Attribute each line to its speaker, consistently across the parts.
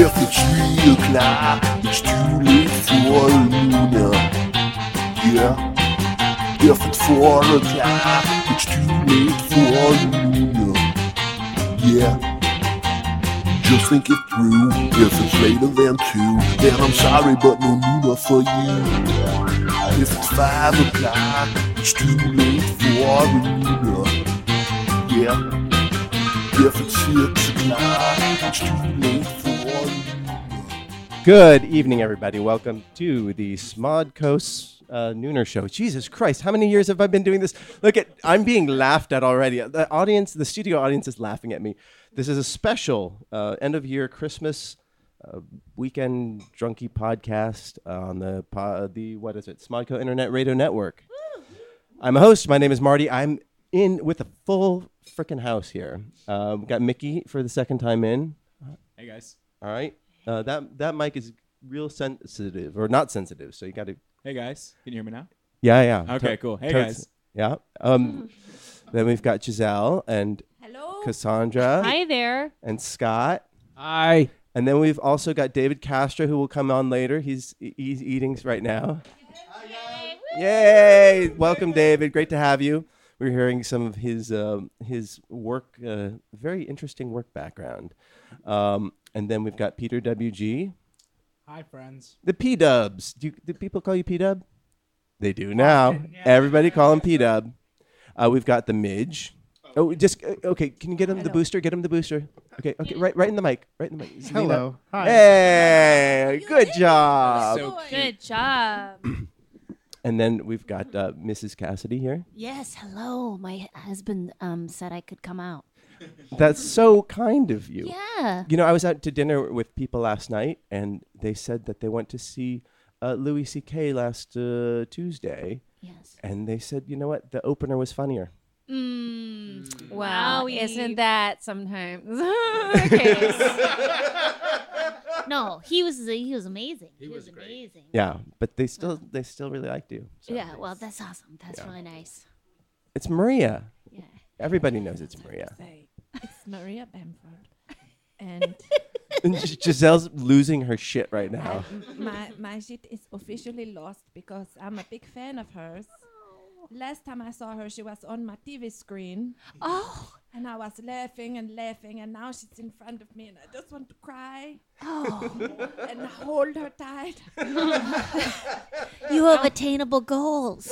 Speaker 1: If it's three o'clock, it's too late for a nooner. Yeah. If it's four o'clock, it's too late for a nooner. Yeah. Just think it through. If it's later than two, then I'm sorry, but no nooner for you. If it's five o'clock, it's too late for a nooner. Yeah. If it's six o'clock, it's too late for
Speaker 2: Good evening, everybody. Welcome to the Smod Coast uh, Nooner Show. Jesus Christ, how many years have I been doing this? Look at, I'm being laughed at already. The audience, the studio audience, is laughing at me. This is a special uh, end of year Christmas uh, weekend drunky podcast on the po- the what is it? Smodco Internet Radio Network. I'm a host. My name is Marty. I'm in with a full freaking house here. Uh, we got Mickey for the second time in.
Speaker 3: Hey guys.
Speaker 2: All right. Uh, that that mic is real sensitive or not sensitive, so you got to.
Speaker 3: Hey guys. Can you hear me now?
Speaker 2: Yeah, yeah.
Speaker 3: Okay,
Speaker 2: Tur-
Speaker 3: cool. Hey,
Speaker 2: tur-
Speaker 3: guys.
Speaker 2: Yeah. Um, then we've got Giselle and
Speaker 4: Hello.
Speaker 2: Cassandra
Speaker 4: Hi there.
Speaker 2: and Scott,
Speaker 3: Hi.
Speaker 2: and then we've also got David Castro who will come on later. He's e- he's eating right now. Yay! Welcome, David. Great to have you. We're hearing some of his um, his work, uh, very interesting work background, um, and then we've got Peter W G.
Speaker 5: Hi, friends.
Speaker 2: The P Dubs. Do, you, do people call you P Dub? They do now. Everybody call him P Dub. Uh, we've got the Midge. Oh, just uh, okay. Can you get him the booster? Get him the booster. Okay, okay. Right, right in the mic. Right in the mic. Lean up.
Speaker 5: Hello. Hi.
Speaker 2: Hey, good job.
Speaker 3: So
Speaker 4: Good
Speaker 6: Um,
Speaker 4: job.
Speaker 2: And then we've got uh, Mrs. Cassidy here.
Speaker 6: Yes, hello. My husband um said I could come out.
Speaker 2: That's so kind of you.
Speaker 6: Yeah.
Speaker 2: You know, I was out to dinner with people last night, and they said that they went to see uh, Louis C.K. last uh, Tuesday,
Speaker 6: Yes.
Speaker 2: and they said, you know what, the opener was funnier.
Speaker 4: Mm.
Speaker 6: Wow,
Speaker 4: Wowie.
Speaker 6: isn't that sometimes? okay. no, he was he was amazing. He, was, amazing.
Speaker 2: Yeah, but they still they still really liked you. so.
Speaker 6: Yeah, well, that's awesome. That's really nice.
Speaker 2: It's Maria.
Speaker 6: Yeah.
Speaker 2: Everybody knows it's Maria.
Speaker 7: It's Maria Bamford. And
Speaker 2: And Gis- Giselle's losing her shit right now.
Speaker 7: my, my shit is officially lost because I'm a big fan of hers.
Speaker 8: Oh.
Speaker 7: Last time I saw her, she was on my TV screen.
Speaker 6: Oh,
Speaker 7: And I was laughing and laughing, and now she's in front of me, and I just want to cry
Speaker 6: oh,
Speaker 7: and hold her tight.
Speaker 6: you have attainable goals.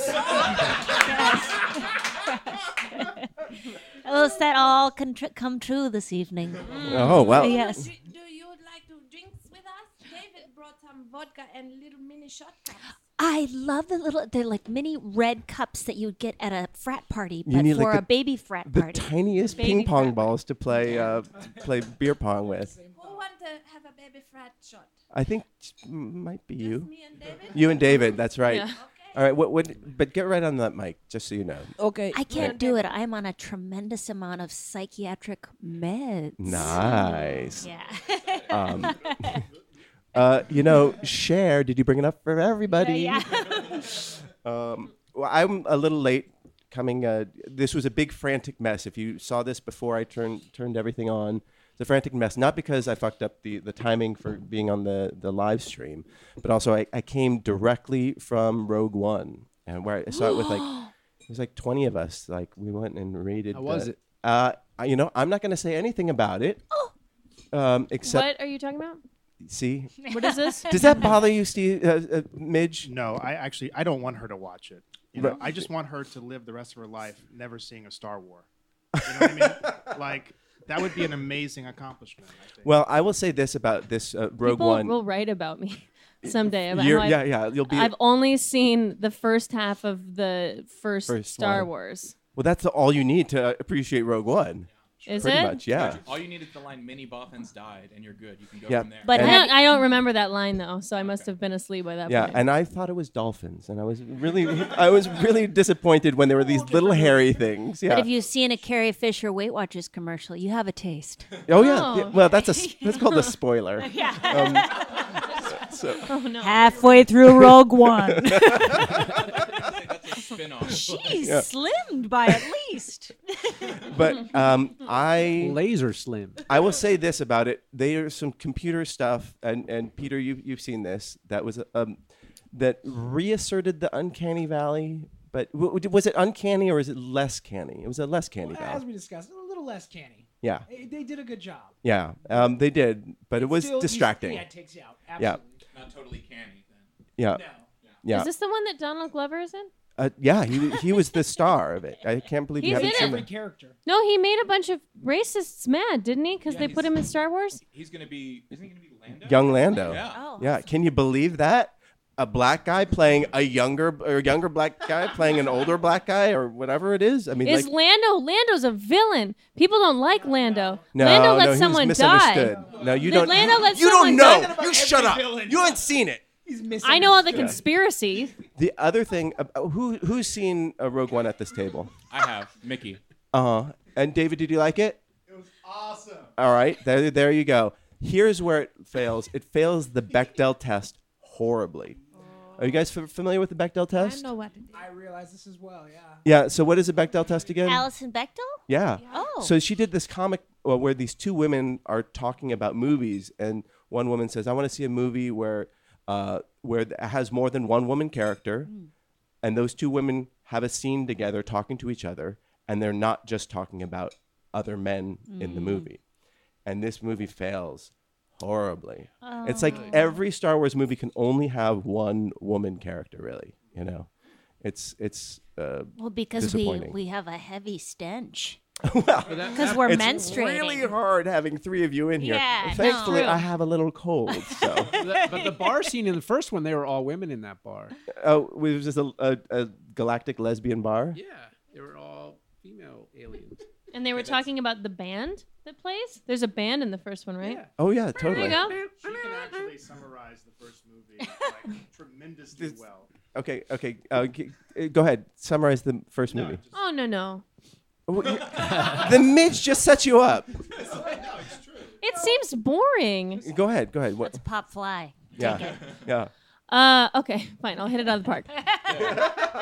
Speaker 6: Those that all contr- come true this evening.
Speaker 2: Oh well.
Speaker 6: Yes.
Speaker 7: Do, do you like to drink with us? David brought some vodka and little mini shot cups.
Speaker 6: I love the little, they're like mini red cups that you would get at a frat party,
Speaker 2: You
Speaker 6: but
Speaker 2: need, like,
Speaker 6: for
Speaker 2: the-
Speaker 6: a baby frat
Speaker 2: The
Speaker 6: party.
Speaker 2: tiniest
Speaker 4: Baby
Speaker 2: ping pong
Speaker 4: crap.
Speaker 2: balls to play uh, to play beer pong with.
Speaker 7: Who want to have a baby frat shot?
Speaker 2: I think it might be you.
Speaker 7: Me and David?
Speaker 2: You and David. That's right.
Speaker 4: Yeah.
Speaker 2: All right. What? What? But get right on that mic, just so you know.
Speaker 3: Okay.
Speaker 6: I can't do it. I'm on a tremendous amount of psychiatric meds.
Speaker 2: Nice.
Speaker 6: Yeah.
Speaker 2: Um, uh, you know, share. Did you bring it up for everybody?
Speaker 6: yeah.
Speaker 2: Um, well, I'm a little late coming. Uh, this was a big frantic mess. If you saw this before I turned turned everything on, it's a frantic mess. Not because I fucked up the, the timing for being on the, the live stream, but also I, I came directly from Rogue One, and where I saw it with like it was like 20 of us. Like we went and rated.
Speaker 5: How was
Speaker 2: the-
Speaker 5: it?
Speaker 2: Uh, I- you know, I'm not gonna say anything about it. Um, except
Speaker 4: what are you talking about?
Speaker 2: see,
Speaker 4: Oh. What is this?
Speaker 2: does that bother you, Steve? Uh, uh, Midge?
Speaker 5: No, I actually I don't want her to watch it. You know,
Speaker 2: Right.
Speaker 5: I just want her to live the rest of her life never seeing a Star War. You know what I mean? Like that would be an amazing accomplishment. I think.
Speaker 2: Well, I will say this about this uh, Rogue
Speaker 4: People
Speaker 2: One.
Speaker 4: will write about me someday. About
Speaker 2: You're-
Speaker 4: how I've,
Speaker 2: yeah, yeah, you'll be.
Speaker 4: I've only seen the first half of the first,
Speaker 2: First
Speaker 4: Star
Speaker 2: one.
Speaker 4: Wars.
Speaker 2: Well, that's all you need to uh, appreciate Rogue One.
Speaker 4: Is
Speaker 2: pretty
Speaker 4: it?
Speaker 2: much, yeah.
Speaker 3: All you need is the line "Many Boffins died," and you're good. You can go
Speaker 2: Yeah.
Speaker 3: from there.
Speaker 6: But
Speaker 4: I
Speaker 2: And-
Speaker 4: don't, I don't remember that line though, so I must have been asleep by that
Speaker 2: Yeah,
Speaker 4: point.
Speaker 2: and I thought it was dolphins, and I was really, I was really disappointed when there were these little hairy things.
Speaker 6: But
Speaker 2: Yeah.
Speaker 6: if you've seen a Carrie Fisher Weight Watchers commercial, you have a taste.
Speaker 2: oh yeah. yeah,
Speaker 4: Oh.
Speaker 2: Well, that's a s- that's called a spoiler. Um, yeah.
Speaker 4: oh no.
Speaker 6: Halfway through Rogue One.
Speaker 3: That's a spin-off.
Speaker 6: She's slimmed by at least.
Speaker 2: But um, I
Speaker 9: Laser slim.
Speaker 2: I will say this about it: there's some computer stuff, and and Peter, you you've seen this that was um, that reasserted the uncanny valley. But w- w- was it uncanny or was it less canny? It was a less canny
Speaker 10: As
Speaker 2: valley.
Speaker 10: we discussed, a little less canny.
Speaker 2: Yeah,
Speaker 10: They, they did a good job.
Speaker 2: yeah, um, they did, but it was
Speaker 10: Still, you-
Speaker 2: distracting.
Speaker 10: Yeah, it takes you out. Absolutely.
Speaker 3: Not totally canny. Then.
Speaker 2: yeah,
Speaker 10: No.
Speaker 2: yeah,
Speaker 4: Is this the one that Donald Glover is in?
Speaker 2: uh, yeah. He he was the star of it. I can't believe you
Speaker 4: He's
Speaker 2: haven't
Speaker 4: in
Speaker 2: seen
Speaker 10: Every
Speaker 2: that.
Speaker 10: character.
Speaker 4: No, he made a bunch of racists mad, didn't he? Because
Speaker 3: Yeah,
Speaker 4: they put
Speaker 3: he's-
Speaker 4: him in Star Wars.
Speaker 3: He's gonna be. Isn't he gonna be Lando?
Speaker 2: Young Lando.
Speaker 3: Yeah.
Speaker 6: Oh.
Speaker 2: Yeah, can you believe that? A black guy playing a younger or a younger black guy playing an older black guy or whatever it is. I mean,
Speaker 4: Is
Speaker 2: like,
Speaker 4: Lando? Lando's a villain. People don't like Lando.
Speaker 2: no,
Speaker 4: Lando
Speaker 2: no,
Speaker 4: let
Speaker 2: he was
Speaker 4: someone die.
Speaker 2: misunderstood. No, you
Speaker 4: Then
Speaker 2: don't.
Speaker 4: Lando let
Speaker 2: you don't
Speaker 4: someone
Speaker 2: know.
Speaker 4: die.
Speaker 2: You shut up. You haven't seen it.
Speaker 10: He's missing.
Speaker 4: I know all the conspiracy.
Speaker 2: The other thing, uh, who who's seen uh, Rogue One at this table?
Speaker 3: I have Mickey.
Speaker 2: Uh huh. And David, did you like it? It was awesome. All right, there, there you go. Here's where it fails. It fails the Bechdel test horribly. Are you guys f- familiar with the Bechdel
Speaker 7: I
Speaker 2: test?
Speaker 7: know what it is.
Speaker 10: I realize this as well. Yeah.
Speaker 2: Yeah. So what is a Bechdel test again?
Speaker 6: Alison Bechtel?
Speaker 2: Yeah.
Speaker 6: Oh.
Speaker 2: So she did this comic uh, where these two women are talking about movies, and one woman says, "I want to see a movie where uh, where th- has more than one woman character,"
Speaker 6: Hmm.
Speaker 2: and those two women have a scene together talking to each other, and they're not just talking about other men in
Speaker 6: Hmm.
Speaker 2: the movie. And this movie fails horribly. It's like
Speaker 6: Oh.
Speaker 2: every Star Wars movie can only have one woman character, really. You know, it's it's. Uh,
Speaker 6: Well, because we
Speaker 2: Disappointing.
Speaker 6: we have a heavy stench.
Speaker 2: well,
Speaker 6: Because we're
Speaker 2: it's
Speaker 6: menstruating.
Speaker 2: really hard having three of you in here.
Speaker 6: Yeah,
Speaker 2: Thankfully,
Speaker 6: no.
Speaker 2: I have a little cold. So,
Speaker 9: The- but the bar scene in the first one, they were all women in that bar.
Speaker 2: oh, it was just a, a, a galactic lesbian bar.
Speaker 9: Yeah, they were all female aliens.
Speaker 4: And they were talking about the band that plays. There's a band in the first one, right?
Speaker 2: Oh yeah, totally.
Speaker 4: There you go.
Speaker 5: She can actually summarize the first movie like tremendously
Speaker 2: This-
Speaker 5: well.
Speaker 2: Okay, okay. Uh, g- uh, go ahead. Summarize the first movie.
Speaker 4: Oh no no.
Speaker 2: Oh, you- the Midge just set you up.
Speaker 4: It seems boring.
Speaker 2: Go ahead. Go ahead. What?
Speaker 6: Let's pop fly.
Speaker 2: Yeah, yeah.
Speaker 4: Uh, okay, fine. I'll hit it out of the park.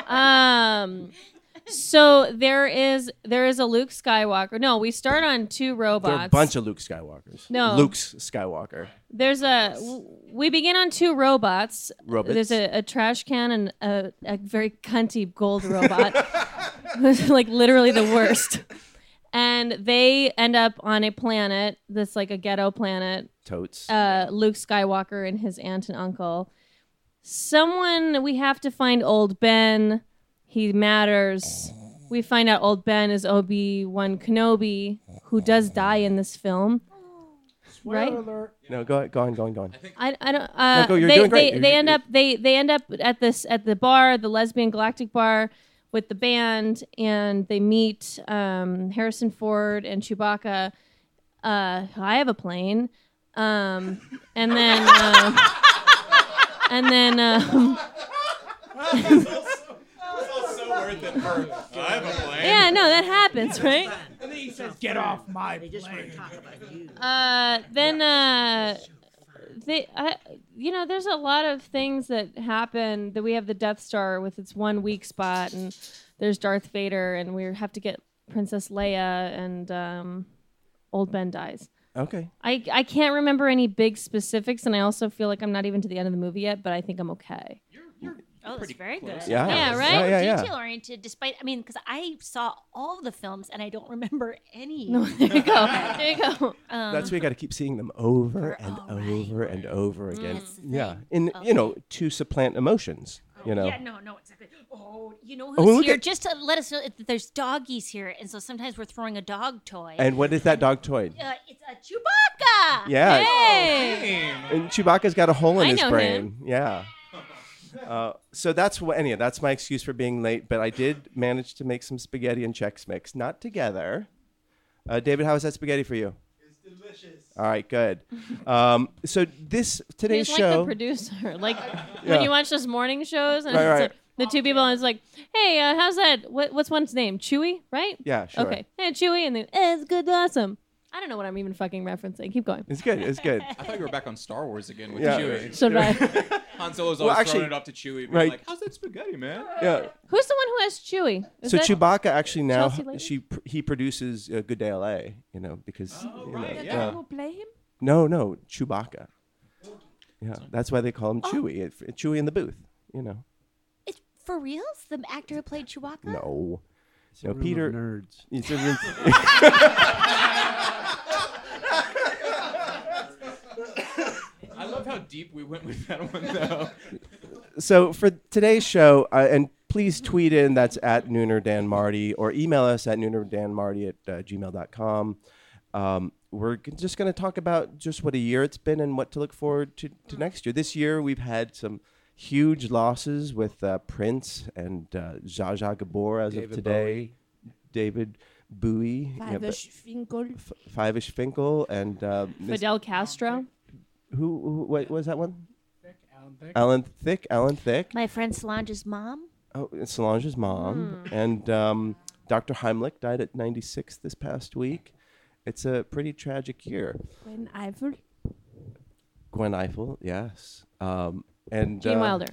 Speaker 4: um, so there is there is a Luke Skywalker. No, we start on two
Speaker 2: There are
Speaker 4: robots.
Speaker 2: a bunch of Luke Skywalkers.
Speaker 4: No.
Speaker 2: Luke's Skywalker.
Speaker 4: There's a w- we begin on two robots.
Speaker 2: Robots.
Speaker 4: There's a, a trash can and a, a very cunty gold robot, Who's, like literally the worst. And they end up on a planet that's like a ghetto planet
Speaker 2: Totes.
Speaker 4: uh, Luke Skywalker and his aunt and uncle. Someone we have to find old Ben. He matters. We find out old Ben is Obi Wan Kenobi, who does die in this film.
Speaker 10: Spoiler
Speaker 4: Right.
Speaker 10: alert.
Speaker 2: no, go ahead. Go on. Go on. Go on.
Speaker 4: I, I don't. Uh,
Speaker 2: No, go, you're
Speaker 4: they,
Speaker 2: doing great.
Speaker 4: They,
Speaker 2: You're-
Speaker 4: they end
Speaker 2: you're-
Speaker 4: up. They they end up at this at the bar, the lesbian galactic bar, with the band, and they meet um, Harrison Ford and Chewbacca. Uh, I have a plane, um, and then um and then um,
Speaker 3: so worth it for. I have a plan.
Speaker 4: yeah, no, that happens, right?
Speaker 10: And then he says, "Get off my
Speaker 8: They just want
Speaker 10: plane."
Speaker 8: to talk about you.
Speaker 4: Uh, then uh, they, I, you know, there's a lot of things that happen. That we have the Death Star with its one weak spot, and there's Darth Vader, and we have to get Princess Leia, and um, old Ben dies.
Speaker 2: Okay.
Speaker 4: I I can't remember any big specifics, and I also feel like I'm not even to the end of the movie yet. But I think I'm okay.
Speaker 6: Oh, that's very good.
Speaker 2: Yeah.
Speaker 4: Yeah, right?
Speaker 2: Yeah. Yeah. yeah.
Speaker 6: Detail oriented, despite, I mean, because I saw all the films and I don't remember any.
Speaker 4: No, there you go. There you go.
Speaker 6: Um,
Speaker 2: That's why you got to keep seeing them over and
Speaker 6: all right.
Speaker 2: over and over again.
Speaker 6: That's the
Speaker 2: Yeah,
Speaker 6: thing.
Speaker 2: and
Speaker 6: Okay.
Speaker 2: you know, to supplant emotions.
Speaker 8: Oh,
Speaker 2: You know,
Speaker 6: Yeah, no, no, exactly. Oh, you know who's
Speaker 2: look
Speaker 6: here?
Speaker 2: at-
Speaker 6: Just to let us know that there's doggies here, and so sometimes we're throwing a dog toy.
Speaker 2: and what is that dog toy?
Speaker 6: uh, it's a Chewbacca.
Speaker 2: Yeah,
Speaker 4: Hey.
Speaker 2: and Chewbacca's got a hole in
Speaker 4: I
Speaker 2: his
Speaker 4: know
Speaker 2: brain.
Speaker 4: him.
Speaker 2: Yeah. Uh, so that's what. Anyway, that's my excuse for being late. But I did manage to make some spaghetti and Chex Mix, not together. Uh, David, how was that spaghetti for you? It's delicious. All right, good. Um, so this today's
Speaker 4: He's like
Speaker 2: show.
Speaker 4: the producer. Like
Speaker 2: Yeah.
Speaker 4: when you watch those morning shows, and
Speaker 2: Right,
Speaker 4: it's
Speaker 2: right.
Speaker 4: like the two people, and it's like, hey, uh, how's that? What, what's one's name? Chewy, right?
Speaker 2: yeah, sure.
Speaker 4: Okay. Hey, Chewy, and then eh, it's good, awesome. I don't know what I'm even fucking referencing. Keep going.
Speaker 2: It's good. It's good.
Speaker 11: I thought you were back on Star Wars again with
Speaker 2: Yeah.
Speaker 11: Chewie.
Speaker 4: So did I.
Speaker 11: Han Solo's always
Speaker 2: Well, actually-
Speaker 11: throwing it up to Chewie, being
Speaker 2: right.
Speaker 11: like, "How's that spaghetti, man?"
Speaker 2: Yeah.
Speaker 4: Who's the one who has Chewy? Is
Speaker 2: so
Speaker 4: that-
Speaker 2: Chewbacca actually now
Speaker 4: Chelsea lady?
Speaker 2: she pr- he produces uh, Good Day LA, you know, because
Speaker 11: Oh,
Speaker 2: you know,
Speaker 11: right,
Speaker 7: The
Speaker 11: yeah.
Speaker 7: guy who play him?
Speaker 2: no, no, Chewbacca. Yeah, that's why they call him Chewie. It, Chewie in the booth, you know.
Speaker 8: It's for reals? The actor who played Chewbacca?
Speaker 2: No, no,
Speaker 9: Room of
Speaker 2: Peter.
Speaker 9: Nerds.
Speaker 2: It's a room-
Speaker 11: I love how deep we went with that one, though.
Speaker 2: so for today's show, uh, and please tweet in that's at Nooner Dan Marty or email us at noonerdanmarty at uh, gmail.com. Um, we're g- just going to talk about just what a year it's been and what to look forward to, to next year. This year, we've had some huge losses with uh, Prince and uh, Zsa Zsa Gabor as of
Speaker 9: David
Speaker 2: today. David Bowie, yeah,
Speaker 7: By the
Speaker 2: but-
Speaker 7: Schwingel.
Speaker 2: F- Five-ish Finkel, and uh, Miss-
Speaker 4: Fidel Castro.
Speaker 2: who, who what was that one?
Speaker 12: Thick, Alan Thick.
Speaker 2: Alan Thick, Alan Thick.
Speaker 8: My friend Solange's mom?
Speaker 2: Oh, it's Solange's mom.
Speaker 8: Hmm.
Speaker 2: And um, Dr. Heimlich died at 96 this past week. It's a pretty tragic year.
Speaker 7: Gwen Eiffel.
Speaker 2: Gwen Eiffel, yes. Um, and
Speaker 4: Gene
Speaker 2: uh,
Speaker 4: Wilder.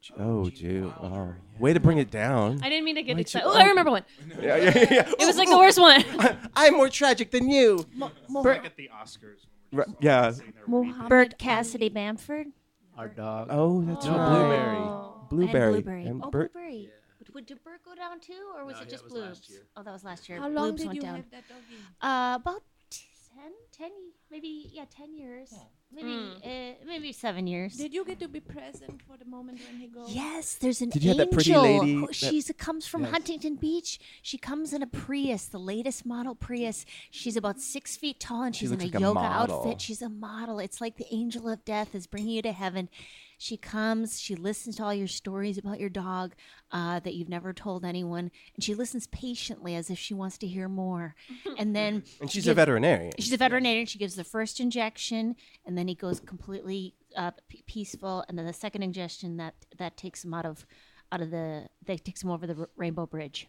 Speaker 2: J- Oh, Jew. Wow. Way to bring it down.
Speaker 4: I didn't mean to get
Speaker 2: Why'd
Speaker 4: excited.
Speaker 2: you-
Speaker 4: Oh, I remember one.
Speaker 2: yeah, yeah, yeah.
Speaker 4: It was like the worst one.
Speaker 2: I'm more tragic than you.
Speaker 13: Like at the Oscars. When we're
Speaker 2: Right,
Speaker 13: just all
Speaker 2: yeah.
Speaker 13: sitting there
Speaker 7: Mohammed.
Speaker 8: Bert Cassidy Bamford?
Speaker 9: Our dog.
Speaker 2: Oh, that's
Speaker 9: No,
Speaker 2: right.
Speaker 9: Blueberry.
Speaker 2: Blueberry.
Speaker 8: And blueberry.
Speaker 2: And
Speaker 8: oh,
Speaker 2: Bert-
Speaker 8: blueberry. Would did Bert go down too, or was
Speaker 9: No,
Speaker 8: it
Speaker 9: that
Speaker 8: just
Speaker 9: was
Speaker 8: Bloobs?
Speaker 9: last year.
Speaker 8: Oh, that was last year.
Speaker 7: How long
Speaker 8: Bloobs
Speaker 7: did
Speaker 8: went
Speaker 7: you
Speaker 8: down.
Speaker 7: have that doggy?
Speaker 8: Uh, about 10, 10, maybe yeah, ten years, maybe uh, maybe seven years.
Speaker 7: Mm. Did you get to be present for the moment when he goes?
Speaker 8: Yes, there's an
Speaker 2: Did you have
Speaker 8: angel.
Speaker 2: that pretty lady
Speaker 8: who-
Speaker 2: that-
Speaker 8: She's comes from
Speaker 2: Yes.
Speaker 8: Huntington Beach. She comes in a Prius, the latest model Prius. She's about six feet tall, and
Speaker 2: She
Speaker 8: she's in
Speaker 2: looks
Speaker 8: a
Speaker 2: like a
Speaker 8: yoga
Speaker 2: model.
Speaker 8: outfit. She's a model. It's like the angel of death is bringing you to heaven. She comes. She listens to all your stories about your dog uh, that you've never told anyone, and she listens patiently as if she wants to hear more. And then
Speaker 2: And she's a
Speaker 8: gives-
Speaker 2: veterinarian.
Speaker 8: She's a veterinarian. She gives the first injection, and then he goes completely uh, p- peaceful. And then the second injection that that takes him out of out of the that takes him over the r- Rainbow Bridge.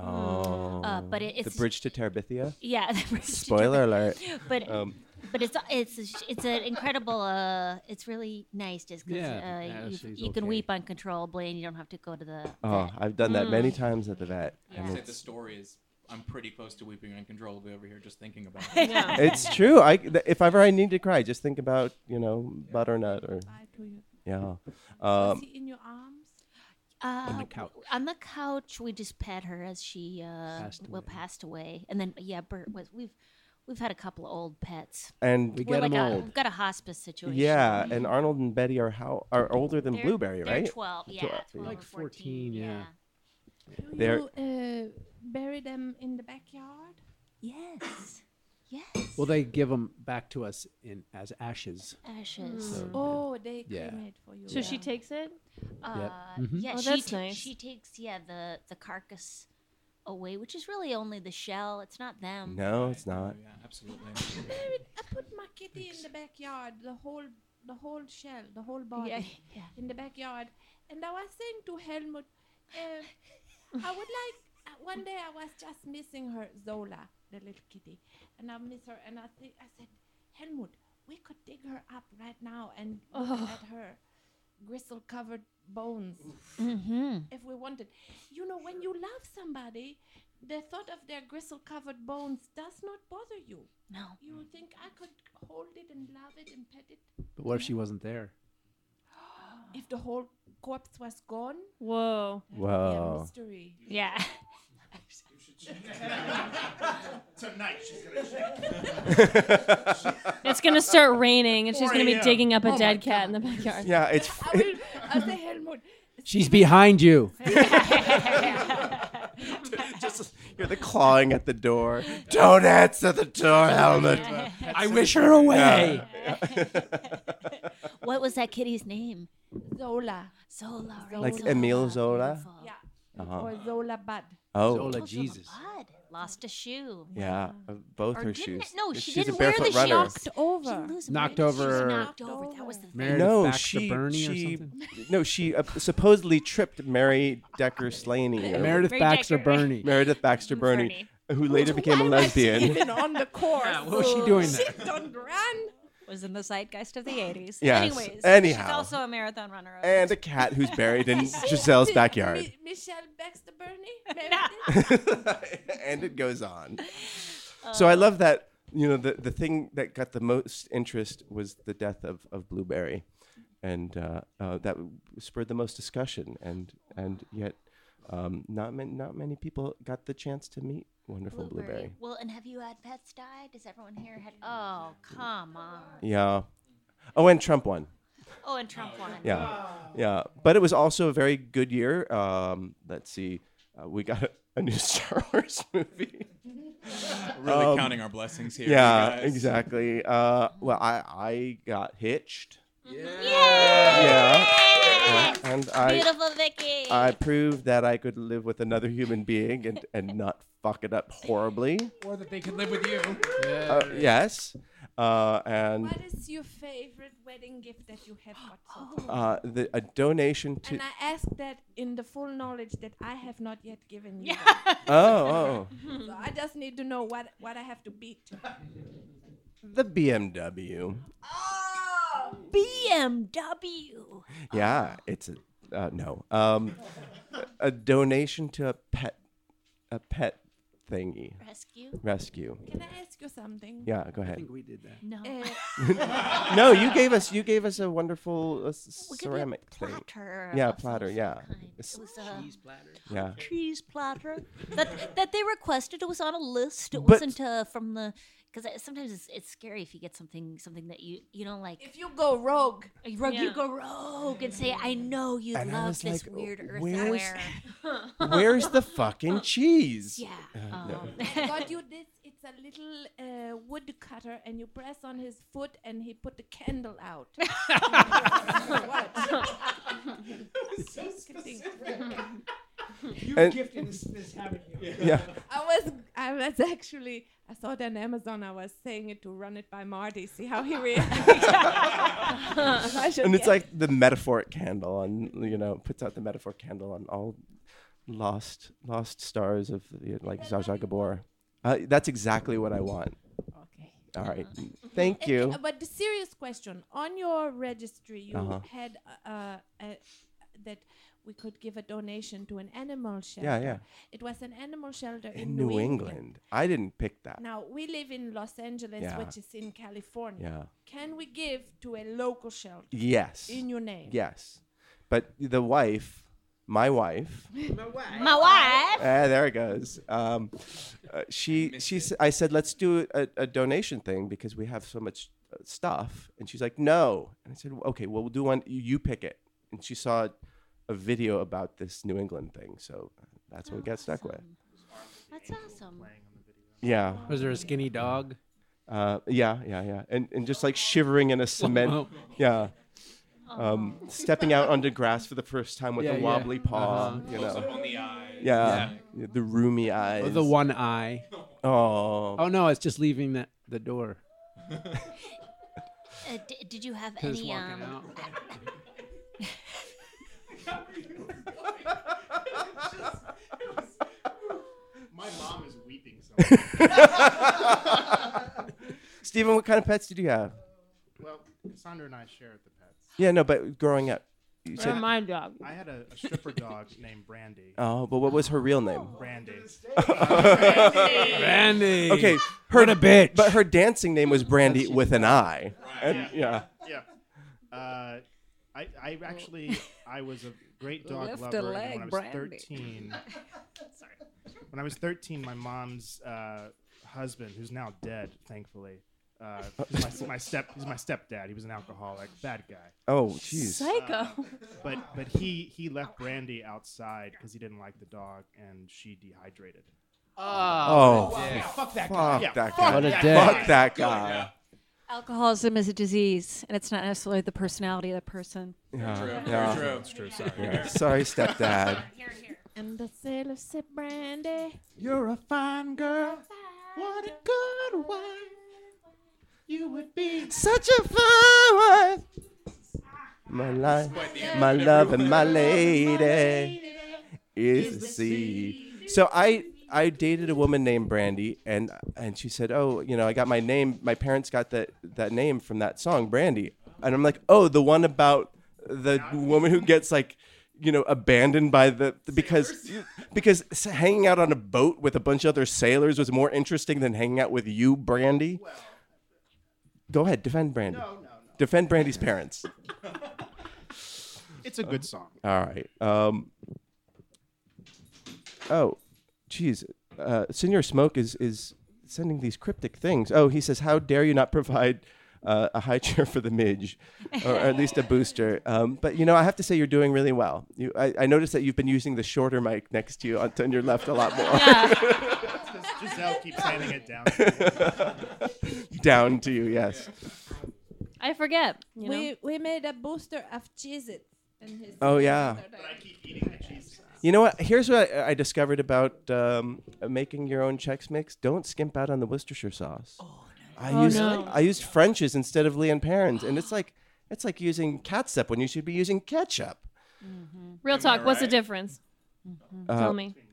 Speaker 2: Oh.
Speaker 8: Uh, but it,
Speaker 2: the
Speaker 8: it's
Speaker 2: bridge to Terabithia.
Speaker 8: Yeah, the bridge.
Speaker 2: Spoiler alert.
Speaker 8: But
Speaker 2: Um,
Speaker 8: but it's it's a- it's an incredible. Uh, it's really nice just because
Speaker 9: Yeah,
Speaker 8: uh, you,
Speaker 9: Ashley's
Speaker 8: you can
Speaker 9: okay.
Speaker 8: weep uncontrollably, and you don't have to go to the.
Speaker 2: oh, I've done that many times at the vet.
Speaker 8: Mm. Yeah.
Speaker 11: It's
Speaker 2: And
Speaker 11: like the
Speaker 2: it's,
Speaker 11: story is, I'm pretty close to weeping uncontrollably over here just thinking about it.
Speaker 4: Yeah.
Speaker 2: it's true. I, th- if ever I need to cry, just think about, you know, butternut or,
Speaker 7: Bye to you.
Speaker 2: yeah.
Speaker 7: Was
Speaker 2: Um,
Speaker 7: he in your arms?
Speaker 8: Uh,
Speaker 9: On the couch.
Speaker 8: on the couch, we just pet her as she uh,
Speaker 9: Passed
Speaker 8: well
Speaker 9: away.
Speaker 8: passed away, and then yeah, Bert was we've we've had a couple of old pets.
Speaker 2: and
Speaker 9: We
Speaker 8: We're
Speaker 9: get them
Speaker 8: like a,
Speaker 9: old.
Speaker 8: We've got a hospice situation. Mm-hmm.
Speaker 2: Yeah, and Arnold and Betty are how are older than
Speaker 8: They're-
Speaker 2: Blueberry,
Speaker 8: they're
Speaker 2: right?
Speaker 8: Twelve, yeah,
Speaker 2: Twelve, yeah.
Speaker 8: 12
Speaker 9: Like
Speaker 8: or
Speaker 9: 14, yeah.
Speaker 7: Do
Speaker 2: There-
Speaker 7: you uh, bury them in the backyard?
Speaker 8: Yes, yes.
Speaker 9: Well, they give them back to us in as ashes.
Speaker 8: ashes.
Speaker 9: So-
Speaker 7: Oh, they
Speaker 9: Mm. Yeah.
Speaker 7: cremate for you.
Speaker 4: So she takes it.
Speaker 8: Uh,
Speaker 9: Mhm.
Speaker 8: Yeah,
Speaker 4: Oh,
Speaker 8: she
Speaker 4: that's
Speaker 8: ta-
Speaker 4: nice.
Speaker 8: she takes yeah the the carcass away, which is really only the shell. It's not them.
Speaker 2: No, it's not.
Speaker 11: Yeah, absolutely.
Speaker 7: Buried, I put my kitty in the backyard, the whole, the whole shell, the whole body
Speaker 8: Yeah, yeah.
Speaker 7: in the backyard. And I was saying to Helmut, uh, I would like. uh, One day I was just missing her, Zola, the little kitty, and I miss her. And I think I said, Helmut, we could dig her up right now and look
Speaker 8: Oh.
Speaker 7: at her gristle-covered bones.
Speaker 8: Mm-hmm.
Speaker 7: if we wanted. You know, when you love somebody, the thought of their gristle covered bones does not bother you.
Speaker 8: No.
Speaker 7: You think I could hold it and love it and pet it?
Speaker 9: But what if she wasn't there?
Speaker 8: Ah.
Speaker 7: If the whole corpse was gone?
Speaker 4: Whoa.
Speaker 7: That would be a
Speaker 2: Wow.
Speaker 7: mystery.
Speaker 8: Yeah.
Speaker 13: Tonight she's gonna
Speaker 4: It's gonna start raining, and she's gonna be
Speaker 13: 4 a.m.
Speaker 4: digging up a
Speaker 9: Oh
Speaker 4: dead cat in the backyard.
Speaker 2: Yeah, it's
Speaker 7: I will, I'll say Helmut.
Speaker 9: She's behind you.
Speaker 2: just you're the clawing at the door. Don't answer the door, Helmut.
Speaker 9: I wish her away.
Speaker 8: What was that kitty's name?
Speaker 7: Zola.
Speaker 8: Zola. right?
Speaker 2: Like Emile Zola?
Speaker 8: Beautiful.
Speaker 7: Yeah.
Speaker 2: Uh-huh.
Speaker 7: Or Zola Bud.
Speaker 2: Oh,
Speaker 9: Zola
Speaker 8: Oh, Zola
Speaker 9: Jesus.
Speaker 8: Budd Lost a shoe.
Speaker 2: yeah, uh, both
Speaker 8: Or
Speaker 2: her
Speaker 8: didn't
Speaker 2: shoes.
Speaker 8: it- no, she
Speaker 2: She's
Speaker 8: didn't
Speaker 2: a
Speaker 8: wear
Speaker 2: barefoot
Speaker 8: the
Speaker 2: runner.
Speaker 8: shock.
Speaker 7: Knocked
Speaker 8: She didn't
Speaker 7: over.
Speaker 8: lose
Speaker 9: Knocked
Speaker 8: many. She was
Speaker 9: over-
Speaker 8: knocked over. That was the thing.
Speaker 9: Meredith
Speaker 2: No,
Speaker 9: Baxter
Speaker 2: she
Speaker 9: Bernie or
Speaker 2: she
Speaker 9: something.
Speaker 2: no she uh, supposedly tripped Mary Decker Slaney. or
Speaker 9: Meredith
Speaker 8: Mary
Speaker 9: Baxter
Speaker 8: Decker.
Speaker 9: Bernie.
Speaker 2: Meredith Baxter Bernie.
Speaker 8: Bernie.
Speaker 2: who later became a
Speaker 7: Why was she
Speaker 2: lesbian.
Speaker 7: Even on the course.
Speaker 9: Yeah, what was she doing
Speaker 7: She
Speaker 9: there?
Speaker 7: don't run.
Speaker 8: was in the zeitgeist of the 80s.
Speaker 2: Yes,
Speaker 8: Anyways,
Speaker 2: anyhow.
Speaker 8: she's also a marathon runner.
Speaker 2: And a cat who's buried in Giselle's
Speaker 7: Did
Speaker 2: backyard.
Speaker 7: Mi- Michelle Baxter Bernie.
Speaker 2: and it goes on. So I love that, you know, the, the thing that got the most interest was the death of, of Blueberry. And uh, uh, that spurred the most discussion. And, and yet, um, not, man- not many people got the chance to meet wonderful Blueberry.
Speaker 6: Well, and have you had pets die? Does everyone here had? Oh, come on.
Speaker 2: Yeah. Oh, and Trump won.
Speaker 6: Oh, and Trump won.
Speaker 2: Yeah. Yeah. But it was also a very good year. Um, let's see. Uh, we got a, a new Star Wars movie.
Speaker 3: Really
Speaker 2: Um,
Speaker 3: counting our blessings here.
Speaker 2: yeah,
Speaker 3: you guys.
Speaker 2: exactly. Uh, well, I, I got hitched. Yeah.
Speaker 6: Yay!
Speaker 2: Yeah, And I,
Speaker 6: Beautiful Vicky.
Speaker 2: I proved that I could live with another human being and, and not fuck it up horribly.
Speaker 10: Or that they could live with you.
Speaker 2: Uh, yes. Uh, and
Speaker 7: What is your favorite wedding gift that you have got? so far?
Speaker 2: uh, the, a donation to.
Speaker 7: And I ask that in the full knowledge that I have not yet given you.
Speaker 2: Oh, oh.
Speaker 7: that. So I just need to know what, what I have to beat.
Speaker 2: The BMW.
Speaker 6: BMW.
Speaker 2: Yeah, it's a uh, no. Um, a donation to a pet, a pet thingy
Speaker 6: Rescue.
Speaker 2: rescue.
Speaker 7: Can I ask you something? Eh.
Speaker 2: Yeah, go
Speaker 9: I
Speaker 2: ahead.
Speaker 9: think we did that.
Speaker 6: No.
Speaker 7: Uh,
Speaker 2: No, you gave us you gave us a wonderful uh, s-
Speaker 6: We could be a
Speaker 2: ceramic thing.
Speaker 6: platter.
Speaker 2: Yeah,
Speaker 6: of some
Speaker 2: platter, yeah.
Speaker 6: kind.
Speaker 2: It's-
Speaker 6: It was a
Speaker 2: Yeah,
Speaker 6: cheese platter that that they requested. It was on a list. It
Speaker 2: But-
Speaker 6: wasn't uh, from the because sometimes it's, it's scary if you get something something that you you don't like.
Speaker 7: if you go rogue,
Speaker 6: You rogue- You
Speaker 4: Yeah.
Speaker 6: go rogue and say, "I know you
Speaker 2: And I
Speaker 6: love
Speaker 2: was
Speaker 6: this
Speaker 2: like,
Speaker 6: weird
Speaker 2: "Where's-
Speaker 6: earthenware."
Speaker 2: where's the fucking cheese?
Speaker 6: yeah.
Speaker 2: Uh, no.
Speaker 6: um,
Speaker 7: I got you this. It's a little uh, wood cutter, and you press on his foot, and he put the candle out. what?
Speaker 10: So specific. you
Speaker 2: And-
Speaker 10: gifted this, this, haven't you?
Speaker 2: Yeah,
Speaker 7: I was, I was actually, I saw it on Amazon. I was saying it to run it by Marty, see how he reacts.
Speaker 2: and it's like the metaphoric candle, and you know, puts out the metaphoric candle on all lost lost stars of the, like Zaja Gabor. Uh, that's exactly what I want.
Speaker 7: okay. Uh-huh.
Speaker 2: All right, thank you.
Speaker 7: But the serious question on your registry, you
Speaker 2: Uh-huh.
Speaker 7: had uh, uh, a- that we could give a donation to an animal shelter.
Speaker 2: yeah.
Speaker 7: It was an animal shelter in,
Speaker 2: in New England. I didn't pick that.
Speaker 7: Now we live in Los Angeles,
Speaker 2: Yeah.
Speaker 7: which is in California.
Speaker 2: Yeah.
Speaker 7: Can we give to a local shelter
Speaker 2: Yes.
Speaker 7: in your name?
Speaker 2: yes. But the wife, my wife,
Speaker 6: my wife.
Speaker 2: ah, there it goes. Um, uh, she, she, s- I said, let's do a, a donation thing because we have so much uh, stuff. And she's like, no. And I said, okay, well, we'll do one. You, you pick it. And she saw a video about this New England thing. So that's what we got stuck with.
Speaker 6: That's awesome.
Speaker 2: Yeah.
Speaker 9: Was there a skinny dog?
Speaker 2: Uh, yeah, yeah, yeah. And, and just like shivering in a cement.
Speaker 9: Whoa.
Speaker 2: Yeah. Um, stepping out onto grass for the first time with
Speaker 9: Yeah,
Speaker 2: a
Speaker 9: yeah.
Speaker 2: wobbly paw,
Speaker 9: Uh-huh.
Speaker 2: you
Speaker 3: Close up
Speaker 2: know.
Speaker 3: on the eye.
Speaker 2: Yeah. The roomy eyes.
Speaker 9: Oh, the one eye.
Speaker 2: Oh.
Speaker 9: Oh no, it's just leaving the, the door.
Speaker 6: Uh, d- did you have
Speaker 9: It's
Speaker 6: any?
Speaker 9: walking
Speaker 6: Um,
Speaker 9: out.
Speaker 5: My mom is weeping. So
Speaker 2: Stephen, what kind of pets did you have?
Speaker 5: well, Cassandra and I shared the pets.
Speaker 2: Yeah, no, but growing up, you
Speaker 4: Or
Speaker 2: said.
Speaker 4: my dog.
Speaker 5: I had a, a stripper dog named Brandy.
Speaker 2: Oh, but what was her real name?
Speaker 5: Brandy.
Speaker 9: Brandy.
Speaker 2: Okay, her
Speaker 9: What a bitch.
Speaker 2: but her dancing name was Brandy with an I. And yeah,
Speaker 5: Yeah. Uh, I, I actually I was a great dog
Speaker 8: Lift a
Speaker 5: lover and
Speaker 8: leg,
Speaker 5: when I was
Speaker 8: Brandy.
Speaker 5: 13. When I was 13, my mom's uh, husband, who's now dead, thankfully, uh, he's my, my step he's my stepdad. He was an alcoholic, bad guy. Um,
Speaker 2: Oh, jeez.
Speaker 4: Psycho.
Speaker 5: But but he he left Brandy outside because he didn't like the dog and she dehydrated.
Speaker 2: Oh,
Speaker 10: Fuck that guy.
Speaker 2: fuck
Speaker 5: Yeah,
Speaker 2: that
Speaker 5: fuck
Speaker 2: guy.
Speaker 9: that
Speaker 2: Fuck
Speaker 5: guy.
Speaker 2: that guy.
Speaker 8: Alcoholism is a disease, and it's not necessarily the personality of the person.
Speaker 3: True.
Speaker 2: Yeah.
Speaker 3: Very
Speaker 2: yeah.
Speaker 3: true. It's true. Sorry.
Speaker 2: Yeah. Sorry, stepdad.
Speaker 7: And the sailor said, "Brandy,
Speaker 2: You're a fine girl. What a good wife. You would be such a fine wife. My life, my love, and my lady is the sea. So I I dated a woman named Brandy, and and she said, "Oh, you know, I got my name. My parents got that that name from that song, Brandy." And I'm like, "Oh, the one about the woman who gets like." You know, abandoned by the because because s- hanging out on a boat with a bunch of other sailors was more interesting than hanging out with you, Brandy. Go ahead, defend Brandy. No, no, no. Defend Brandy's parents.
Speaker 5: It's a good song.
Speaker 2: All right. Um, oh, geez. Uh, Senor Smoke is, is sending these cryptic things. Oh, he says, How dare you not provide uh, a high chair for the midge, or, or at least a booster? Um, but, you know, I have to say you're doing really well. You, I, I noticed that you've been using the shorter mic next to you on, on your left a lot more.
Speaker 5: Giselle keeps handing it down.
Speaker 2: Down to you, yes.
Speaker 4: I forget. You know?
Speaker 7: we we made a booster of cheeses in his
Speaker 2: Oh, yeah. You know what? Here's what I, I discovered about um, making your own Chex Mix. Don't skimp out on the Worcestershire sauce. Oh, no. I
Speaker 4: Oh,
Speaker 2: used
Speaker 4: no.
Speaker 2: I used French's instead of Leon Perrins, and it's like it's like using catsup when you should be using ketchup.
Speaker 4: Real talk. What's the difference? Tell
Speaker 2: Uh,
Speaker 4: me.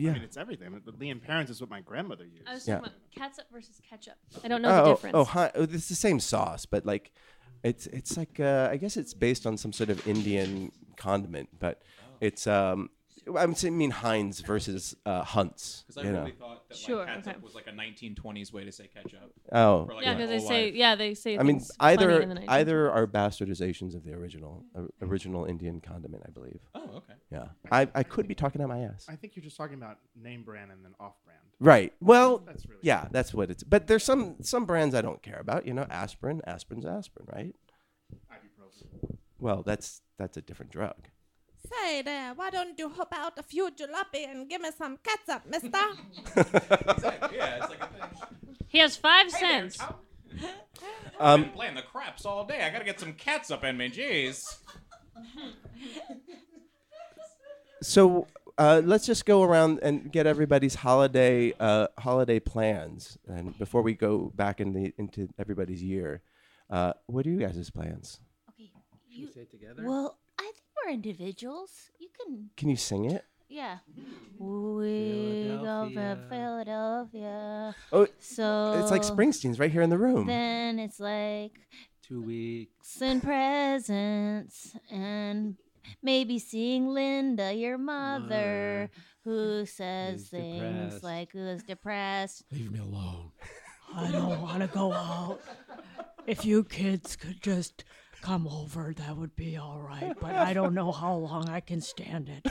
Speaker 2: Yeah.
Speaker 5: I mean, it's everything. But Liam Parents is what my grandmother used.
Speaker 4: I was
Speaker 2: Yeah.
Speaker 4: talking about catsup versus ketchup. I don't know
Speaker 2: oh,
Speaker 4: the
Speaker 2: oh,
Speaker 4: difference.
Speaker 2: Oh, hi, oh, it's the same sauce, but like, it's it's like uh, I guess it's based on some sort of Indian condiment, but it's um, I would say- I mean Heinz versus uh, Hunt's.
Speaker 3: Because I
Speaker 2: you know.
Speaker 3: really thought that like,
Speaker 4: Sure,
Speaker 3: ketchup
Speaker 4: okay.
Speaker 3: was like a 1920s way to say ketchup.
Speaker 2: Oh.
Speaker 3: For, like,
Speaker 4: yeah,
Speaker 3: my
Speaker 4: because they
Speaker 3: whole
Speaker 4: say
Speaker 3: life.
Speaker 4: yeah they say.
Speaker 2: I mean,
Speaker 4: things funny in the
Speaker 2: either
Speaker 4: 1920s.
Speaker 2: either are bastardizations of the original or- original Indian condiment, I believe.
Speaker 3: Mm-hmm. Oh, okay.
Speaker 2: Yeah, I, I could be talking out my ass.
Speaker 5: I think you're just talking about name brand and then off brand.
Speaker 2: Right. Well,
Speaker 5: That's really-
Speaker 2: yeah, that's what it's. But there's some some brands I don't care about. You know, aspirin. Aspirin's aspirin, right?
Speaker 5: Ibuprofen.
Speaker 2: Well, that's that's a different drug.
Speaker 7: Say there, why don't you hop out a few jalopy and give me some ketchup, mister?
Speaker 3: yeah, it's like a thing.
Speaker 4: he has five cents.
Speaker 2: Um,
Speaker 3: I've been playing the craps all day. I gotta get some cats up in me. Jeez.
Speaker 2: So uh, let's just go around and get everybody's holiday uh, holiday plans, and before we go back in the, into everybody's year, uh, what are you guys' plans?
Speaker 6: Okay. You, say together? Well, I think we're individuals. You can,
Speaker 2: Can you sing it?
Speaker 6: yeah. We go to Philadelphia.
Speaker 2: Oh,
Speaker 6: So
Speaker 2: it's like Springsteen's right here in the room.
Speaker 6: Then it's like
Speaker 9: Two weeks.
Speaker 6: send presents and maybe seeing Linda, your mother, who says
Speaker 9: is
Speaker 6: things
Speaker 9: depressed.
Speaker 6: like who's depressed.
Speaker 9: Leave me alone.
Speaker 14: I don't want to go out. If you kids could just come over, that would be all right. But I don't know how long I can stand it.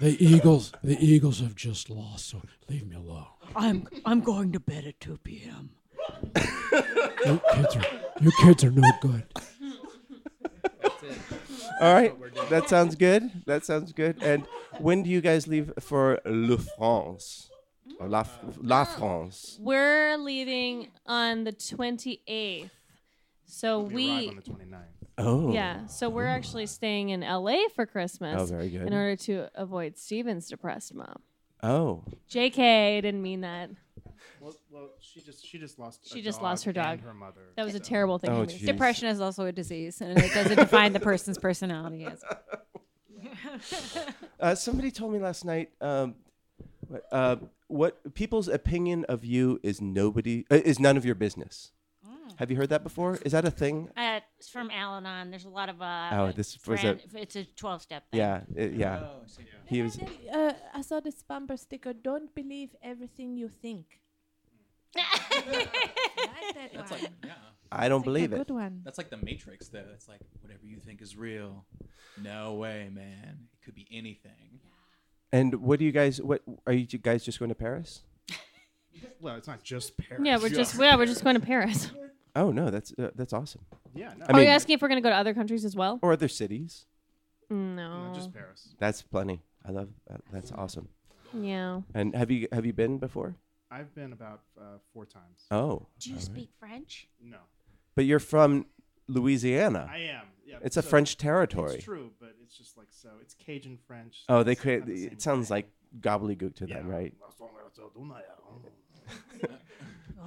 Speaker 10: The Eagles, the Eagles have just lost, so leave me alone.
Speaker 14: I'm I'm going to bed at 2 p.m.
Speaker 10: You kids are, you kids are no good.
Speaker 2: All right, that sounds good. That sounds good. And when do you guys leave for Le France? Or La, La France.
Speaker 4: We're leaving on the 28th. So
Speaker 5: We, arrive
Speaker 4: we,
Speaker 5: on the 29th.
Speaker 2: Oh,
Speaker 4: yeah, so we're actually staying in LA for Christmas.
Speaker 2: Oh, very good.
Speaker 4: In order to avoid Steven's depressed mom.
Speaker 2: Oh,
Speaker 4: JK, I didn't mean that.
Speaker 5: Well, well, she just she just lost.
Speaker 4: She
Speaker 5: a
Speaker 4: just lost her
Speaker 5: and
Speaker 4: dog.
Speaker 5: her mother.
Speaker 4: That was a terrible thing.
Speaker 2: Oh,
Speaker 4: to me.
Speaker 2: geez.
Speaker 8: Depression is also a disease, and it doesn't define the person's personality. As
Speaker 2: uh, somebody told me last night. Um, what, uh, what people's opinion of you is nobody uh, is none of your business. Have you heard that before? Is that a thing?
Speaker 6: Uh, it's from Al Anon. There's a lot of. Uh,
Speaker 2: Oh, this was a-
Speaker 6: It's a 12 step thing.
Speaker 2: Yeah, uh, yeah. He was.
Speaker 7: Uh, I saw this bumper sticker. Don't believe everything you think. I like that
Speaker 3: That's
Speaker 7: one.
Speaker 3: like yeah.
Speaker 2: I don't believe
Speaker 7: a
Speaker 2: it.
Speaker 7: good one.
Speaker 3: That's like the Matrix though. It's like whatever you think is real. No way, man. It could be anything.
Speaker 2: And what do you guys? What are you guys just going to Paris?
Speaker 5: Well, it's not just Paris.
Speaker 4: Yeah, we're just yeah, we're just going to Paris.
Speaker 2: Oh no, that's uh, that's awesome.
Speaker 5: Yeah, no,
Speaker 2: I mean-
Speaker 4: Are you asking if we're going to go to other countries as well?
Speaker 2: Or other cities?
Speaker 4: No.
Speaker 5: no, just Paris.
Speaker 2: That's plenty. I love that. That's awesome.
Speaker 4: yeah.
Speaker 2: And have you have you been before?
Speaker 5: I've been about uh, four times.
Speaker 2: Oh,
Speaker 6: Do you speak French?
Speaker 5: No,
Speaker 2: but you're from Louisiana.
Speaker 5: I am. Yeah,
Speaker 2: Ah. It's a
Speaker 5: so
Speaker 2: French
Speaker 5: It's
Speaker 2: territory.
Speaker 5: true, but it's just like so. It's Cajun French. so
Speaker 2: Oh, they
Speaker 5: it's
Speaker 2: create.
Speaker 5: kinda the same
Speaker 2: It sounds
Speaker 5: thing.
Speaker 2: like gobbledygook to
Speaker 5: Yeah.
Speaker 2: them, right?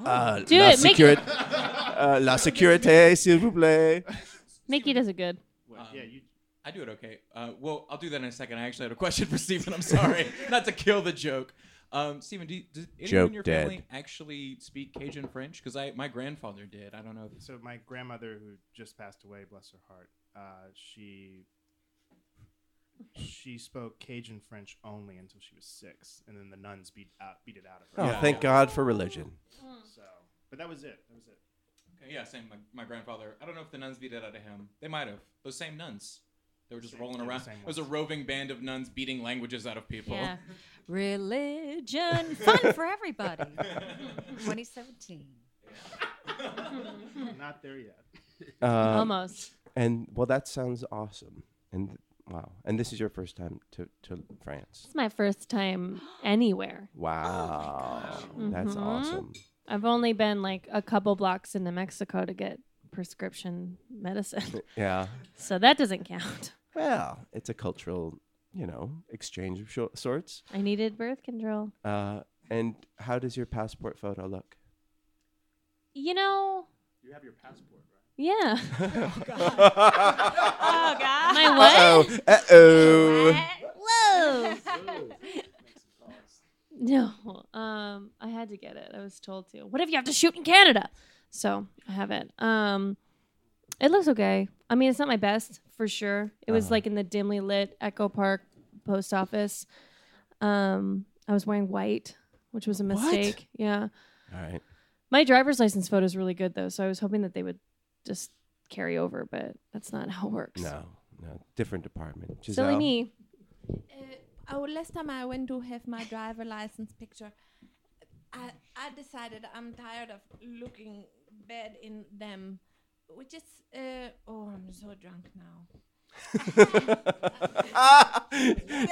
Speaker 2: Uh,
Speaker 4: Do Oh. it, make-
Speaker 2: sécurité- uh, la sécurité, s'il vous plaît.
Speaker 4: Mickey does it good.
Speaker 5: What, yeah, you
Speaker 11: Um, I do it okay. Uh, well, I'll do that in a second. I actually had a question for Stephen. I'm sorry, not to kill the joke. Um, Stephen, do, does anyone
Speaker 2: Joke
Speaker 11: in your
Speaker 2: dead.
Speaker 11: family actually speak Cajun French? Because I my grandfather did. I don't know. If,
Speaker 5: So my grandmother, who just passed away, bless her heart, uh, she she spoke Cajun French only until she was six, and then the nuns beat out beat it out of
Speaker 2: Oh,
Speaker 5: her.
Speaker 2: thank God for religion.
Speaker 7: Mm.
Speaker 5: So, but that was it. That was it.
Speaker 11: okay, yeah, same. My, my grandfather. I don't know if the nuns beat it out of him. They might have. Those same nuns. They were just rolling
Speaker 5: they're the
Speaker 11: around.
Speaker 5: same
Speaker 11: It was a roving band of nuns beating languages out of people.
Speaker 13: Yeah. Religion. Fun for everybody. 2017.
Speaker 5: Not there yet.
Speaker 2: Um,
Speaker 4: Almost.
Speaker 2: And well, that sounds awesome. And wow. And this is your first time to, to France.
Speaker 4: It's my first time anywhere.
Speaker 2: Wow. That's
Speaker 4: Mhm.
Speaker 2: awesome.
Speaker 4: I've only been like a couple blocks into Mexico to get prescription medicine.
Speaker 2: Yeah.
Speaker 4: So that doesn't count.
Speaker 2: Well, it's a cultural, you know, exchange of sho- sorts.
Speaker 4: I needed birth control.
Speaker 2: Uh, and how does your passport photo look?
Speaker 4: You know,
Speaker 5: You have your passport, right? Oh,
Speaker 4: yeah.
Speaker 2: oh
Speaker 4: Oh, God. My what?
Speaker 2: Uh-oh. Uh-oh.
Speaker 4: Whoa. No, um, I had to get it. I was told to. What if you have to shoot in Canada? So I have it. Um, it looks okay. I mean, it's not my best for sure. It was
Speaker 2: Uh-huh.
Speaker 4: like in the dimly lit Echo Park post office. Um, I was wearing white, which was a
Speaker 2: What?
Speaker 4: mistake. Yeah,
Speaker 2: All right.
Speaker 4: my driver's license photo is really good though, so I was hoping that they would just carry over, but that's not how it works.
Speaker 2: No, no, different department. Giselle.
Speaker 4: Silly me.
Speaker 7: Oh, last time I went to have my driver license picture, I I decided I'm tired of looking bad in them, which is uh, oh I'm so drunk now.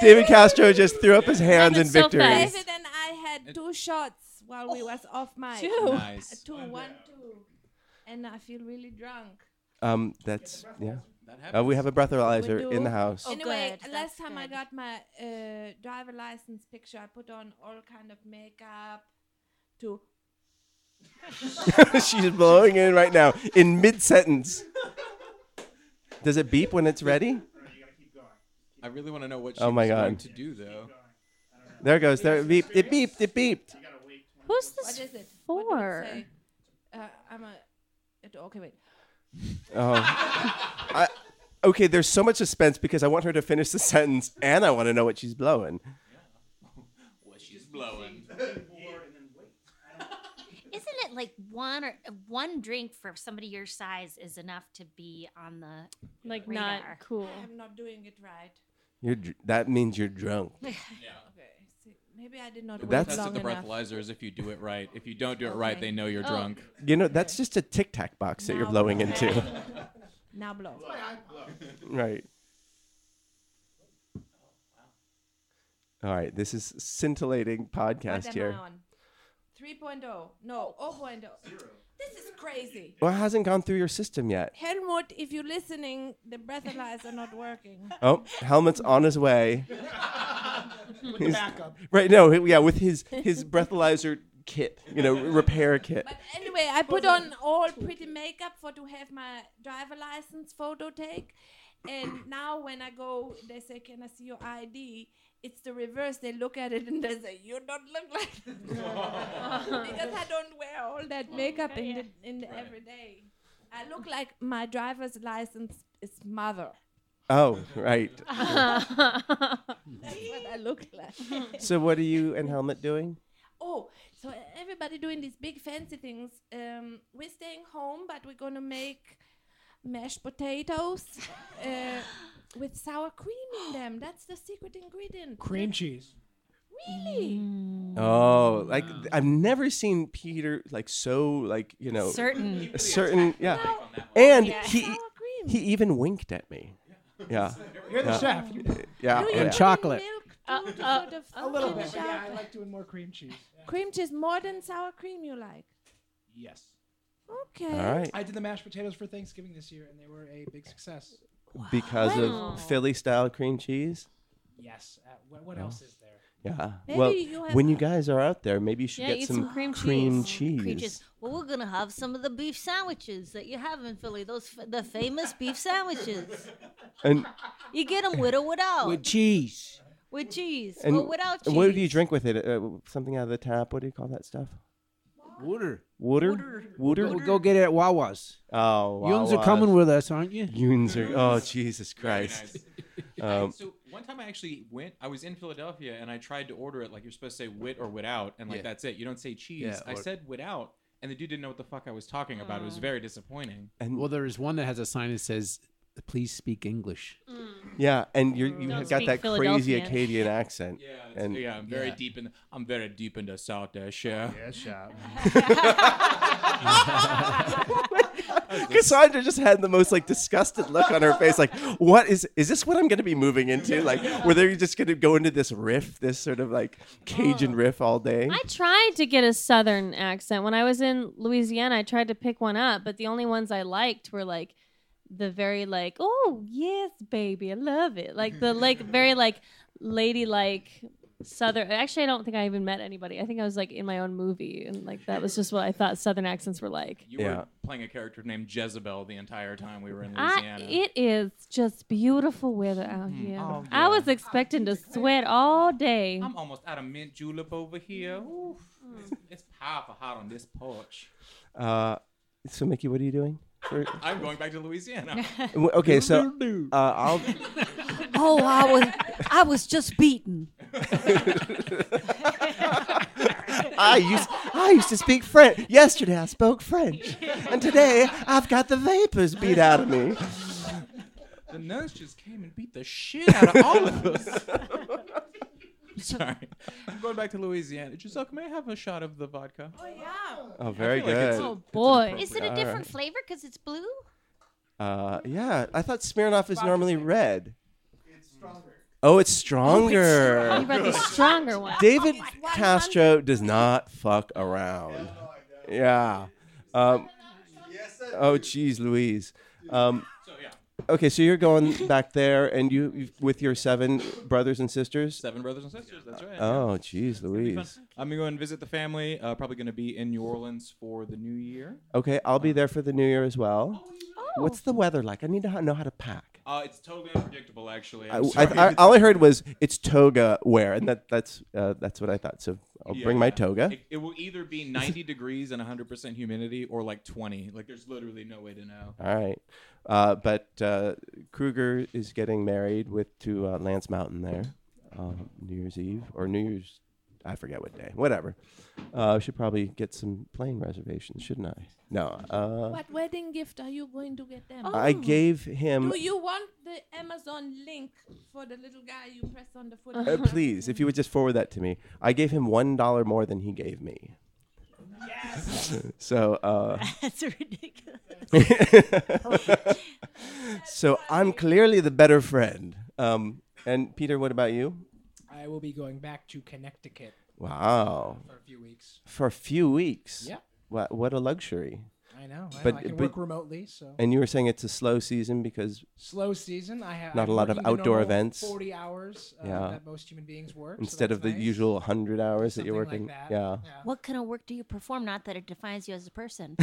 Speaker 2: David Castro just threw up his hands in
Speaker 4: That's so
Speaker 2: victory.
Speaker 4: fast.
Speaker 7: David and I had two shots while we was off mic.
Speaker 4: Two.
Speaker 11: Nice.
Speaker 7: Two, one, two, and I feel really drunk.
Speaker 2: Um, that's yeah.
Speaker 11: That
Speaker 2: Uh, we Oh, have a
Speaker 7: We
Speaker 2: breathalyzer
Speaker 7: do.
Speaker 2: in the house.
Speaker 7: anyway,
Speaker 13: good. That's
Speaker 7: last time I
Speaker 13: good.
Speaker 7: got my uh, driver license picture, I put on all kind of makeup to
Speaker 2: She's blowing in right now in mid sentence. Does it beep when it's ready?
Speaker 11: I really want to know what she
Speaker 2: Oh my
Speaker 11: was going
Speaker 2: God.
Speaker 11: to do though.
Speaker 2: There it goes. There it beeped. It beeped. It beeped.
Speaker 4: Who's
Speaker 7: what
Speaker 4: this
Speaker 7: is it? What did
Speaker 4: for?
Speaker 7: it say? Uh, I'm a. it- okay, wait.
Speaker 2: Oh. I, okay, there's so much suspense because I want her to finish the sentence and I want to know what she's blowing.
Speaker 11: What she's blowing.
Speaker 8: Isn't it like one or one drink for somebody your size is enough to be on the
Speaker 4: Like
Speaker 8: Radar.
Speaker 4: not cool.
Speaker 7: I'm not doing it right.
Speaker 2: You're dr- that means you're drunk.
Speaker 7: Okay, see, maybe I did not.
Speaker 11: The
Speaker 2: That's-
Speaker 7: That's
Speaker 11: test of
Speaker 7: long
Speaker 11: the
Speaker 7: enough.
Speaker 11: breathalyzer is if you do it right. If you don't do it right,
Speaker 7: Okay.
Speaker 11: they know you're
Speaker 4: Oh.
Speaker 11: drunk.
Speaker 2: You know, that's just a tic tac box that you're
Speaker 7: Now
Speaker 2: blowing
Speaker 7: blow.
Speaker 2: into.
Speaker 7: Now blow.
Speaker 2: right. All right, this is scintillating
Speaker 7: What
Speaker 2: podcast
Speaker 7: am
Speaker 2: here.
Speaker 7: I on? 3.0. No, 0.0. This is crazy.
Speaker 2: Well, it hasn't gone through your system yet.
Speaker 7: Helmut, if you're listening, the breathalyzer not working.
Speaker 2: Oh, helmet's on his way.
Speaker 15: With the backup.
Speaker 2: Right, no, yeah, with his his breathalyzer kit, you know, repair kit.
Speaker 7: But anyway, I put on all pretty makeup for to have my driver license photo take. And now when I go, they say, "Can I see your ID?" It's the reverse. They look at it and they say, "You don't look like." because I don't wear all that makeup in the, in the
Speaker 11: Right.
Speaker 7: everyday. I look like my driver's license is mother.
Speaker 2: Oh, right.
Speaker 7: That's what I look like.
Speaker 2: So what are you and helmet doing?
Speaker 7: Oh, so everybody doing these big fancy things. Um, we're staying home, but we're gonna make mashed potatoes uh, with sour cream in them. That's the secret ingredient.
Speaker 15: Cream
Speaker 7: That's-
Speaker 15: cheese.
Speaker 7: Really?
Speaker 15: Mm.
Speaker 2: Oh, like th- I've never seen Peter like so like you know
Speaker 13: Certain.
Speaker 2: a certain yeah,
Speaker 7: No.
Speaker 2: and
Speaker 13: Yeah.
Speaker 2: he
Speaker 7: Sour cream.
Speaker 2: he even winked at me. Yeah,
Speaker 15: You're the
Speaker 2: Yeah.
Speaker 15: chef. You-
Speaker 2: yeah,
Speaker 7: Do you
Speaker 2: yeah.
Speaker 16: And chocolate.
Speaker 7: Milk too, to
Speaker 4: Uh, uh,
Speaker 7: sort of
Speaker 15: A little
Speaker 7: finish
Speaker 15: bit. but Yeah,
Speaker 7: out?
Speaker 15: I like doing more cream cheese. Yeah.
Speaker 7: Cream cheese more than sour cream you like.
Speaker 15: Yes.
Speaker 7: Okay.
Speaker 2: All right,
Speaker 15: I did the mashed potatoes for Thanksgiving this year, and they were a big success.
Speaker 2: because
Speaker 4: Wow.
Speaker 2: of Philly style cream cheese. Oh.
Speaker 15: Yes. Uh, what, what else is there?
Speaker 2: Yeah.
Speaker 17: Maybe
Speaker 2: well,
Speaker 17: you have-
Speaker 2: when you guys are out there, maybe you should
Speaker 17: Yeah,
Speaker 2: get
Speaker 17: eat
Speaker 2: some,
Speaker 17: some cream
Speaker 2: cheese.
Speaker 8: Cream cheese. Well, we're gonna have some of the beef sandwiches that you have in Philly. Those f- the famous beef sandwiches.
Speaker 2: And
Speaker 8: You get them with or without.
Speaker 2: With cheese.
Speaker 8: With cheese
Speaker 2: and
Speaker 8: or Oh. without cheese.
Speaker 2: and what do you drink with it? Uh, something out of the tap? What do you call that stuff?
Speaker 9: Water.
Speaker 2: Water? Water?
Speaker 9: We'll go get it at Wawa's.
Speaker 2: Oh,
Speaker 9: Yuns are
Speaker 2: Wawa's.
Speaker 9: coming with us, aren't you?
Speaker 2: Yuns are. Oh, Jesus Christ. Um,
Speaker 11: so one time I actually went. I was in Philadelphia and I tried to order it like you're supposed to say wit or without, and like
Speaker 9: Yeah.
Speaker 11: that's it. You don't say cheese.
Speaker 9: Yeah,
Speaker 11: I
Speaker 9: or-
Speaker 11: said without, and the dude didn't know what the fuck I was talking about. It
Speaker 7: Mm.
Speaker 11: was very disappointing.
Speaker 2: And
Speaker 9: well, there is one that has a sign that says, "Please speak English."
Speaker 8: Mm.
Speaker 2: yeah, and you're, you
Speaker 11: Don't
Speaker 2: have got
Speaker 11: speak
Speaker 2: that crazy
Speaker 11: Philadelphian.
Speaker 2: Acadian accent.
Speaker 11: Yeah, it's-
Speaker 2: and
Speaker 11: yeah, I'm very
Speaker 9: Yeah.
Speaker 11: deep in. I'm very deep into South uh, Dash. Yeah,
Speaker 18: yeah, shop.
Speaker 2: Cassandra just had the most like disgusted look on her face. Like, what is is this what I'm going to be moving into? Like, were they just going to go into this riff, this sort of like
Speaker 11: Oh.
Speaker 2: Cajun riff all day?
Speaker 4: I tried to get a southern accent when I was in Louisiana. I tried to pick one up, but the only ones I liked were like the very like, "Oh yes, baby, I love it." Like the like very like ladylike southern. Actually, I don't think I even met anybody. I think I was like in my own movie, and like that was just what I thought southern accents were like.
Speaker 11: you were playing a character named Jezebel the entire time we were in
Speaker 4: I,
Speaker 11: Louisiana.
Speaker 4: it is just beautiful weather out here.
Speaker 11: Oh,
Speaker 4: I was expecting to sweat all day.
Speaker 11: I'm almost out of mint julep over here. Oof. It's, it's powerful hot on this porch.
Speaker 2: Uh, so, Mickey, what are you doing? For-
Speaker 11: I'm going back to Louisiana.
Speaker 2: W- okay, so uh, I'll.
Speaker 19: Oh, I was, I was just beaten.
Speaker 2: I used I used to speak French. Yesterday I spoke French, and today I've got the vapors beat out of me.
Speaker 11: the nurse just came and beat the shit out of all of us. Sorry. I'm going back to Louisiana. Giselle, may I have a shot of the vodka? Oh, yeah.
Speaker 2: Oh, very good.
Speaker 8: Is it a
Speaker 2: All
Speaker 8: different
Speaker 2: right.
Speaker 8: flavor because it's blue?
Speaker 2: Uh, yeah, I thought Smirnoff is normally red. Oh, it's stronger.
Speaker 4: You brought the Oh, stronger one.
Speaker 2: David Castro does not fuck around. Yeah. Um, oh, geez, Louise. Um, okay, so you're going back there, and you you- with your seven brothers and sisters.
Speaker 11: Seven brothers and sisters. That's right.
Speaker 2: Oh, geez, Louise.
Speaker 11: I'm going to go and visit the family. Uh, probably going to be in New Orleans for the new year.
Speaker 2: Okay, I'll be there for the New Year as well.
Speaker 4: Oh.
Speaker 2: What's the weather like? I need to h- know how to pack.
Speaker 11: Uh, it's totally unpredictable, actually.
Speaker 2: I,
Speaker 11: I'm
Speaker 2: I,
Speaker 11: sorry.
Speaker 2: I, all I heard was it's toga wear, and that, that's uh, that's what I thought. So I'll
Speaker 11: Yeah,
Speaker 2: bring my
Speaker 11: yeah.
Speaker 2: toga.
Speaker 11: It, it will either be 90 degrees and 100% humidity or like 20. Like, there's literally no way to know.
Speaker 2: All right, uh, but uh, Kruger is getting married with to uh, Lance Mountain there, um, New Year's Eve or New Year's, I forget what day, whatever. Uh, I should probably get some plane reservations, shouldn't I? No, uh,
Speaker 7: what wedding gift are you going to get them?
Speaker 2: I gave him.
Speaker 7: Oh. Do you want the Amazon link for the little guy you press on the foot? Uh-huh.
Speaker 2: Uh, please, if you would just forward that to me. I gave him one dollar more than he gave me. Yes. so. Uh,
Speaker 8: That's ridiculous.
Speaker 2: so I'm clearly the better friend. Um, and Peter, what about you?
Speaker 15: I will be going back to Connecticut.
Speaker 2: Wow.
Speaker 15: For a few weeks.
Speaker 2: For a few weeks.
Speaker 15: Yeah.
Speaker 2: What what a luxury.
Speaker 15: I know, I know. I can work remotely, so-
Speaker 2: And you were saying it's a slow season because
Speaker 15: Slow season. I have
Speaker 2: not a lot of outdoor events.
Speaker 15: Forty hours uh,
Speaker 2: yeah.
Speaker 15: that most human beings work. so
Speaker 2: Instead
Speaker 15: that's
Speaker 2: of the
Speaker 15: nice.
Speaker 2: usual hundred hours that you're working.
Speaker 15: Something like that.
Speaker 2: Yeah.
Speaker 8: What kind of work do you perform? Not that it defines you as a person.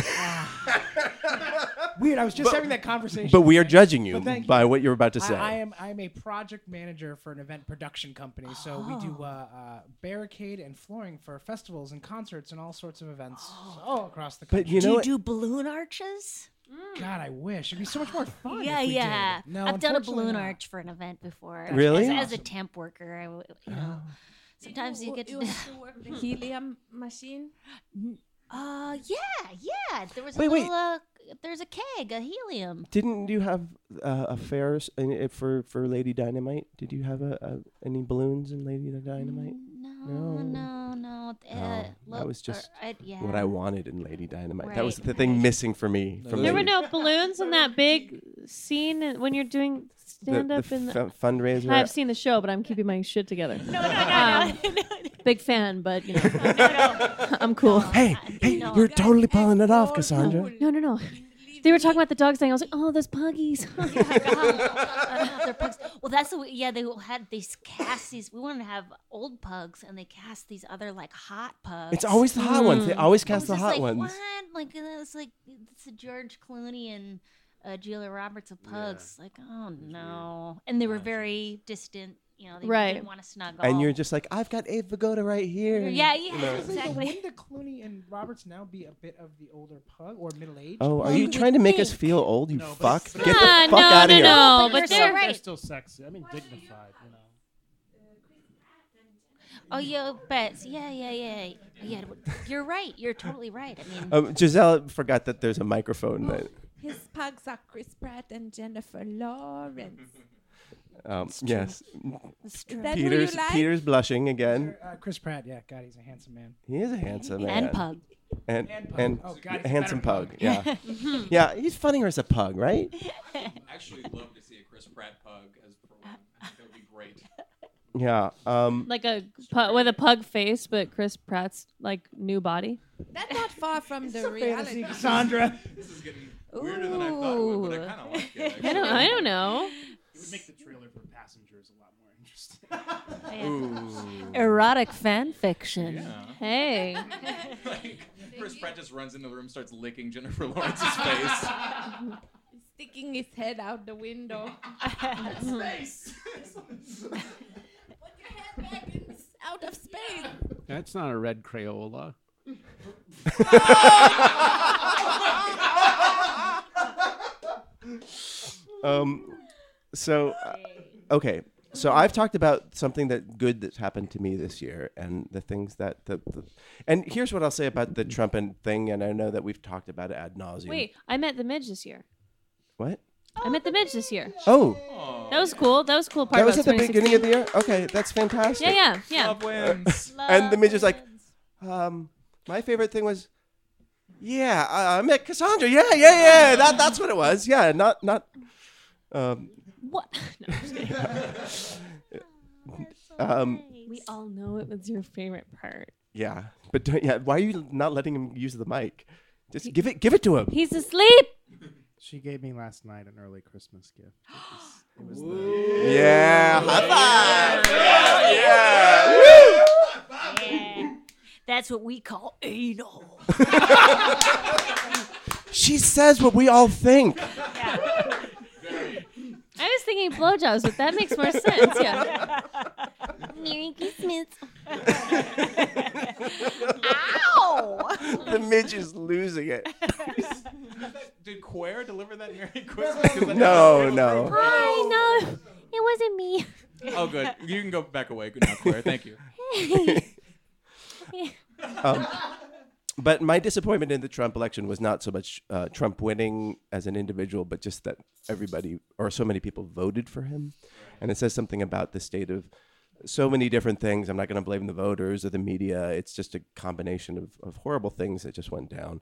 Speaker 15: Weird. I was just
Speaker 8: But-
Speaker 15: having that conversation.
Speaker 2: But we are
Speaker 15: today.
Speaker 2: judging you
Speaker 15: But thank
Speaker 2: by what you're about to
Speaker 15: I-
Speaker 2: say.
Speaker 15: I, am. I'm a project manager for an event production company. So we
Speaker 8: Oh.
Speaker 15: do uh, uh, barricade and flooring for festivals and concerts and all sorts of events all across the country.
Speaker 2: But you know what?
Speaker 8: Oh. do balloon arches?
Speaker 15: God, I wish it'd be so much more fun.
Speaker 8: yeah,
Speaker 15: if we did.
Speaker 8: yeah.
Speaker 15: No,
Speaker 8: I've done a
Speaker 15: unfortunately
Speaker 8: balloon
Speaker 15: not.
Speaker 8: arch for an event before.
Speaker 2: Really?
Speaker 8: As, as a
Speaker 7: Awesome.
Speaker 8: temp worker, I w you know.
Speaker 15: Oh.
Speaker 8: Sometimes you,
Speaker 7: Did
Speaker 8: get
Speaker 7: you
Speaker 8: to.
Speaker 7: also work the helium machine?
Speaker 8: Uh, yeah, yeah. There was
Speaker 2: Wait,
Speaker 8: a
Speaker 2: wait.
Speaker 8: little. Uh, there's a keg, a helium.
Speaker 2: Didn't you have uh, affairs in it uh, for for Lady Dynamite? Did you have a, a any balloons in Lady Dynamite?
Speaker 8: No, no, no. th-
Speaker 2: Oh.
Speaker 8: Uh,
Speaker 2: No, that was just
Speaker 8: I- yeah.
Speaker 2: what I wanted in Lady Dynamite. That was
Speaker 8: Right,
Speaker 2: the thing missing for me. From
Speaker 4: There were
Speaker 2: Lady-
Speaker 4: no balloons in that big scene in- when you're doing stand up
Speaker 2: the
Speaker 4: in the
Speaker 2: fun- fundraiser.
Speaker 4: I've seen the show, but I'm keeping my shit together. No, no,
Speaker 8: no,
Speaker 4: Big fan, but you know, I'm cool.
Speaker 2: Hey, hey, you're totally pulling it off,
Speaker 4: No,
Speaker 2: Cassandra.
Speaker 4: no, no. They were talking about the dogs thing. I was like, oh, those puggies.
Speaker 8: Uh, they're pugs. Well, that's the way, yeah. They had these cast these. We wanted to have old pugs, and they cast these other like hot pugs.
Speaker 2: It's always the hot ones. They
Speaker 8: Mm.
Speaker 2: always
Speaker 8: I
Speaker 2: cast
Speaker 8: was
Speaker 2: the
Speaker 8: just
Speaker 2: hot
Speaker 8: like,
Speaker 2: ones.
Speaker 8: What? Like uh, it's like it's a George Clooney and uh, Julia Roberts of pugs. Like oh no, and they were very distant. You know, they
Speaker 4: Right.
Speaker 8: didn't want to snuggle.
Speaker 2: And you're just like, I've got Abe Vigoda right here.
Speaker 8: Yeah,
Speaker 2: You
Speaker 8: yeah,
Speaker 2: know.
Speaker 8: it's like- Exactly.
Speaker 15: Wouldn't the Clooney and Roberts now be a bit of the older pug or middle aged?
Speaker 2: Oh, are you trying to make us feel old, you fuck? Get the fuck
Speaker 4: no,
Speaker 2: out of
Speaker 4: no,
Speaker 2: here.
Speaker 4: no.
Speaker 5: they're,
Speaker 15: but they're
Speaker 5: still,
Speaker 15: right.
Speaker 5: they're still sexy. I mean, dignified. You know.
Speaker 8: Oh, yo, Bets. Yeah, yeah, yeah. Yeah, you're right. You're totally right. I mean,
Speaker 2: Um, Giselle forgot that there's a microphone. That,
Speaker 7: His pugs are Chris Pratt and Jennifer Lawrence.
Speaker 2: um, yes.
Speaker 7: It's true. That's who you
Speaker 2: Peter's,
Speaker 7: like?
Speaker 2: Peter's blushing again.
Speaker 15: Uh, Chris Pratt, yeah, God, he's a handsome man.
Speaker 2: He is a handsome man.
Speaker 15: And pug.
Speaker 2: And,
Speaker 15: And pug.
Speaker 2: and
Speaker 15: Oh, God, he's a
Speaker 2: handsome
Speaker 15: better
Speaker 2: pug.
Speaker 15: pug.
Speaker 2: Yeah.
Speaker 15: Mhm.
Speaker 2: yeah, he's funnier as a pug, right?
Speaker 11: actually love to see a Chris Pratt pug as Pearl. I think that would be great.
Speaker 2: Yeah. Um,
Speaker 4: like a pu- with a pug face, but Chris Pratt's like new body.
Speaker 7: That's not far from the
Speaker 15: fantasy,
Speaker 7: reality.
Speaker 15: Cassandra.
Speaker 7: This is getting
Speaker 11: Weirder than I thought it would, but I kind of like it.
Speaker 4: I don't. I don't know.
Speaker 5: It would make the trailer for Passengers a lot more interesting.
Speaker 8: erotic fan fiction.
Speaker 4: Hey.
Speaker 11: like, Chris Pratt just runs into the room, starts licking Jennifer Lawrence's face.
Speaker 7: Sticking his head out the window.
Speaker 11: Space.
Speaker 7: Put your head back in, s- out of space.
Speaker 9: That's not a red Crayola.
Speaker 2: um, so, uh, okay. So I've talked about something that good that's happened to me this year, and the things that the, the and here's what I'll say about the Trump and thing, and I know that we've talked about it ad nauseum.
Speaker 4: Wait, I met the Midge this year.
Speaker 2: What?
Speaker 4: I met the Midge this year.
Speaker 2: Oh,
Speaker 4: That was cool. That was a cool part.
Speaker 2: that was at
Speaker 4: about
Speaker 2: the beginning of the year. Okay, that's fantastic.
Speaker 4: 2016. Yeah, yeah, yeah.
Speaker 2: and the midge is like, um, my favorite thing was, yeah, I, I met Cassandra. Yeah, yeah, yeah. That that's what it was. Yeah, not not. Um,
Speaker 4: What? No, I'm just kidding.
Speaker 2: um,
Speaker 4: we all know it was your favorite part.
Speaker 2: yeah, but don't, yeah, why are you not letting him use the mic? Just give it, give it to him.
Speaker 4: He's asleep.
Speaker 5: She gave me last night an early Christmas gift. It was, it was the-
Speaker 2: yeah, high five. Yeah, yeah. Woo!
Speaker 8: Yeah. That's what we call anal.
Speaker 2: She says what we all think.
Speaker 4: I was thinking blowjobs, but that makes more sense. Yeah.
Speaker 8: Merry Christmas.
Speaker 2: Ow! the midge is losing it.
Speaker 11: Did Quare deliver that Merry Christmas? 'Cause that-
Speaker 2: No, no.
Speaker 4: I know. It wasn't me.
Speaker 11: Oh, good. You can go back away now, Quare. Thank you.
Speaker 2: um, but my disappointment in the Trump election was not so much uh, Trump winning as an individual, but just that everybody or so many people voted for him, and it says something about the state of so many different things. I'm not going to blame the voters or the media. It's just a combination of, of horrible things that just went down,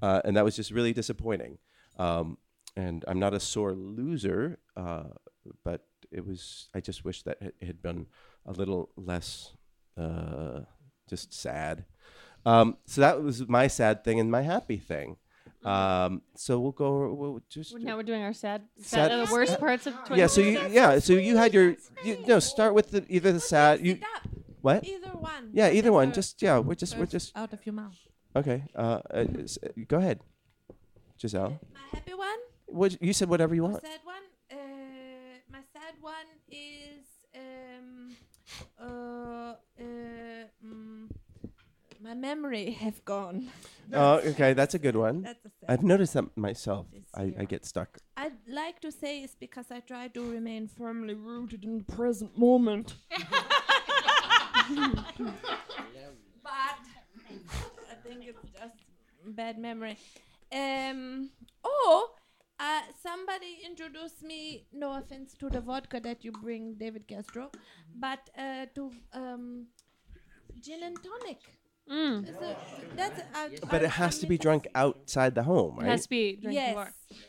Speaker 2: uh, and that was just really disappointing. Um, and I'm not a sore loser, uh, but it was. I just wish that it had been a little less uh, just sad. Um, so that was my sad thing and my happy thing.
Speaker 7: Mm-hmm.
Speaker 2: Um, so we'll go. We'll just
Speaker 4: Now we're doing our sad, sad,
Speaker 2: Sad-
Speaker 4: uh, the worst parts of 20.
Speaker 2: yeah. So you yeah. So you had your you, no. Start with the either the sad you what
Speaker 7: Either one.
Speaker 2: Yeah, either one. Just yeah. We're just we're
Speaker 7: First
Speaker 2: just
Speaker 7: out of your mouth.
Speaker 2: okay. Uh, uh, s- uh, go ahead, Giselle.
Speaker 7: Happy one.
Speaker 2: What you said? Whatever you
Speaker 7: My
Speaker 2: want.
Speaker 7: sad one. Uh, my sad one is um, uh, uh, mm, my memory have gone.
Speaker 2: Oh, okay. That's a good one.
Speaker 7: That's a sad
Speaker 2: I've noticed that myself. I, I get stuck.
Speaker 7: I'd like to say it's because I try to remain firmly rooted in the present moment. but I think it's just bad memory. Um, or uh, somebody introduced me, no offense to the vodka that you bring, David Castro, but uh, to um, gin and tonic. So that's, uh,
Speaker 2: But it has to be drunk outside the home, right?
Speaker 7: yes.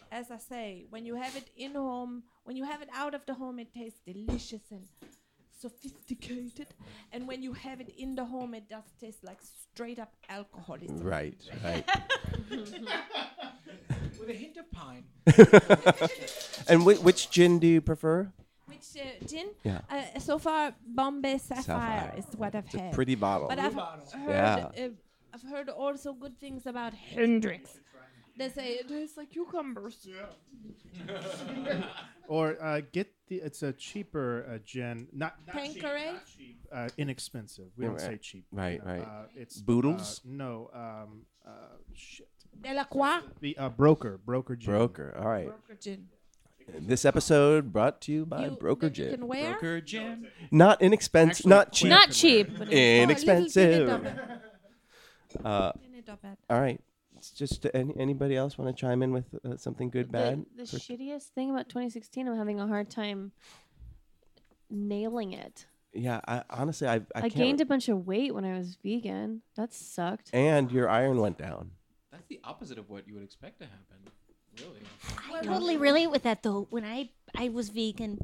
Speaker 7: As I say, when you have it in home, when you have it out of the home, it tastes delicious and sophisticated. And when you have it in the home, it does taste like straight up alcoholism.
Speaker 2: Right, right.
Speaker 3: With a hint of pine.
Speaker 2: and whi which gin do you prefer?
Speaker 7: Which uh, gin?
Speaker 2: Yeah.
Speaker 7: Uh, so far, Bombay Sapphire,
Speaker 2: Sapphire.
Speaker 7: is what I've
Speaker 2: It's a
Speaker 7: had.
Speaker 2: pretty bottle.
Speaker 7: But
Speaker 2: Pretty
Speaker 7: I've
Speaker 2: bottle.
Speaker 7: heard,
Speaker 2: Yeah.
Speaker 7: uh, I've heard also good things about Hendrix. They say it tastes like cucumbers.
Speaker 5: Or uh, get the it's a cheaper uh, gin, not, not cheap,
Speaker 7: Tanqueray?
Speaker 5: uh, inexpensive. We don't
Speaker 2: Right.
Speaker 5: say cheap.
Speaker 2: Right, right.
Speaker 5: Uh, it's
Speaker 2: Boodles?
Speaker 5: uh, no, um, uh, shit.
Speaker 7: Delacroix?
Speaker 5: The uh, broker, broker gin.
Speaker 2: Broker. All right.
Speaker 7: Broker gin.
Speaker 2: This episode brought to you by Broker
Speaker 7: that you
Speaker 2: Gin.
Speaker 7: can wear? Broker
Speaker 3: Gin.
Speaker 2: Not inexpensive. not cheap.
Speaker 4: Not cheap, but it's-
Speaker 2: inexpensive.
Speaker 4: Oh, a little bit
Speaker 2: Uh,
Speaker 4: Bit of it.
Speaker 2: all right. It's just any, anybody else want to chime in with uh, something good, bad?
Speaker 4: The, the
Speaker 2: for-
Speaker 4: shittiest thing about 2016, I'm having a hard time nailing it.
Speaker 2: yeah. I, honestly, I I,
Speaker 4: I,
Speaker 2: can't
Speaker 4: gained a bunch of weight when I was vegan. That sucked.
Speaker 2: and your iron went down.
Speaker 11: That's the opposite of what you would expect to happen. Really.
Speaker 8: I totally relate with that though. When I I was vegan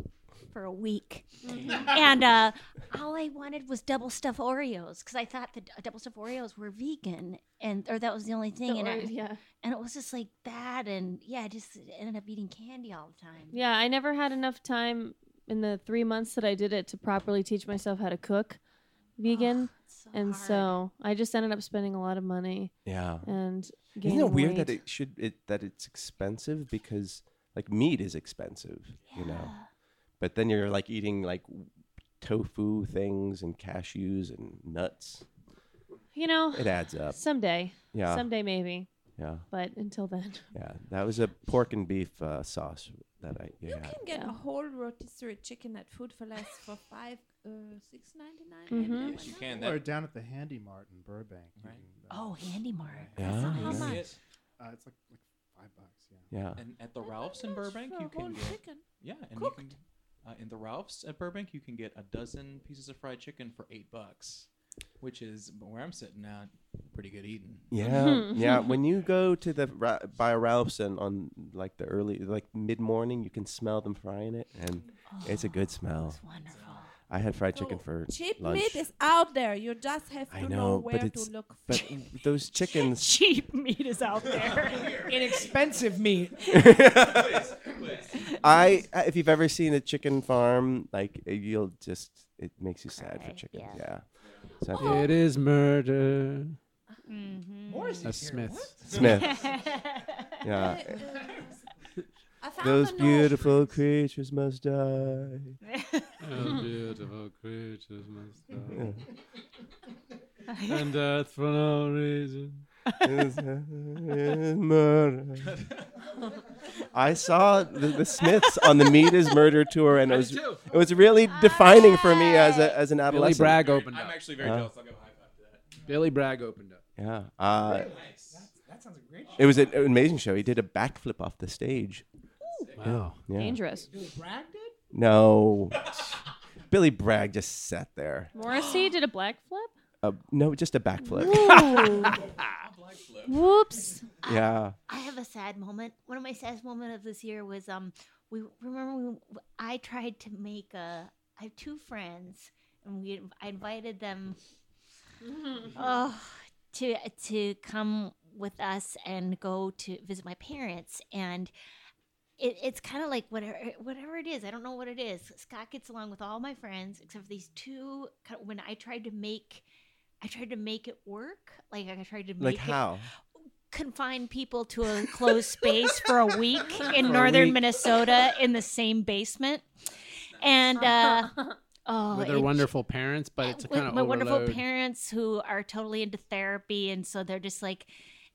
Speaker 8: for a week,
Speaker 4: Mm-hmm.
Speaker 8: and uh, all I wanted was double stuff Oreos because I thought the d- double stuff Oreos were vegan, and or that was the only thing.
Speaker 4: The
Speaker 8: and I,
Speaker 4: Oreo- yeah.
Speaker 8: and it was just like that, and yeah, I just ended up eating candy all the time.
Speaker 4: Yeah, I never had enough time in the three months that I did it to properly teach myself how to cook vegan. and so I just ended up spending a lot of money.
Speaker 2: Yeah.
Speaker 4: And
Speaker 2: Isn't
Speaker 4: gaining
Speaker 2: it weird
Speaker 4: weight.
Speaker 2: that it should it that it's expensive because like meat is expensive, you know. But then you're like eating like tofu things and cashews and nuts.
Speaker 4: you know
Speaker 2: It adds up.
Speaker 4: Someday.
Speaker 2: Yeah.
Speaker 4: Someday maybe.
Speaker 2: Yeah.
Speaker 4: But until then.
Speaker 2: Yeah, that was a pork and beef uh, sauce that I yeah.
Speaker 7: You can get a whole rotisserie chicken at Food for Less for five, uh, six ninety nine.
Speaker 14: Mm-hmm.
Speaker 5: Mhm.
Speaker 11: Yes, you can.
Speaker 5: Or
Speaker 11: That,
Speaker 5: down at the Handy Mart in Burbank. uh, Right.
Speaker 8: Oh, Handy Mart.
Speaker 2: Yeah.
Speaker 8: How
Speaker 11: Yeah.
Speaker 8: much?
Speaker 5: Uh, it's like, like five bucks. Yeah.
Speaker 2: yeah.
Speaker 11: And at the Ralphs in Burbank,
Speaker 7: for
Speaker 11: you
Speaker 7: a
Speaker 11: can
Speaker 7: whole
Speaker 11: get
Speaker 7: chicken
Speaker 11: yeah, and
Speaker 7: cooked.
Speaker 11: you can uh, in the Ralphs at Burbank, you can get a dozen pieces of fried chicken for eight bucks, which is where I'm sitting at, pretty good eating.
Speaker 2: Yeah, yeah. When you go to the Ra- by Ralph's and on like the early, like mid morning, you can smell them frying it, and it's a good smell.
Speaker 8: wonderful.
Speaker 2: I had fried
Speaker 7: So
Speaker 2: chicken for
Speaker 7: cheap
Speaker 2: lunch.
Speaker 7: meat is out there. You just have to
Speaker 2: I
Speaker 7: know,
Speaker 2: know,
Speaker 7: where
Speaker 2: but it's
Speaker 7: to look.
Speaker 2: but those chickens.
Speaker 14: Cheap meat is out there.
Speaker 15: Inexpensive meat.
Speaker 2: I I- if you've ever seen a chicken farm, like uh, you'll just it makes you sad for chickens. Yeah. So I've-
Speaker 8: Oh.
Speaker 9: It is murder.
Speaker 8: Mm-hmm.
Speaker 15: Morrissey's
Speaker 9: That's
Speaker 15: here.
Speaker 9: Smith.
Speaker 2: Smith. yeah.
Speaker 7: I found
Speaker 2: Those
Speaker 7: a note.
Speaker 2: beautiful creatures must die.
Speaker 9: Oh, beautiful creatures must
Speaker 2: Yeah.
Speaker 9: die.
Speaker 2: Um,
Speaker 9: and uh, that's for no reason.
Speaker 2: Is- is murder. I saw the, the Smiths on the Meat Is Murder tour, and it was
Speaker 9: too.
Speaker 2: it was really defining for me as
Speaker 7: Ah.
Speaker 2: a as an
Speaker 9: Billy
Speaker 2: adolescent.
Speaker 9: Bragg opened up.
Speaker 11: I'm actually very
Speaker 2: Uh,
Speaker 11: jealous. I'll give a high five to that.
Speaker 9: Billy Bragg opened up.
Speaker 2: Yeah, uh,
Speaker 15: That sounds like a great
Speaker 2: it was an amazing show. He did a backflip off the stage.
Speaker 9: Wow.
Speaker 2: Yeah.
Speaker 4: Dangerous.
Speaker 15: Billy Bragg did?
Speaker 2: No, Billy Bragg just sat there.
Speaker 4: Morrissey did a black flip?
Speaker 2: Uh, no, just a backflip.
Speaker 4: Ooh. Whoops.
Speaker 2: yeah.
Speaker 8: I have a sad moment. One of my saddest moments of this year was um we remember we, I tried to make a I have two friends and we I invited them
Speaker 9: Mm-hmm.
Speaker 2: Mm-hmm.
Speaker 8: oh, to to come with us and go to visit my parents and it, it's kind of like whatever whatever it is. I don't know what it is. Scott gets along with all my friends except for these two. kind of- When I tried to make, I tried to make it work. Like I tried to make
Speaker 2: Like
Speaker 8: it-
Speaker 2: how?
Speaker 8: confine people to a closed space for a week in
Speaker 2: For a
Speaker 8: northern
Speaker 2: week.
Speaker 8: Minnesota in the same basement. And uh, oh,
Speaker 9: With their
Speaker 8: it-
Speaker 9: wonderful parents, but it's a
Speaker 8: with
Speaker 9: kind of
Speaker 8: my wonderful
Speaker 9: overload.
Speaker 8: parents who are totally into therapy, and so they're just like.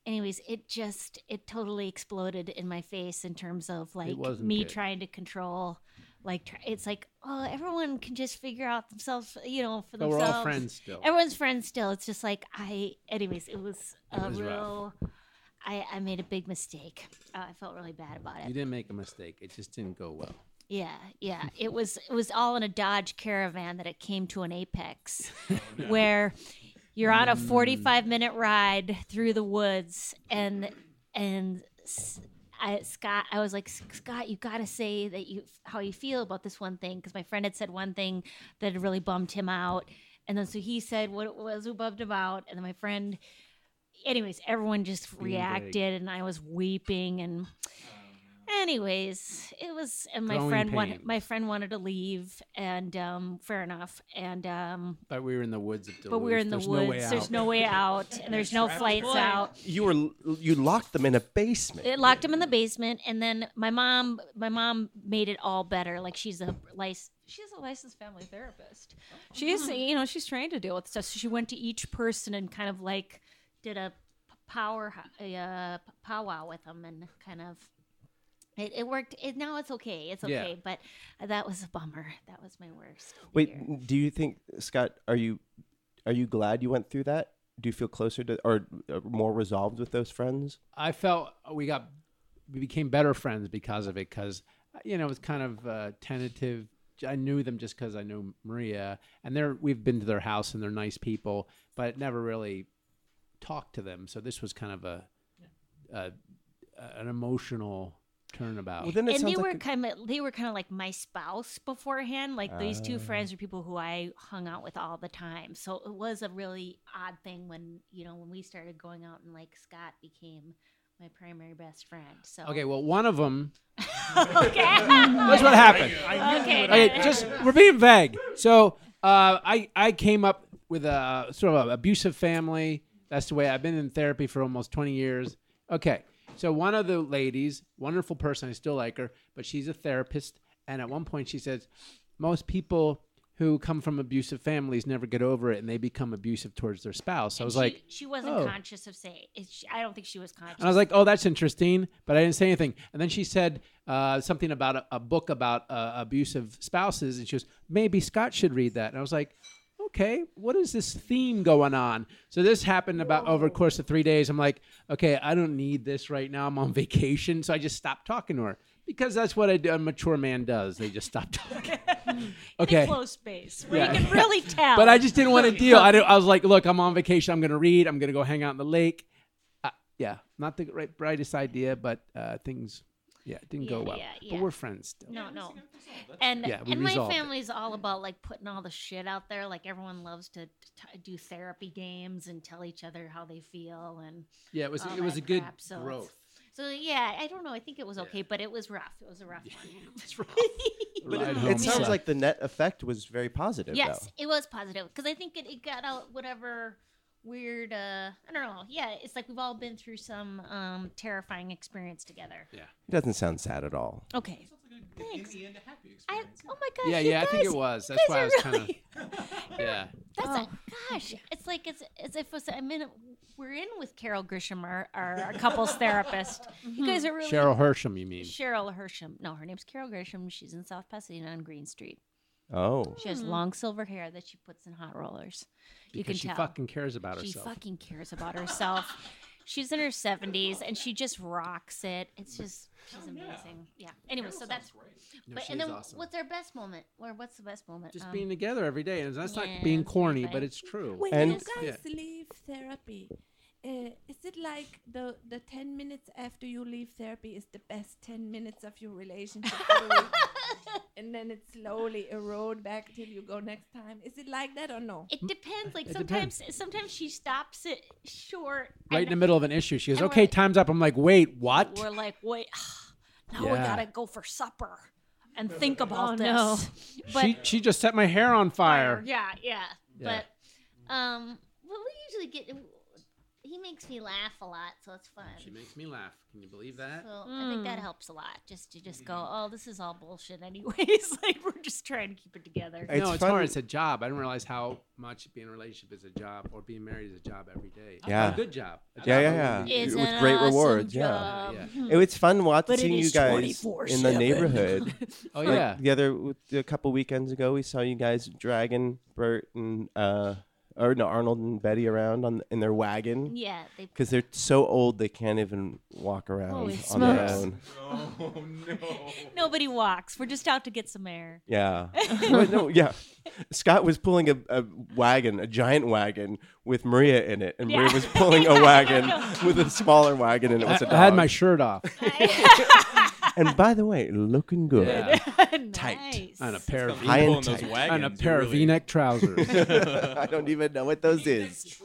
Speaker 8: Anyways, it just it totally exploded in my face in terms of like
Speaker 9: wasn't
Speaker 8: me
Speaker 9: good.
Speaker 8: trying to control, like try, it's like oh everyone can just figure out themselves, you know, for
Speaker 9: But we're all
Speaker 8: themselves.
Speaker 9: friends still.
Speaker 8: Everyone's friends still. It's just like I. Anyways, it was
Speaker 9: It
Speaker 8: a
Speaker 9: was rough.
Speaker 8: real. I, I made a big mistake. Uh, I felt really bad about
Speaker 9: You
Speaker 8: it.
Speaker 9: didn't make a mistake. It just didn't go well.
Speaker 8: Yeah, yeah. It was it was all in a Dodge Caravan that it came to an apex, where you're on a 45 minute ride through the woods, and and s- I, Scott, I was like Scott, you got to say that you how you feel about this one thing because my friend had said one thing that had really bummed him out, and then so he said what it was who bummed him out, and then my friend anyways, everyone just
Speaker 6: Beanbag.
Speaker 8: reacted, and I was weeping. And anyways, it was. And my
Speaker 9: Growing
Speaker 8: friend wanted
Speaker 9: pains.
Speaker 8: my friend wanted to leave, and um, fair enough. And um,
Speaker 9: But we were in the woods of Duluth.
Speaker 8: but we were in the
Speaker 9: There's no way
Speaker 8: woods. there's
Speaker 9: out.
Speaker 8: no way out, and there's no flights out.
Speaker 2: You were you locked them in a basement.
Speaker 8: It locked him in the basement, and then my mom, my mom made it all better. Like she's a lic- she's a licensed family therapist. She's you know she's trained to deal with stuff. So she went to each person and kind of like did a p- power a, uh, p- powwow with them, and kind of it, it worked. It, now it's okay. It's
Speaker 2: Yeah.
Speaker 8: okay, but that was a bummer. That was my worst.
Speaker 2: Wait, do you think Scott? Are you are you glad you went through that? Do you feel closer to or uh, more resolved with those friends?
Speaker 9: I felt we got we became better friends because of it because you know it was kind of uh, tentative. I knew them just because I knew Maria, and they're we've been to their house and they're nice people, but never really talked to them. So this was kind of a, a an emotional turnabout.
Speaker 8: and they were kind of they were kind of like my spouse beforehand. Like these two
Speaker 9: Ah.
Speaker 8: friends were people who I hung out with all the time. So it was a really odd thing when you know when we started going out and like Scott became my primary best friend. So
Speaker 9: okay. Well, one of them.
Speaker 8: okay,
Speaker 9: That's what happened.
Speaker 8: Okay,
Speaker 9: Okay, just we're being vague. So uh, I I came up with a sort of an abusive family. That's the way I've been in therapy for almost 20 years. Okay, so one of the ladies, wonderful person, I still like her, but she's a therapist, and at one point she says, most people who come from abusive families never get over it, and they become abusive towards their spouse. I was
Speaker 8: she,
Speaker 9: like,
Speaker 8: she wasn't
Speaker 9: "Oh."
Speaker 8: conscious of saying. it- she- I don't think she was conscious.
Speaker 9: And I was like, "Oh, that's interesting," but I didn't say anything. And then she said uh, something about a, a book about uh, abusive spouses, and she was maybe Scott should read that. And I was like, "Okay, what is this theme going on?" So this happened about over the course of three days. I'm like, "Okay, I don't need this right now. I'm on vacation," so I just stopped talking to her because that's what a, a mature man does. They just stop talking.
Speaker 8: in
Speaker 9: okay.
Speaker 8: a close space where
Speaker 9: Yeah.
Speaker 8: you can really tell.
Speaker 9: But I just didn't want to deal. I, didn't- I was like, look, I'm on vacation. I'm going to read. I'm going to go hang out in the lake. Uh, yeah, not the right, brightest idea, but uh, things, yeah, it didn't go
Speaker 8: Yeah,
Speaker 9: well.
Speaker 8: yeah,
Speaker 9: But
Speaker 8: yeah.
Speaker 9: we're friends still.
Speaker 8: No, no. And
Speaker 9: Yeah, we
Speaker 8: and my
Speaker 9: resolved it.
Speaker 8: family's all about like putting all the shit out there. Like everyone loves to t- t- do therapy games and tell each other how they feel and
Speaker 9: Yeah, it was-
Speaker 8: all
Speaker 9: it was
Speaker 8: that
Speaker 9: a good
Speaker 8: crap. So it's-
Speaker 9: growth.
Speaker 8: So yeah, I don't know. I think it was okay, but it was rough. It was a rough one.
Speaker 9: It's rough.
Speaker 2: But it, it sounds like the net effect was very positive.
Speaker 8: yes,
Speaker 2: though.
Speaker 8: it was positive because I think it, it got out whatever weird. uh I don't know. Yeah, it's like we've all been through some um terrifying experience together.
Speaker 9: Yeah.
Speaker 2: it doesn't sound sad at all.
Speaker 8: Okay. Thanks. I, oh my gosh.
Speaker 9: yeah,
Speaker 8: you
Speaker 9: yeah, I think
Speaker 8: guys-
Speaker 9: it was.
Speaker 8: you guys
Speaker 9: That's why I
Speaker 8: are
Speaker 9: was kind of,
Speaker 8: really-
Speaker 9: yeah.
Speaker 8: That's a gosh. It's like it's as if it's, I'm in. We're in with Carol Grisham, our, our, our couples therapist. You guys are really
Speaker 9: Cheryl Hersham, you mean?
Speaker 8: Cheryl Hersham. No, her name's Carol Grisham. She's in South Pasadena on Green Street.
Speaker 2: Oh.
Speaker 8: She has long silver hair that she puts in hot rollers. you
Speaker 9: Hmm. Because
Speaker 8: can
Speaker 9: she
Speaker 8: tell.
Speaker 9: fucking cares about herself.
Speaker 8: She fucking cares about herself. She's in her 70s and she just rocks it. It's just
Speaker 9: Oh,
Speaker 8: she's amazing. Yeah. Anyway, so that's
Speaker 9: No,
Speaker 8: But
Speaker 9: she
Speaker 8: and
Speaker 9: is
Speaker 8: then
Speaker 9: awesome.
Speaker 8: what's our best moment? Or what's the best moment?
Speaker 9: Just
Speaker 8: Um,
Speaker 9: being together every day. And that's
Speaker 8: yeah,
Speaker 9: not being
Speaker 8: that's
Speaker 9: corny,
Speaker 8: right.
Speaker 9: but it's trtrue.
Speaker 7: When
Speaker 9: And-
Speaker 7: you guys
Speaker 9: Yeah.
Speaker 7: leave therapy, uh, is it like the the ten minutes after you leave therapy is the best ten minutes of your relationship, for the week? and then it slowly erode back till you go next time? Is it like that or no?
Speaker 8: It depends. Like
Speaker 9: It
Speaker 8: sometimes, sometimes she stops it short.
Speaker 9: Right in the
Speaker 8: and
Speaker 9: middle of an issue, she goes,
Speaker 8: and we're
Speaker 9: okay,
Speaker 8: like-
Speaker 9: time's up. I'm like, wait, what?
Speaker 8: We're like, wait, now we
Speaker 9: Yeah.
Speaker 8: gotta go for supper and think about
Speaker 4: Oh,
Speaker 8: this.
Speaker 4: no.
Speaker 8: But
Speaker 9: she, she just set my hair on fire.
Speaker 8: yeah, yeah,
Speaker 9: Yeah.
Speaker 8: But um, well, we usually get. He makes me laugh a lot, so it's fun.
Speaker 9: She makes me laugh. Can you believe that?
Speaker 8: So I think that
Speaker 9: Mm.
Speaker 8: helps a lot, just to just go, oh, this is all bullshit, anyways. like we're just trying to keep it together.
Speaker 9: no, it's
Speaker 2: fun-
Speaker 9: hard. It's a job. I didn't realize how much being in a relationship is a job or being married is a job every day. A
Speaker 2: Yeah.
Speaker 9: good job. A
Speaker 2: Yeah,
Speaker 9: job
Speaker 2: yeah,
Speaker 9: that
Speaker 2: yeah.
Speaker 9: really-
Speaker 8: It's
Speaker 2: With
Speaker 8: an
Speaker 2: great
Speaker 8: awesome
Speaker 2: rewards.
Speaker 8: job.
Speaker 2: Yeah.
Speaker 8: Mhm.
Speaker 2: It was fun watching
Speaker 8: But it
Speaker 2: you
Speaker 8: is
Speaker 2: guys in the
Speaker 8: 24/7.
Speaker 2: neighborhood.
Speaker 8: Oh,
Speaker 2: Like,
Speaker 8: yeah.
Speaker 2: the other a couple weekends ago, we saw you guys dragging Bert and uh, or no Arnold and Betty around on in their wagon.
Speaker 8: Yeah, they-
Speaker 2: Because they- are so old they can't even walk around on
Speaker 8: Holy
Speaker 2: their
Speaker 8: smokes.
Speaker 2: own.
Speaker 11: Oh no.
Speaker 8: Nobody walks. We're just out to get some air.
Speaker 2: Yeah. Well, no, yeah. Scott was pulling a, a wagon, a giant wagon with Maria in it, and
Speaker 8: Yeah.
Speaker 2: Maria was pulling a wagon with a smaller wagon, and it was a
Speaker 9: I,
Speaker 2: dog.
Speaker 9: I had my shirt off.
Speaker 2: and by the way, looking good.
Speaker 9: Yeah.
Speaker 8: Nice.
Speaker 11: tight.
Speaker 9: On a pair of
Speaker 11: It's gonna be pulling those
Speaker 9: V-neck-
Speaker 11: wagons,
Speaker 9: on a
Speaker 11: you
Speaker 9: pair of
Speaker 11: really-
Speaker 9: V-neck trousers.
Speaker 2: I don't even know what those is.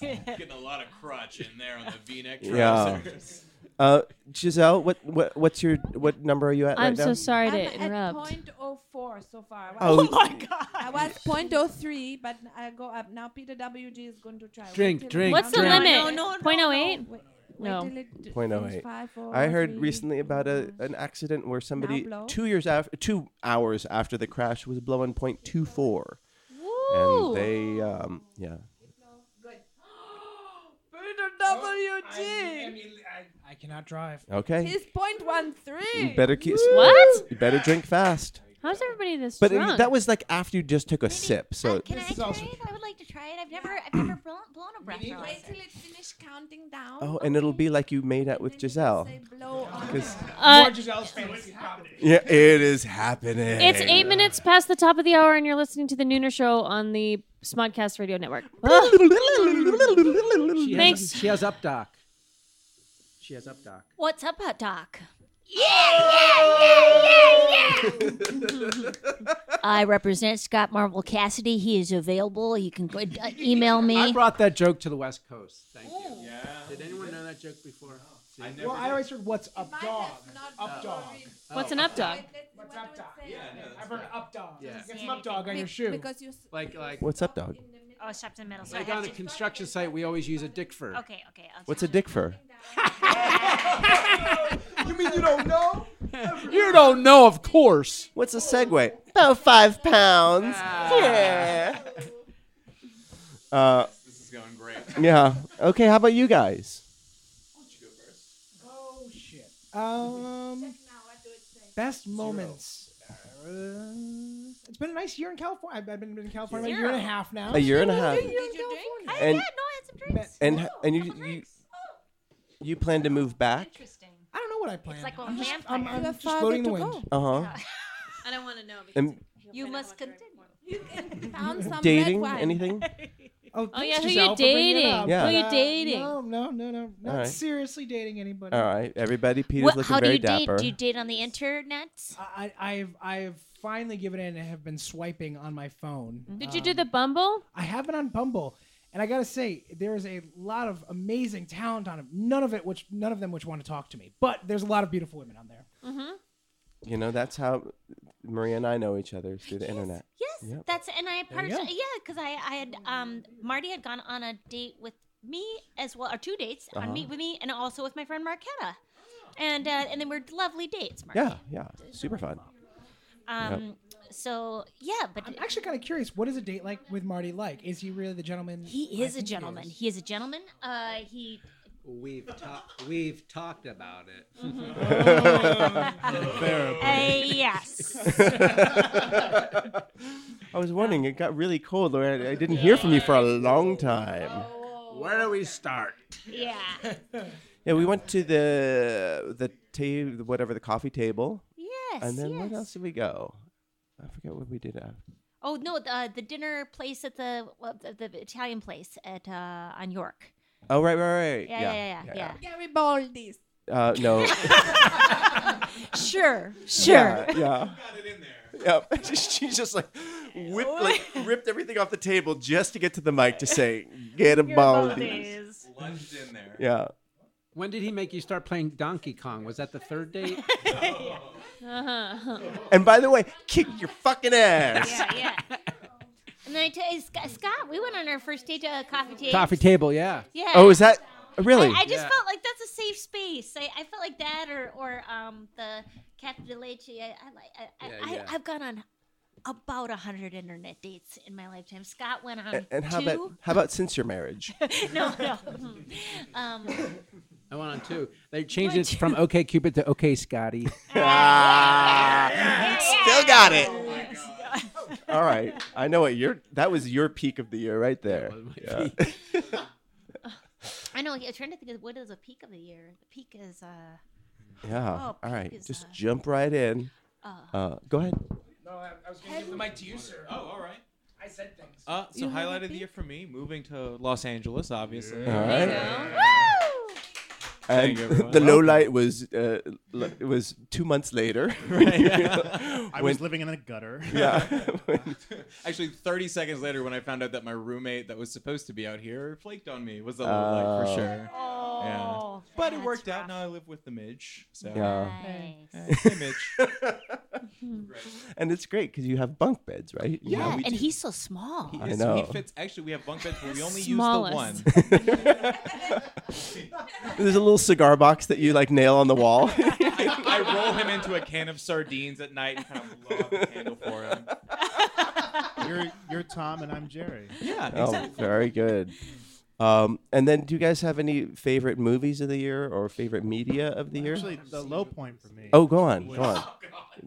Speaker 11: Getting a lot of crotch in there on the V-neck
Speaker 2: Yeah.
Speaker 11: trousers.
Speaker 2: Uh, Giselle, what, what what's your what number are you at
Speaker 4: I'm
Speaker 2: right now?
Speaker 4: so sorry to
Speaker 7: I'm at
Speaker 4: interrupt.
Speaker 7: 0.04 so far. I
Speaker 2: Oh,
Speaker 7: was-
Speaker 2: Oh my
Speaker 4: God.
Speaker 7: I was 0.03, but I go up now. PWG is going to try. Wait
Speaker 9: Drink,
Speaker 7: till it
Speaker 9: drink,
Speaker 4: What's the
Speaker 9: drink.
Speaker 4: limit?
Speaker 9: No,
Speaker 7: no, no,
Speaker 4: Point oh
Speaker 7: no.
Speaker 4: eight?
Speaker 7: Wait-
Speaker 4: No.
Speaker 7: wait till it d-
Speaker 2: Point oh
Speaker 7: goes
Speaker 2: eight.
Speaker 7: five, four,
Speaker 2: I heard
Speaker 7: three.
Speaker 2: recently about a an accident where somebody
Speaker 7: blow?
Speaker 2: two years after two hours after the crash was blowing point two four,
Speaker 4: Woo!
Speaker 2: and they um yeah
Speaker 7: PWG.
Speaker 15: I cannot drive.
Speaker 2: okay
Speaker 7: He's 0.13.
Speaker 2: you better keep
Speaker 4: What?
Speaker 2: you better drink fast.
Speaker 4: How's everybody this
Speaker 2: But
Speaker 4: drunk?
Speaker 2: it, that was like after you just took a sip, so
Speaker 8: Can I try it? I would like to try it. I've never, I've never blown, blown a
Speaker 7: Wait
Speaker 8: breathalyzer.
Speaker 7: till it finish counting down.
Speaker 2: oh, and it'll be like you made out with Giselle.
Speaker 7: blow on.
Speaker 2: 'Cause-
Speaker 4: Uh,
Speaker 15: More Giselle's fantasy property.
Speaker 2: Yeah, it is happening.
Speaker 4: It's eight minutes past the top of the hour, and you're listening to the Nooner Show on the Smodcast Radio Network.
Speaker 9: She has-
Speaker 4: Thanks.
Speaker 9: She has up doc. She has up doc.
Speaker 8: What's up, hot doc? I represent Scott Marvel Cassidy. He is available. You can go, uh, email me.
Speaker 9: I brought that joke to the West Coast. Thank you. Oh. Yeah. Did anyone know that joke before? See?
Speaker 15: Well, I always heard what's up dog. Up dog. Um,
Speaker 4: What's an up dog?
Speaker 15: What's up dog? Yeah,
Speaker 7: that's
Speaker 15: I've heard up dog.
Speaker 9: Yeah.
Speaker 15: Get some up dog on your shoe.
Speaker 7: Because you. s-
Speaker 9: Like like
Speaker 2: What's up, dog?
Speaker 8: oh, shopped in the middle. So
Speaker 9: like
Speaker 8: I have
Speaker 9: on a
Speaker 8: to-
Speaker 9: construction site, we always use a dick fur.
Speaker 8: Okay, okay. I'll
Speaker 2: What's a dick fur?
Speaker 15: you mean you don't know?
Speaker 9: You don't know, of course.
Speaker 2: What's a segue? About five pounds.
Speaker 15: Eh.
Speaker 2: Yeah. Uh,
Speaker 11: This is going great.
Speaker 2: yeah. Okay. How about you guys?
Speaker 15: Oh shit. Um. Best moments. Uh, it's been a nice year in California. I've I've been in California about a year and a
Speaker 8: Zero.
Speaker 15: half now.
Speaker 2: A year and a half.
Speaker 15: Been year in
Speaker 7: Did you drink?
Speaker 15: California.
Speaker 8: I,
Speaker 2: And-
Speaker 8: yeah, no, I had some drinks.
Speaker 2: And and you you, you plan to move back?
Speaker 8: Interesting.
Speaker 15: I don't know what I planned.
Speaker 8: like a
Speaker 15: I'm just,
Speaker 8: vampire.
Speaker 15: I'm,
Speaker 8: You
Speaker 15: I'm
Speaker 7: have
Speaker 15: just
Speaker 7: farther
Speaker 15: floating in the
Speaker 7: to
Speaker 15: wind.
Speaker 7: go.
Speaker 2: Uh huh.
Speaker 4: I don't want to know.
Speaker 2: And
Speaker 8: You must continue.
Speaker 7: You can count some red
Speaker 2: dating?
Speaker 7: wine.
Speaker 2: Anything?
Speaker 4: Oh,
Speaker 15: thanks,
Speaker 4: yeah, who you
Speaker 15: Giselle, for bringing it
Speaker 4: dating?
Speaker 15: up.
Speaker 2: Yeah.
Speaker 4: Who you
Speaker 15: Uh,
Speaker 4: dating?
Speaker 15: No, no, no, no. Not
Speaker 2: All right.
Speaker 15: seriously dating anybody.
Speaker 2: All right. Everybody, Peter's
Speaker 8: What,
Speaker 2: looking
Speaker 8: how do
Speaker 2: very
Speaker 8: you
Speaker 2: dapper.
Speaker 8: date? Do you date on the internet?
Speaker 15: I, I- I've I've finally given in and have been swiping on my phone.
Speaker 4: Did you
Speaker 15: Um,
Speaker 4: do the Bumble?
Speaker 15: I have been on Bumble, and I gotta say there is a lot of amazing talent on it. None of it, which none of them, which want to talk to me, but there's a lot of beautiful women on there.
Speaker 8: Mm-hmm.
Speaker 2: you know, that's how Maria and I know each other is through the internet.
Speaker 8: Yes,
Speaker 2: Yep.
Speaker 8: that's and I part
Speaker 15: you
Speaker 8: yeah
Speaker 15: go.
Speaker 8: because I I had um Marty had gone on a date with me as well or two dates
Speaker 2: Uh-huh.
Speaker 8: on meet with me and also with my friend Marquetta, and uh, and they were lovely dates. Marty.
Speaker 2: Yeah. Yeah. Super fun.
Speaker 8: Um. So yeah, but
Speaker 15: I'm actually kind of curious. What is a date like with Marty? Like, is he really the gentleman?
Speaker 8: he
Speaker 15: I
Speaker 8: is a
Speaker 15: think he
Speaker 8: gentleman.
Speaker 15: is?
Speaker 8: He is a gentleman. Uh. He.
Speaker 9: We've talked. We've talked about it.
Speaker 8: Mm-hmm. Uh, yes.
Speaker 2: I was wondering. It got really cold. Lorraine. I didn't hear from you for a long time.
Speaker 9: Where do we start?
Speaker 8: Yeah.
Speaker 2: Yeah, we went to the the ta- whatever the coffee table,
Speaker 8: Yes.
Speaker 2: and then what
Speaker 8: yes.
Speaker 2: else did we go? I forget what we did. uh, After.
Speaker 8: Oh no, the the dinner place at the well, the, the Italian place at uh on York.
Speaker 2: Oh right, right, right.
Speaker 8: Yeah, yeah, yeah, yeah.
Speaker 7: Garibaldi's.
Speaker 2: Uh, no.
Speaker 8: Sure. Sure.
Speaker 2: yeah, yeah. Yep. She's just like whipped, like ripped everything off the table just to get to the mic to say get a baldy.
Speaker 11: Lunged in there.
Speaker 2: Yeah.
Speaker 9: When did he make you start playing Donkey Kong? Was that the third date?
Speaker 4: Uh-huh.
Speaker 2: And by the way, kick your fucking ass.
Speaker 8: yeah, yeah. And then I tell you, Sc- Scott, we went on our first date to a coffee table.
Speaker 9: Coffee table, yeah.
Speaker 8: Yeah.
Speaker 2: Oh, is that really?
Speaker 8: I, I just
Speaker 9: Yeah.
Speaker 8: felt like that's a safe space. I, I felt like that, or or um the Cafe de Leche. I, I like. I,
Speaker 9: Yeah,
Speaker 8: I,
Speaker 9: yeah.
Speaker 8: I, I've gone on about a hundred internet dates in my lifetime. Scott went on
Speaker 2: A- and how
Speaker 8: Um, two.
Speaker 2: about how about since your marriage?
Speaker 8: no, no. um,
Speaker 9: I went on two. They changed it from OK Cupid to OK Scotty.
Speaker 2: Ah, still got it.
Speaker 8: Oh
Speaker 2: All right, I know what your that was your peak of the year right there. Yeah.
Speaker 8: I know. I'm trying to think of what is a peak of the year. The peak is uh.
Speaker 2: Yeah.
Speaker 8: Oh,
Speaker 2: All right.
Speaker 8: peak is,
Speaker 2: Just
Speaker 8: uh,
Speaker 2: jump right in. Uh, go ahead.
Speaker 15: No, I, I was gonna give the mic to you, sir.
Speaker 11: Oh, all right.
Speaker 15: I said things.
Speaker 11: Uh, so highlight of the year for me, moving to Los Angeles, obviously.
Speaker 2: All right. And
Speaker 11: Thank you, everyone.
Speaker 2: the low
Speaker 11: Welcome.
Speaker 2: light was uh, l- it was two months later.
Speaker 11: Right, yeah.
Speaker 5: I was living in a gutter.
Speaker 2: Yeah.
Speaker 11: Actually, 30 seconds later, when I found out that my roommate that was supposed to be out here flaked on me was the low light
Speaker 2: Oh.
Speaker 11: for sure.
Speaker 8: Oh,
Speaker 11: yeah. But it worked out. Now I live with the Midge. So.
Speaker 2: Yeah.
Speaker 11: Hey, hey, Midge.
Speaker 2: and it's great because you have bunk beds, right? You
Speaker 6: Yeah,
Speaker 2: know?
Speaker 6: and he's so small.
Speaker 11: He
Speaker 2: I
Speaker 11: is-
Speaker 2: know.
Speaker 11: He fits. Actually, we have bunk beds, but we only
Speaker 6: Smallest.
Speaker 11: use the one.
Speaker 2: There's a little cigar box that you like nail on the wall.
Speaker 11: I, I roll him into a can of sardines at night and kind of blow up the handle for him.
Speaker 5: you're you're Tom and I'm Jerry.
Speaker 11: Yeah,
Speaker 2: oh, very good. Um, and then, do you guys have any favorite movies of the year or favorite media of the year?
Speaker 5: Actually, the low point for me.
Speaker 2: Oh, go on, go on.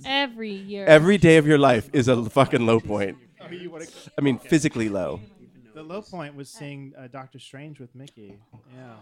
Speaker 4: Every year.
Speaker 2: Every day of your life is a fucking low point.
Speaker 5: Oh, you wanna-
Speaker 2: I mean, physically low.
Speaker 5: The low point was seeing uh, Doctor Strange with Mickey. Yeah.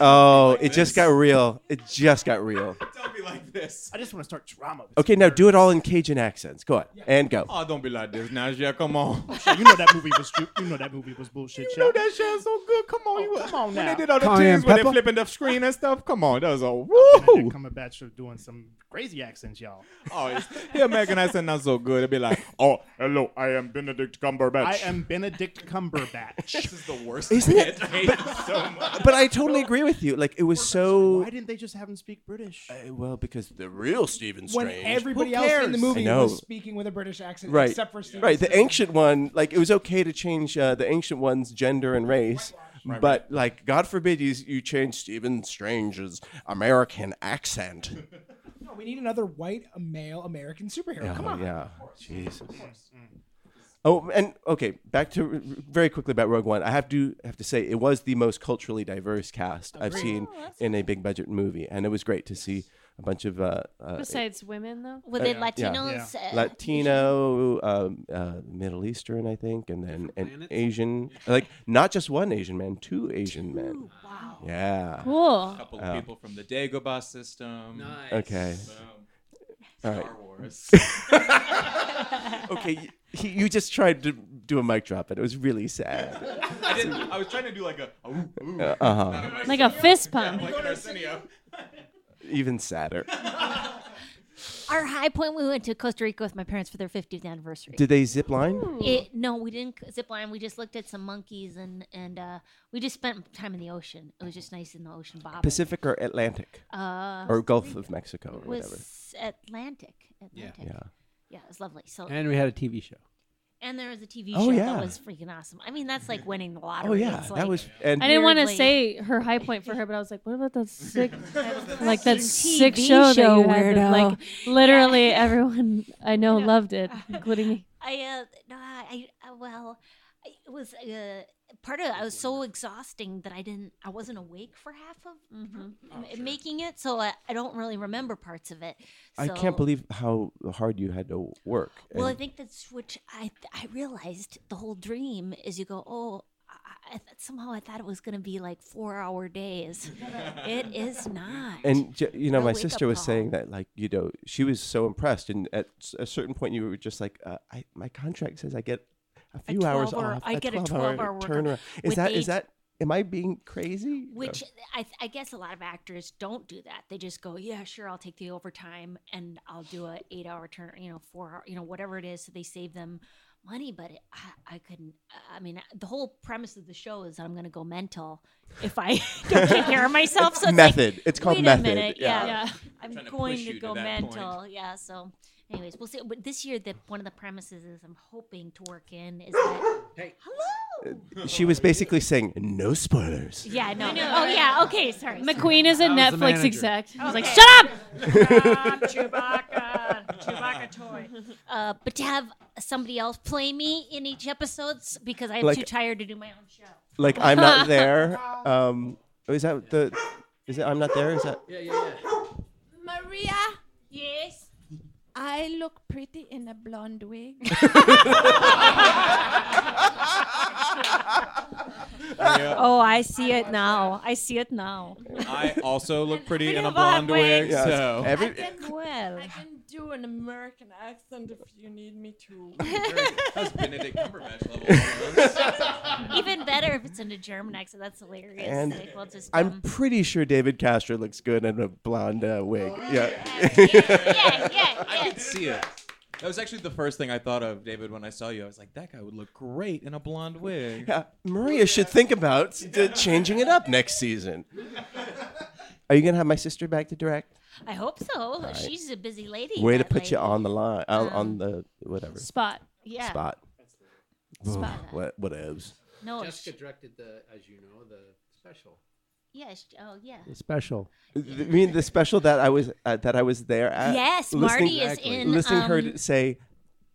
Speaker 2: Oh, it just got real. It just got real.
Speaker 11: Don't be like this.
Speaker 5: Uh, I just want to start drama.
Speaker 2: Okay, now do it all in Cajun accents. Go on and go.
Speaker 11: Oh, don't be like this, Najee. Come on.
Speaker 5: you know that movie was ju- you know that movie was bullshit. You
Speaker 11: know that shit's so good. Come on, you.
Speaker 5: Come on
Speaker 11: When
Speaker 5: now.
Speaker 11: they did all the
Speaker 5: Cayenne
Speaker 11: things when they
Speaker 5: pepper?
Speaker 11: flipping the screen and stuff. Come on, that was all.
Speaker 5: Woo!
Speaker 11: Woo!
Speaker 5: Come a batch of doing some crazy accents, y'all.
Speaker 11: Oh, it's, the American accent not so good. It'd be like, oh, hello, I am Benedict Cumberbatch.
Speaker 5: I am Benedict Cumberbatch.
Speaker 11: This is the worst.
Speaker 2: Isn't it?
Speaker 11: bit. I hate it so much.
Speaker 2: But I totally agree with you. Like it was so
Speaker 5: Why didn't they just have him speak British?
Speaker 2: Uh, well because the real Stephen
Speaker 15: When
Speaker 2: Strange.
Speaker 15: everybody
Speaker 5: Who
Speaker 15: else in
Speaker 5: cares?
Speaker 15: the
Speaker 5: I
Speaker 15: movie
Speaker 2: know.
Speaker 15: was speaking with a British accent,
Speaker 2: right,
Speaker 15: except for Steven.
Speaker 2: right. The ancient one, like it was okay to change uh, the ancient one's gender and race. but like, God forbid you, you change Stephen Strange's American accent.
Speaker 15: No, we need another white uh, male American superhero.
Speaker 2: Yeah,
Speaker 15: Come on.
Speaker 2: Oh, yeah. Jesus.
Speaker 9: Mm.
Speaker 2: Oh, and okay, back to very quickly about Rogue One. I have to have to say it was the most culturally diverse cast I've
Speaker 4: Agreed.
Speaker 2: seen
Speaker 4: Oh, that's
Speaker 2: in a big budget movie, and it was great to see a bunch of uh, uh,
Speaker 4: Besides women, though.
Speaker 8: Were
Speaker 2: uh,
Speaker 8: they
Speaker 2: yeah.
Speaker 8: Latinos? uh,
Speaker 2: Latino, um, uh, Middle Eastern, I think, and then an Asian, like not just one Asian man, two Asian men.
Speaker 8: Wow.
Speaker 2: Yeah.
Speaker 11: A couple of
Speaker 2: Uh,
Speaker 11: people from the Dagobah system. Nice.
Speaker 2: Okay. All right.
Speaker 11: Star Wars.
Speaker 2: okay, you, you just tried to do a mic drop, and it was really sad.
Speaker 11: I didn't. I was trying to do like a. a Ooh, ooh.
Speaker 2: Uh, uh-huh.
Speaker 11: Not an
Speaker 4: Like a
Speaker 11: Arsenio.
Speaker 4: fist
Speaker 11: Yeah,
Speaker 4: pump.
Speaker 11: like an Arsenio.
Speaker 2: Even sadder.
Speaker 8: Our high point, we went to Costa Rica with my parents for their 50th anniversary.
Speaker 2: Did they zip line?
Speaker 8: It, no, we didn't c- zip line. We just looked at some monkeys and and uh, we just spent time in the ocean. It was just nice in the ocean, Bob.
Speaker 2: Pacific or Atlantic?
Speaker 8: Uh,
Speaker 2: or Gulf of Mexico or whatever.
Speaker 8: was Atlantic. Atlantic.
Speaker 2: Yeah.
Speaker 8: Yeah, it was lovely. So
Speaker 9: And we had a TV show.
Speaker 8: and there was a TV
Speaker 2: Oh,
Speaker 8: show
Speaker 2: yeah.
Speaker 8: that was freaking awesome. I mean, that's like winning the lottery.
Speaker 2: Oh yeah,
Speaker 8: It's
Speaker 2: that
Speaker 8: like-
Speaker 2: was. And
Speaker 4: I didn't want to
Speaker 8: Weirdly.
Speaker 4: say her high point for her, but I was like, what about that sick, like that
Speaker 8: fucking
Speaker 4: sick
Speaker 8: TV
Speaker 4: show, that
Speaker 8: show,
Speaker 4: you had? that, Like
Speaker 8: weirdo.
Speaker 4: literally everyone I know loved it, including me.
Speaker 8: I uh, no, I, I uh, well, I- it was uh, part of. I was so exhausting that I didn't. I wasn't awake for half of
Speaker 2: Mm-hmm.
Speaker 8: m-
Speaker 2: Oh,
Speaker 8: making it, so I, I don't really remember parts of it.
Speaker 2: I
Speaker 8: So-
Speaker 2: can't believe how hard you had to work.
Speaker 8: Well, I
Speaker 2: and-
Speaker 8: think that's which I I realized the whole dream is you go oh. I- I, th- somehow I thought it was going to be like four hour days. it is not.
Speaker 2: And j- you know,
Speaker 8: No
Speaker 2: my
Speaker 8: wake-up
Speaker 2: sister was
Speaker 8: call.
Speaker 2: saying that, like, you know, she was so impressed, and at s- a certain point, you were just like, uh, "I my contract says I get a few hours
Speaker 8: 12 hour-
Speaker 2: off.
Speaker 8: I get a
Speaker 2: 12
Speaker 8: 12 hour work-
Speaker 2: turnaround. Is
Speaker 8: with
Speaker 2: that is
Speaker 8: eight-
Speaker 2: that? Am I being crazy? Uh,
Speaker 8: Which I, th- I guess a lot of actors don't do that. They just go, yeah, sure, I'll take the overtime and I'll do a eight hour turn, you know, four hour, you know, whatever it is. So they save them money. But it, I, I couldn't. I mean, the whole premise of the show is I'm going to go mental if I don't take care of myself. So it's like,
Speaker 2: method. it's called
Speaker 8: wait
Speaker 2: method.
Speaker 8: A minute. Yeah, I'm
Speaker 11: Trying to
Speaker 8: going
Speaker 11: push
Speaker 8: to,
Speaker 11: you to
Speaker 8: go
Speaker 11: that point.
Speaker 8: mental. Yeah. So, anyways, we'll see. But this year, the one of the premises is I'm hoping to work in is that. Hello.
Speaker 2: She was basically saying, "No spoilers."
Speaker 8: Yeah. No. Oh, yeah. Okay. Sorry.
Speaker 4: McQueen is a
Speaker 2: I was the
Speaker 4: Netflix
Speaker 2: manager.
Speaker 4: exec. He was like,
Speaker 8: Okay.
Speaker 4: shut up.
Speaker 8: Shut up, Chewbacca. Chewbacca toy. Uh, but to have somebody else play me in each episodes because I'm
Speaker 2: Like-
Speaker 8: too tired to do my own show.
Speaker 2: Like I'm not there. Um, is that the? Is it I'm not there? Is that?
Speaker 7: Yeah, yeah, yeah. Maria. Yes. I look pretty in a blonde wig.
Speaker 11: Yeah.
Speaker 20: Oh, I see it now. I see it now.
Speaker 11: I also look pretty in a
Speaker 20: don't have
Speaker 11: blonde wig,
Speaker 20: wigs. Yes,
Speaker 11: so
Speaker 20: every-
Speaker 7: I can,
Speaker 20: Well.
Speaker 7: I can do an American accent if you need me to.
Speaker 11: that's Benedict Cumberbatch level. almost.
Speaker 8: Even better if it's in a German accent. That's hilarious.
Speaker 2: And
Speaker 8: Like, we'll just
Speaker 2: I'm pretty sure David Castro looks good in a blonde uh, wig.
Speaker 8: Oh,
Speaker 2: yeah.
Speaker 11: I could see it. That was actually the first thing I thought of, David, when I saw you. I was like, that guy would look great in a blonde wig.
Speaker 2: Yeah, Maria should think about s- d- changing it up next season. Are you gonna have my sister back to direct?
Speaker 8: I hope so.
Speaker 2: right.
Speaker 8: She's a busy lady.
Speaker 2: Way to
Speaker 8: that
Speaker 2: put you
Speaker 8: lady.
Speaker 2: on the line, on, on the whatever
Speaker 4: Spot.
Speaker 8: Um, Yeah.
Speaker 2: Spot. Ugh,
Speaker 8: Spot.
Speaker 2: What whatevs.
Speaker 8: No,
Speaker 9: Jessica directed the, as you know, the special.
Speaker 8: Yes. Oh, yeah.
Speaker 2: special. I mean the special that I was uh, that I was there at.
Speaker 8: Yes,
Speaker 2: listening-
Speaker 8: Marty is Exactly. in,
Speaker 2: Listening her
Speaker 8: um,
Speaker 2: to say,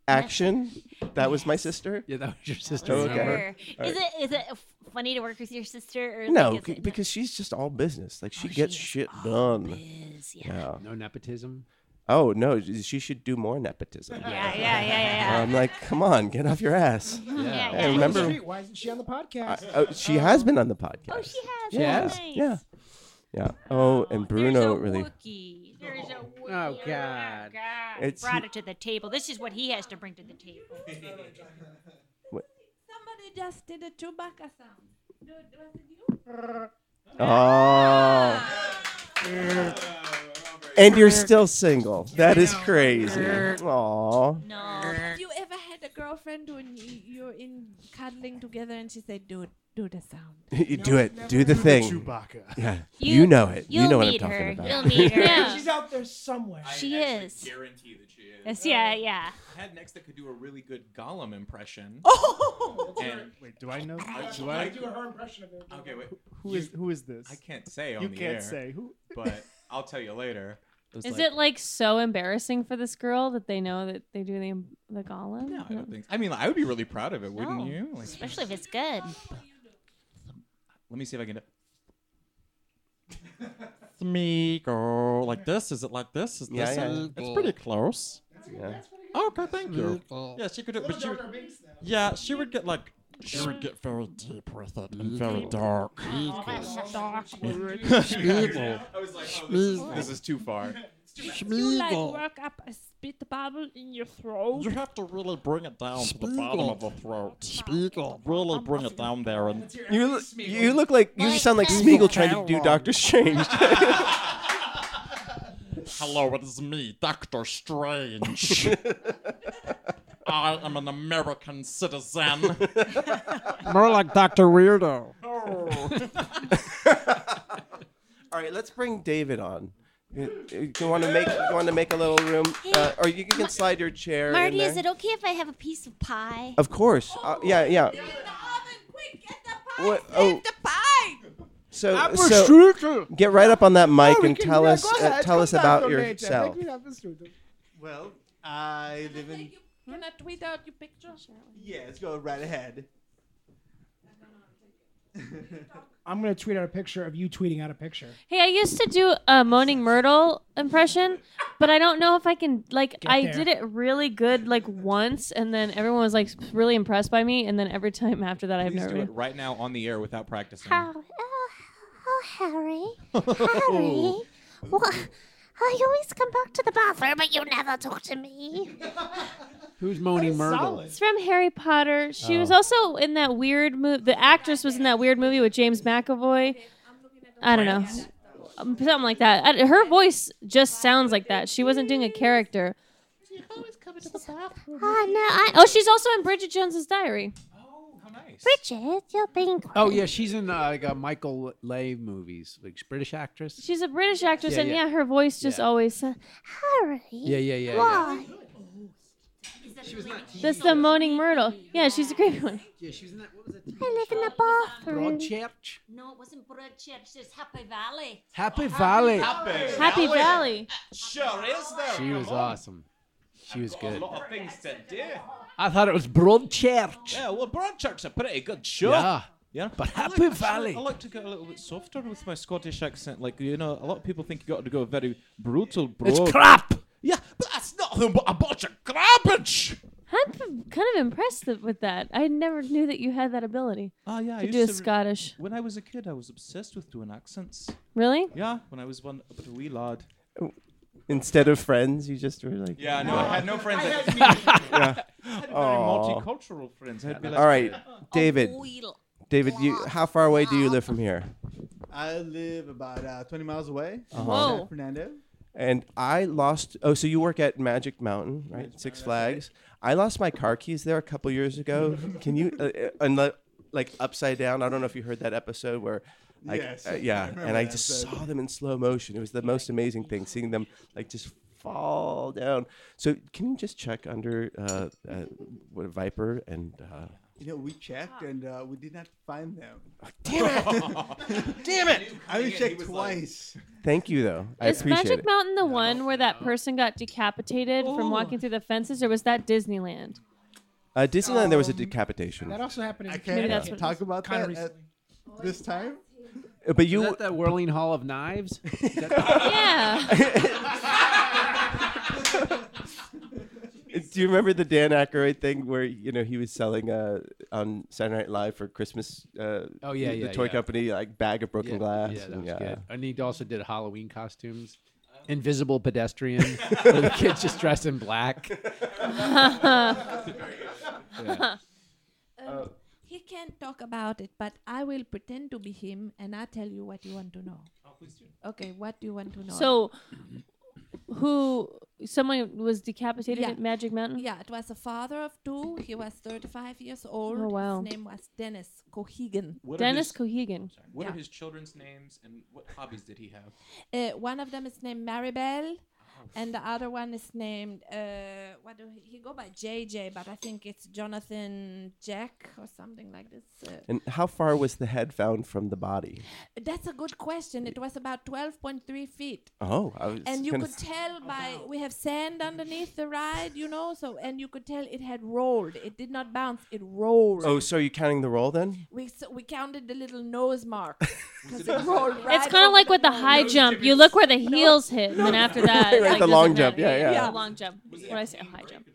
Speaker 2: action. That was my sister. Yeah, that was your sister.
Speaker 8: Is
Speaker 2: okay.
Speaker 8: her-
Speaker 2: All
Speaker 8: Is
Speaker 2: right.
Speaker 8: it is it f- funny to work with your sister? Or
Speaker 2: No,
Speaker 8: like, is
Speaker 2: c-
Speaker 8: it- Oh,
Speaker 2: because she's just all business. Like she gets shit done. yeah.
Speaker 9: No nepotism.
Speaker 2: Oh no, sh- she should do more nepotism.
Speaker 8: Yeah, yeah, yeah, yeah, yeah.
Speaker 2: I'm like, come on, get off your ass.
Speaker 15: Yeah. Yeah,
Speaker 2: Hey,
Speaker 15: yeah.
Speaker 2: remember?
Speaker 15: Street, why isn't she on the podcast?
Speaker 2: I- oh, she has been on the podcast.
Speaker 8: Oh, she has.
Speaker 2: She has.
Speaker 8: Nice.
Speaker 2: Yeah. Yeah. Oh, and Bruno really.
Speaker 8: There's a oh,
Speaker 9: Oh, God.
Speaker 8: God.
Speaker 2: It's-
Speaker 8: brought it to the table. This is what he has to bring to the table.
Speaker 7: Somebody just did a Chewbacca sound. Do, was it you?
Speaker 2: Oh. And you're still single. That is crazy. Aw.
Speaker 7: Have you ever had a girlfriend when you, you're in cuddling together and she said, "Do do the sound"?
Speaker 2: you do it. Do the
Speaker 15: do the
Speaker 2: thing.
Speaker 15: Chewbacca.
Speaker 2: Yeah. You,
Speaker 15: You-
Speaker 2: know it. You
Speaker 8: you'll
Speaker 2: know what I'm
Speaker 8: meet
Speaker 2: talking
Speaker 8: her.
Speaker 2: about.
Speaker 8: You'll meet her.
Speaker 20: Yeah.
Speaker 15: She's out there somewhere.
Speaker 8: She is.
Speaker 11: Guarantee that she is.
Speaker 8: Yes, yeah, yeah.
Speaker 11: I had next that could do a really good Gollum impression.
Speaker 15: Oh!
Speaker 11: And
Speaker 5: Wait, do I know?
Speaker 11: I-
Speaker 5: do I?
Speaker 15: do her impression of it.
Speaker 11: Okay, wait.
Speaker 5: Who is who is this?
Speaker 11: I can't say on
Speaker 5: You
Speaker 11: the
Speaker 5: can't
Speaker 11: air,
Speaker 5: say. Who-
Speaker 11: But I'll tell you later. was
Speaker 4: Is
Speaker 11: like-
Speaker 4: it like so embarrassing for this girl that they know that they do the the golem? No,
Speaker 11: I don't think. I mean, I would be really proud of it, wouldn't
Speaker 8: No,
Speaker 11: you? Like,
Speaker 8: Especially if it's good.
Speaker 11: let me see if I can. Me girl, like this? Is it like this? Is
Speaker 2: Yeah,
Speaker 11: this?
Speaker 2: yeah.
Speaker 11: it? It's pretty close.
Speaker 2: Yeah.
Speaker 11: Okay, thank you.
Speaker 2: Meatball.
Speaker 11: Yeah, she could do, but she would,
Speaker 15: Dr. Binks now.
Speaker 11: Yeah, she would get like she would get very deep with it and very dark.
Speaker 7: Schmeagol.
Speaker 11: I was like, oh, this, is,
Speaker 7: Schmeagol.
Speaker 11: this is too far.
Speaker 7: You like work up a spit bubble in your throat.
Speaker 11: You have to really bring it down to the bottom of the throat. Spiegel. Really bring it down there and
Speaker 2: You, lo- you look like you sound like Smeagol trying to do Doctor Strange.
Speaker 11: Hello, it is me, Doctor Strange. I am an American citizen.
Speaker 2: More
Speaker 11: like Dr. Weirdo.
Speaker 2: All right, let's bring David on. You, want to make you want to make a little room, uh, or you can slide your chair. in
Speaker 8: Marty,
Speaker 2: there.
Speaker 8: is it okay if I have a piece of pie?
Speaker 2: Of course. Uh, yeah, yeah. What- oh. So,
Speaker 8: Apple
Speaker 2: so
Speaker 8: strudel.
Speaker 2: get right up on that mic
Speaker 15: we
Speaker 2: and
Speaker 15: can-
Speaker 2: tell
Speaker 15: yeah,
Speaker 2: us
Speaker 15: go
Speaker 2: uh,
Speaker 15: ahead,
Speaker 2: tell
Speaker 15: come
Speaker 2: us
Speaker 15: back
Speaker 2: about
Speaker 15: on later.
Speaker 2: yourself.
Speaker 15: Take me up the studio.
Speaker 21: Well, I live in.
Speaker 7: Can I tweet out your picture?
Speaker 21: Yeah, let's go right ahead.
Speaker 15: I'm gonna tweet out a picture of you tweeting out a picture.
Speaker 4: Hey, I used to do a moaning myrtle impression, but I don't know if I can like I
Speaker 15: there.
Speaker 4: did it really good like once and then everyone was like really impressed by me and then every time after that I've
Speaker 11: Please
Speaker 4: never
Speaker 11: do it right now on the air without practicing.
Speaker 8: Oh, Harry. Harry. What? Oh, you always come back to the bathroom, but you never talk to me.
Speaker 9: Who's Moaning Myrtle?
Speaker 4: It's from Harry Potter. She was
Speaker 9: Oh.
Speaker 4: also in that weird movie. The actress was in that weird movie with James McAvoy. I don't know. Um, Something like that. I- Her voice just sounds like that. She wasn't doing a character.
Speaker 8: Oh, no. I,
Speaker 4: Oh, she's also in Bridget Jones's Diary.
Speaker 8: Bridget, you're being.
Speaker 9: Oh yeah, she's in uh, like uh, Michael Lay movies, like she's a British actress.
Speaker 4: She's a British actress,
Speaker 9: Yeah,
Speaker 4: and
Speaker 9: yeah.
Speaker 4: yeah, her voice just
Speaker 9: Yeah.
Speaker 4: always. Uh,
Speaker 8: Harry.
Speaker 9: yeah, yeah, yeah. yeah.
Speaker 8: Why?
Speaker 4: that's the Moaning Myrtle. Yeah, she's a great one.
Speaker 9: Yeah, she was in that. What was it?
Speaker 8: I live in the bathroom.
Speaker 9: Broadchurch.
Speaker 8: No, it wasn't Broadchurch. It's Happy Valley.
Speaker 9: Oh, Happy Valley.
Speaker 4: Happy Valley.
Speaker 11: Sure is there.
Speaker 9: She was awesome. She was good.
Speaker 11: lot of things to do.
Speaker 9: I thought it was Broadchurch.
Speaker 11: Yeah, well, Broadchurch's a pretty good show.
Speaker 9: Yeah.
Speaker 11: Yeah.
Speaker 9: But
Speaker 11: I like-
Speaker 9: Happy
Speaker 11: actually,
Speaker 9: Valley.
Speaker 11: I like to go a little bit softer with my Scottish accent. Like, you know, a lot of people think you got to go very brutal, bro.
Speaker 9: It's crap.
Speaker 11: Yeah, but that's nothing but a bunch of garbage.
Speaker 4: I'm p- kind of impressed th- with that. I never knew that you had that ability.
Speaker 11: Oh yeah, I
Speaker 4: to
Speaker 11: used
Speaker 4: do a
Speaker 11: to re-
Speaker 4: Scottish.
Speaker 11: When I was a kid, I was obsessed with doing accents.
Speaker 4: Really?
Speaker 11: Yeah, when I was one, but a wee lad.
Speaker 2: Instead of friends, you just were like.
Speaker 11: Yeah, no, I had no friends.
Speaker 2: Yeah.
Speaker 11: that-
Speaker 2: yeah.
Speaker 11: I had very
Speaker 2: Aw.
Speaker 11: multicultural friends. I'd be
Speaker 2: All
Speaker 11: like-
Speaker 2: right, David. David, you how far away do you live from here?
Speaker 21: I live about uh, 20 miles away.
Speaker 2: Uh-huh.
Speaker 21: from
Speaker 2: Whoa.
Speaker 21: San Fernando.
Speaker 2: And I lost. Oh, so you work at Magic Mountain, right? Six Flags. I lost my car keys there a couple years ago. Can you, uh, uh, unle- like upside down? I don't know if you heard that episode where, like,
Speaker 21: Yes,
Speaker 2: uh,
Speaker 21: I
Speaker 2: yeah.
Speaker 21: remember
Speaker 2: and I
Speaker 21: that
Speaker 2: just
Speaker 21: episode.
Speaker 2: saw them in slow motion. It was the most amazing thing, seeing them like just fall down. So can you just check under uh, uh, what Viper and uh,
Speaker 21: You know, we
Speaker 15: Ah.
Speaker 21: checked and uh, we did not find them.
Speaker 2: Oh, damn
Speaker 21: it! damn it! I was checked twice.
Speaker 2: thank you though. I
Speaker 4: Is
Speaker 2: appreciate
Speaker 4: Magic
Speaker 2: it.
Speaker 4: Mountain the one where that person got decapitated
Speaker 11: Oh.
Speaker 4: from walking through the fences, or was that Disneyland?
Speaker 2: Uh, Disneyland, there was a decapitation.
Speaker 15: also happened in
Speaker 21: I
Speaker 15: Japan. Maybe
Speaker 21: can't
Speaker 15: that's what it
Speaker 21: talk
Speaker 15: is.
Speaker 21: about
Speaker 15: Kinda
Speaker 21: that at this time.
Speaker 2: Uh, But
Speaker 9: Is
Speaker 2: you,
Speaker 9: that the whirling hall of knives? Is that
Speaker 2: Uh, Do you remember the Dan Aykroyd thing where you know he was selling uh, on Saturday Night Live for Christmas? Uh,
Speaker 9: Oh, yeah,
Speaker 2: the
Speaker 9: yeah,
Speaker 2: toy
Speaker 9: yeah.
Speaker 2: company like bag of broken
Speaker 9: yeah,
Speaker 2: glass.
Speaker 9: Yeah, that
Speaker 2: and
Speaker 9: was
Speaker 2: yeah.
Speaker 9: good. And he also did Halloween costumes. Invisible pedestrian. where the kids just dressed in black. Yeah.
Speaker 11: Oh.
Speaker 7: Um, he can't talk about it, but I will pretend to be him and I tell you what you want to know. Oh, please do. Okay, what do you want to know?
Speaker 4: So, who? Someone was decapitated at Magic Mountain.
Speaker 7: Yeah, it was a father of two. He was 35 years old.
Speaker 4: Oh, wow.
Speaker 7: His name was Dennis Cohegan.
Speaker 11: What are
Speaker 4: Dennis
Speaker 11: his-
Speaker 4: Cohegan.
Speaker 11: What
Speaker 7: Yeah.
Speaker 11: are his children's names and what hobbies did he have?
Speaker 7: Uh, one of them is named Maribel,
Speaker 11: Oh.
Speaker 7: and the other one is named uh, what do he, he go by JJ, but I think it's Jonathan Jack or something like this. Uh,
Speaker 2: And how far was the head found from the body?
Speaker 7: that's a good question. It was about twelve point three feet.
Speaker 2: Oh, I was
Speaker 7: and you
Speaker 2: gonna
Speaker 7: could tell by we have sand underneath the ride, you know. So and you could tell it had rolled. It did not bounce. It rolled.
Speaker 2: Oh, so are you counting the roll then?
Speaker 7: We so we counted the little nose mark because it rolled. Right
Speaker 4: it's kind of like with the high jump. You look where the heels hit, and then after that,
Speaker 2: Right,
Speaker 4: like,
Speaker 2: the
Speaker 4: doesn't
Speaker 2: long jump.
Speaker 4: matter.
Speaker 2: Yeah, yeah.
Speaker 4: The long jump. What I say, a high jump.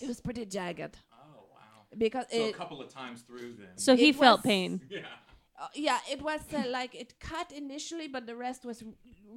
Speaker 7: It was pretty jagged. Oh wow! Because
Speaker 11: So a
Speaker 7: it-
Speaker 11: couple of times through then.
Speaker 4: Uh, So he
Speaker 7: It
Speaker 4: felt
Speaker 7: was-
Speaker 4: pain.
Speaker 7: Uh, yeah, it was uh, like it cut initially, but the rest was,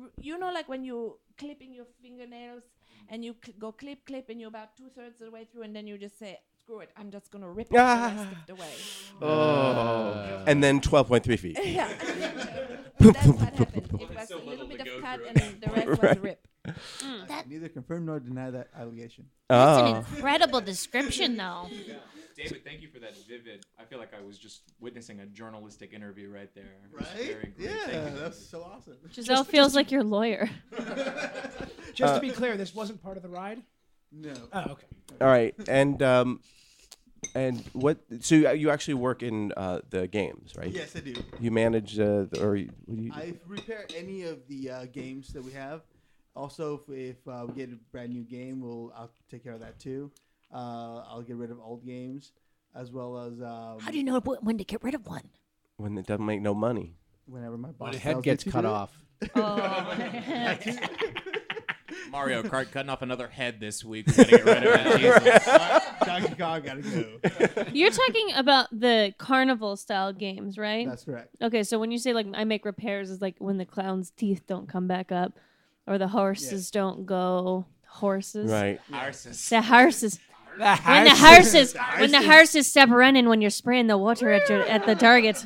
Speaker 7: r- you know, like when you clipping your fingernails and you cl- go clip, clip, and you're about two thirds of the way through, and then you just say, "Screw it, I'm just gonna rip it
Speaker 2: Ah.
Speaker 7: the rest of the way."
Speaker 2: Oh, Uh, and then twelve point three feet.
Speaker 7: yeah, that's what happened. It was a little bit of cut, and the rest was
Speaker 2: Right.
Speaker 7: rip.
Speaker 15: Mm.
Speaker 21: I can neither confirm nor deny that allegation.
Speaker 2: That's
Speaker 8: an incredible description, though.
Speaker 11: Yeah. David, thank you for that vivid. I feel like I was just witnessing a journalistic interview right there. It was
Speaker 21: Right?
Speaker 11: very great. Thank
Speaker 21: Yeah,
Speaker 11: you,
Speaker 21: that's
Speaker 11: David.
Speaker 21: so awesome.
Speaker 4: Giselle feels like your lawyer.
Speaker 15: Just
Speaker 2: Uh,
Speaker 15: to be clear, this wasn't part of the ride.
Speaker 21: No.
Speaker 15: Oh, okay.
Speaker 2: All right, and um, and what? So you- you actually work in uh, the games, right?
Speaker 21: Yes, I do.
Speaker 2: You manage uh, the, or you, you,
Speaker 21: I repair any of the uh, games that we have. Also, if, if uh, we get a brand new game, we'll I'll take care of that too. Uh, I'll get rid of old games, as well as um,
Speaker 8: How do you know wh- when to get rid of one?
Speaker 2: when it doesn't make no money.
Speaker 21: whenever my boss
Speaker 9: the head
Speaker 21: tells me
Speaker 9: gets
Speaker 21: to
Speaker 9: cut
Speaker 21: do it.
Speaker 9: off.
Speaker 11: Mario Kart cutting off another head this week. We gotta get rid of that. Jesus.
Speaker 21: Donkey Kong gotta go.
Speaker 4: You're talking about the carnival style games, right?
Speaker 21: That's correct.
Speaker 4: Okay, so when you say like I make repairs, it's like when the clown's teeth don't come back up, or the horses don't go. Horses,
Speaker 2: Right.
Speaker 11: Horses.
Speaker 4: The horses.
Speaker 11: The
Speaker 4: When the horses,
Speaker 11: horses. The
Speaker 4: when the
Speaker 11: horses.
Speaker 4: horses stop running when you're spraying the water at your at the target.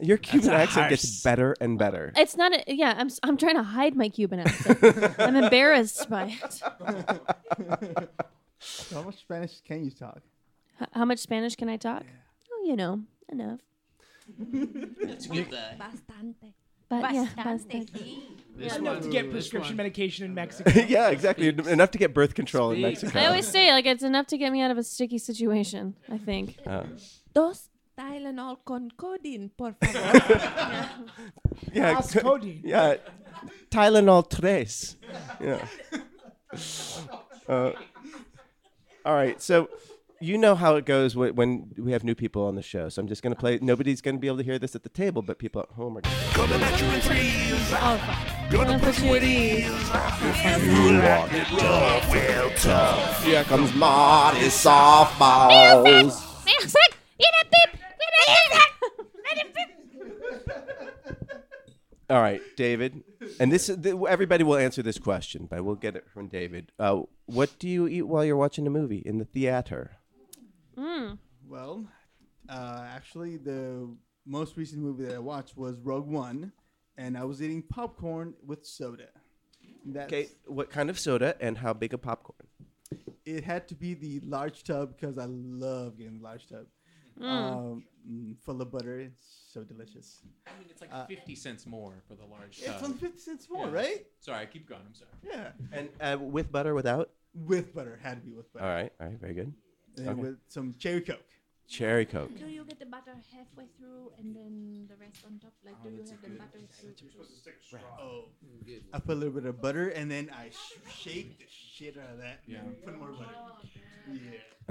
Speaker 2: Your Cuban
Speaker 11: a
Speaker 2: accent
Speaker 11: hearse.
Speaker 2: gets better and better.
Speaker 4: It's not. A, yeah, I'm. s- I'm trying to hide my Cuban accent. I'm embarrassed by it.
Speaker 21: So how much Spanish can you talk?
Speaker 4: H- how much Spanish can I talk? Oh, you know, enough.
Speaker 7: Bastante.
Speaker 4: But yeah,
Speaker 7: Bastante.
Speaker 4: bastante.
Speaker 15: This
Speaker 4: Yeah.
Speaker 15: Enough to get prescription medication in Mexico.
Speaker 2: yeah, exactly. En- Enough to get birth control in
Speaker 15: Speak.
Speaker 2: Mexico.
Speaker 4: I always say like it's enough to get me out of a sticky situation. I think.
Speaker 2: Uh,
Speaker 7: Dos Tylenol con codeine, por favor.
Speaker 2: yeah,
Speaker 15: Ask
Speaker 2: co-
Speaker 15: Cody.
Speaker 2: Yeah, Tylenol tres. Yeah. Uh, all right, so you know how it goes wh- when we have new people on the show. So I'm just going to play. Nobody's going to be able to hear this at the table, but people at home are.
Speaker 1: Coming at you in threes. Gonna put you at ease. If you want it rough, well, tough. Here comes Marty Softballs.
Speaker 2: All right, David, and this is- th- everybody will answer this question, but we'll get it from David. Uh, what do you eat while you're watching a movie in the theater?
Speaker 8: Hmm.
Speaker 21: Well, uh, actually, the most recent movie that I watched was Rogue One, and I was eating popcorn with soda. That's,
Speaker 2: Okay, what kind of soda and how big a popcorn?
Speaker 21: It had to be the large tub because I love getting the large tub.
Speaker 11: Mm.
Speaker 21: Um, mm, full of butter, it's so delicious.
Speaker 11: I mean, it's like
Speaker 21: Uh,
Speaker 11: 50 cents more for the large
Speaker 21: It's
Speaker 11: tub.
Speaker 21: only 50 cents more,
Speaker 11: Yeah.
Speaker 21: right?
Speaker 11: Sorry, keep going. I'm sorry.
Speaker 21: Yeah.
Speaker 2: And uh, with butter, without?
Speaker 21: With butter, had to be with butter.
Speaker 2: All right, all right, very good.
Speaker 21: And
Speaker 2: Okay.
Speaker 21: with some cherry coke.
Speaker 2: Cherry Coke.
Speaker 7: Do you get the butter halfway through and then the rest on top? Like, do you have the butter through?
Speaker 21: Oh, I put a little bit of butter and then I sh- shake the shit out of that. Yeah. Put more butter. Yeah.
Speaker 2: Oh.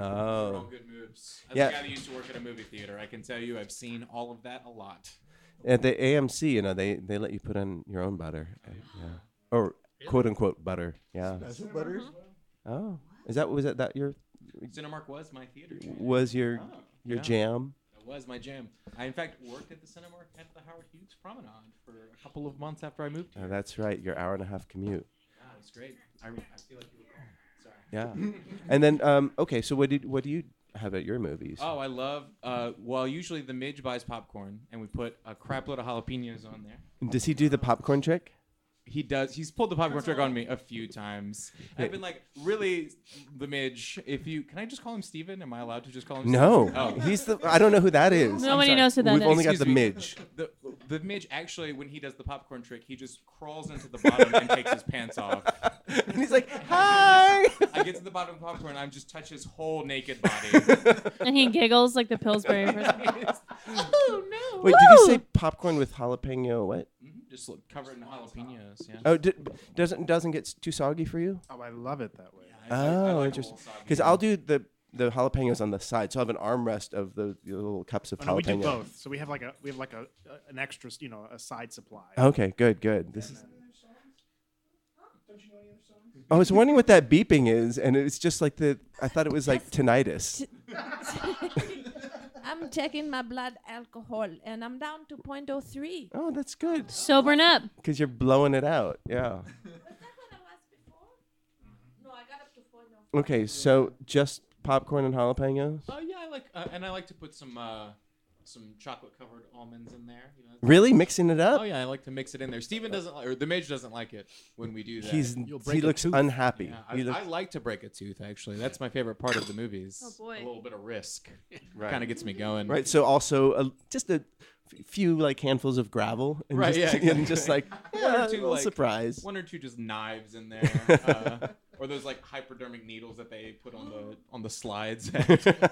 Speaker 11: We're all good moves. As
Speaker 2: Yeah.
Speaker 11: a guy that used to work at a movie theater, I can tell you I've seen all of that a lot.
Speaker 2: At the AMC, you know, they, they let you put on your own butter. Uh, yeah. Or quote unquote butter. Yeah.
Speaker 21: Special butter.
Speaker 4: Mm-hmm.
Speaker 2: Oh. Is that was that, that your
Speaker 11: Cinemark was my theater.
Speaker 2: was your
Speaker 11: Oh,
Speaker 2: your
Speaker 11: yeah.
Speaker 2: jam?
Speaker 11: That was my jam. I in fact worked at the Cinemark at the Howard Hughes Promenade for a couple of months after I moved.
Speaker 2: Oh, that's right, your hour and a half commute.
Speaker 11: Wow, it was Ah, great. I, re- I feel like you recall. Sorry.
Speaker 2: Yeah. and then um okay, so what did what do you have at your movies?
Speaker 11: Oh, I love. Uh, well, usually the midge buys popcorn, and we put a crapload of jalapenos on there.
Speaker 2: Does he do the popcorn trick?
Speaker 11: He does. He's pulled the popcorn trick on me a few times. I've been like, really, the midge. If you can, I just call him Steven? Am I allowed to just call him?
Speaker 2: No.
Speaker 11: Steven? Oh.
Speaker 2: He's the I don't know who that is.
Speaker 4: Nobody knows who that
Speaker 2: We've
Speaker 4: is.
Speaker 2: only got
Speaker 11: Excuse
Speaker 2: the
Speaker 11: me.
Speaker 2: midge.
Speaker 11: The, the midge actually, when he does the popcorn trick, he just crawls into the bottom and takes his pants off.
Speaker 2: And he's like, "Hi!"
Speaker 11: I get to the bottom of the popcorn. I'm just touch his whole naked body.
Speaker 4: And he giggles like the Pillsbury person.
Speaker 11: oh
Speaker 2: Wait, did you say popcorn with jalapeno what?
Speaker 11: Just look, cover it in jalapenos. Yeah.
Speaker 2: Oh, d- doesn't doesn't get s- too soggy for you?
Speaker 5: Oh, I love it that way.
Speaker 2: Oh, interesting. Because I'll do the the jalapenos on the side, so I have an armrest of the, the little cups of
Speaker 5: Oh,
Speaker 2: jalapeno.
Speaker 5: no, we do both. So we have like a we have like a, a an extra, you know, a side supply.
Speaker 2: Okay, good, good. This is. Oh,
Speaker 5: Don't you know any other songs?
Speaker 2: I was wondering what that beeping is, and it's just like the. I thought it was like tinnitus.
Speaker 7: I'm checking my blood alcohol and I'm down to 0.03.
Speaker 2: Oh, that's good.
Speaker 4: Sobering up.
Speaker 2: Because you're blowing it out. Yeah.
Speaker 7: No, I got up to 4.05.
Speaker 2: Okay, so just popcorn and jalapenos.
Speaker 11: Oh yeah, I like, uh, and I like to put some uh, some chocolate covered almonds in there. You know,
Speaker 2: Really mixing it up?
Speaker 11: Oh yeah, I like to mix it in there. Steven doesn't like, or the mage doesn't like it when we do that.
Speaker 2: He's- You'll break he a looks tooth. unhappy.
Speaker 11: Yeah, I,
Speaker 2: He looks-
Speaker 11: I like to break a tooth actually. That's my favorite part of the movies.
Speaker 4: Oh, boy.
Speaker 11: a little bit of risk. Kind of gets me going.
Speaker 2: Right. So also uh, just a f- few like handfuls of gravel. And
Speaker 11: right.
Speaker 2: Just,
Speaker 11: yeah.
Speaker 2: And just like
Speaker 11: exactly.
Speaker 2: yeah, a little surprise.
Speaker 11: One or two just knives in there, uh, or those like hypodermic needles that they put on the on the slides.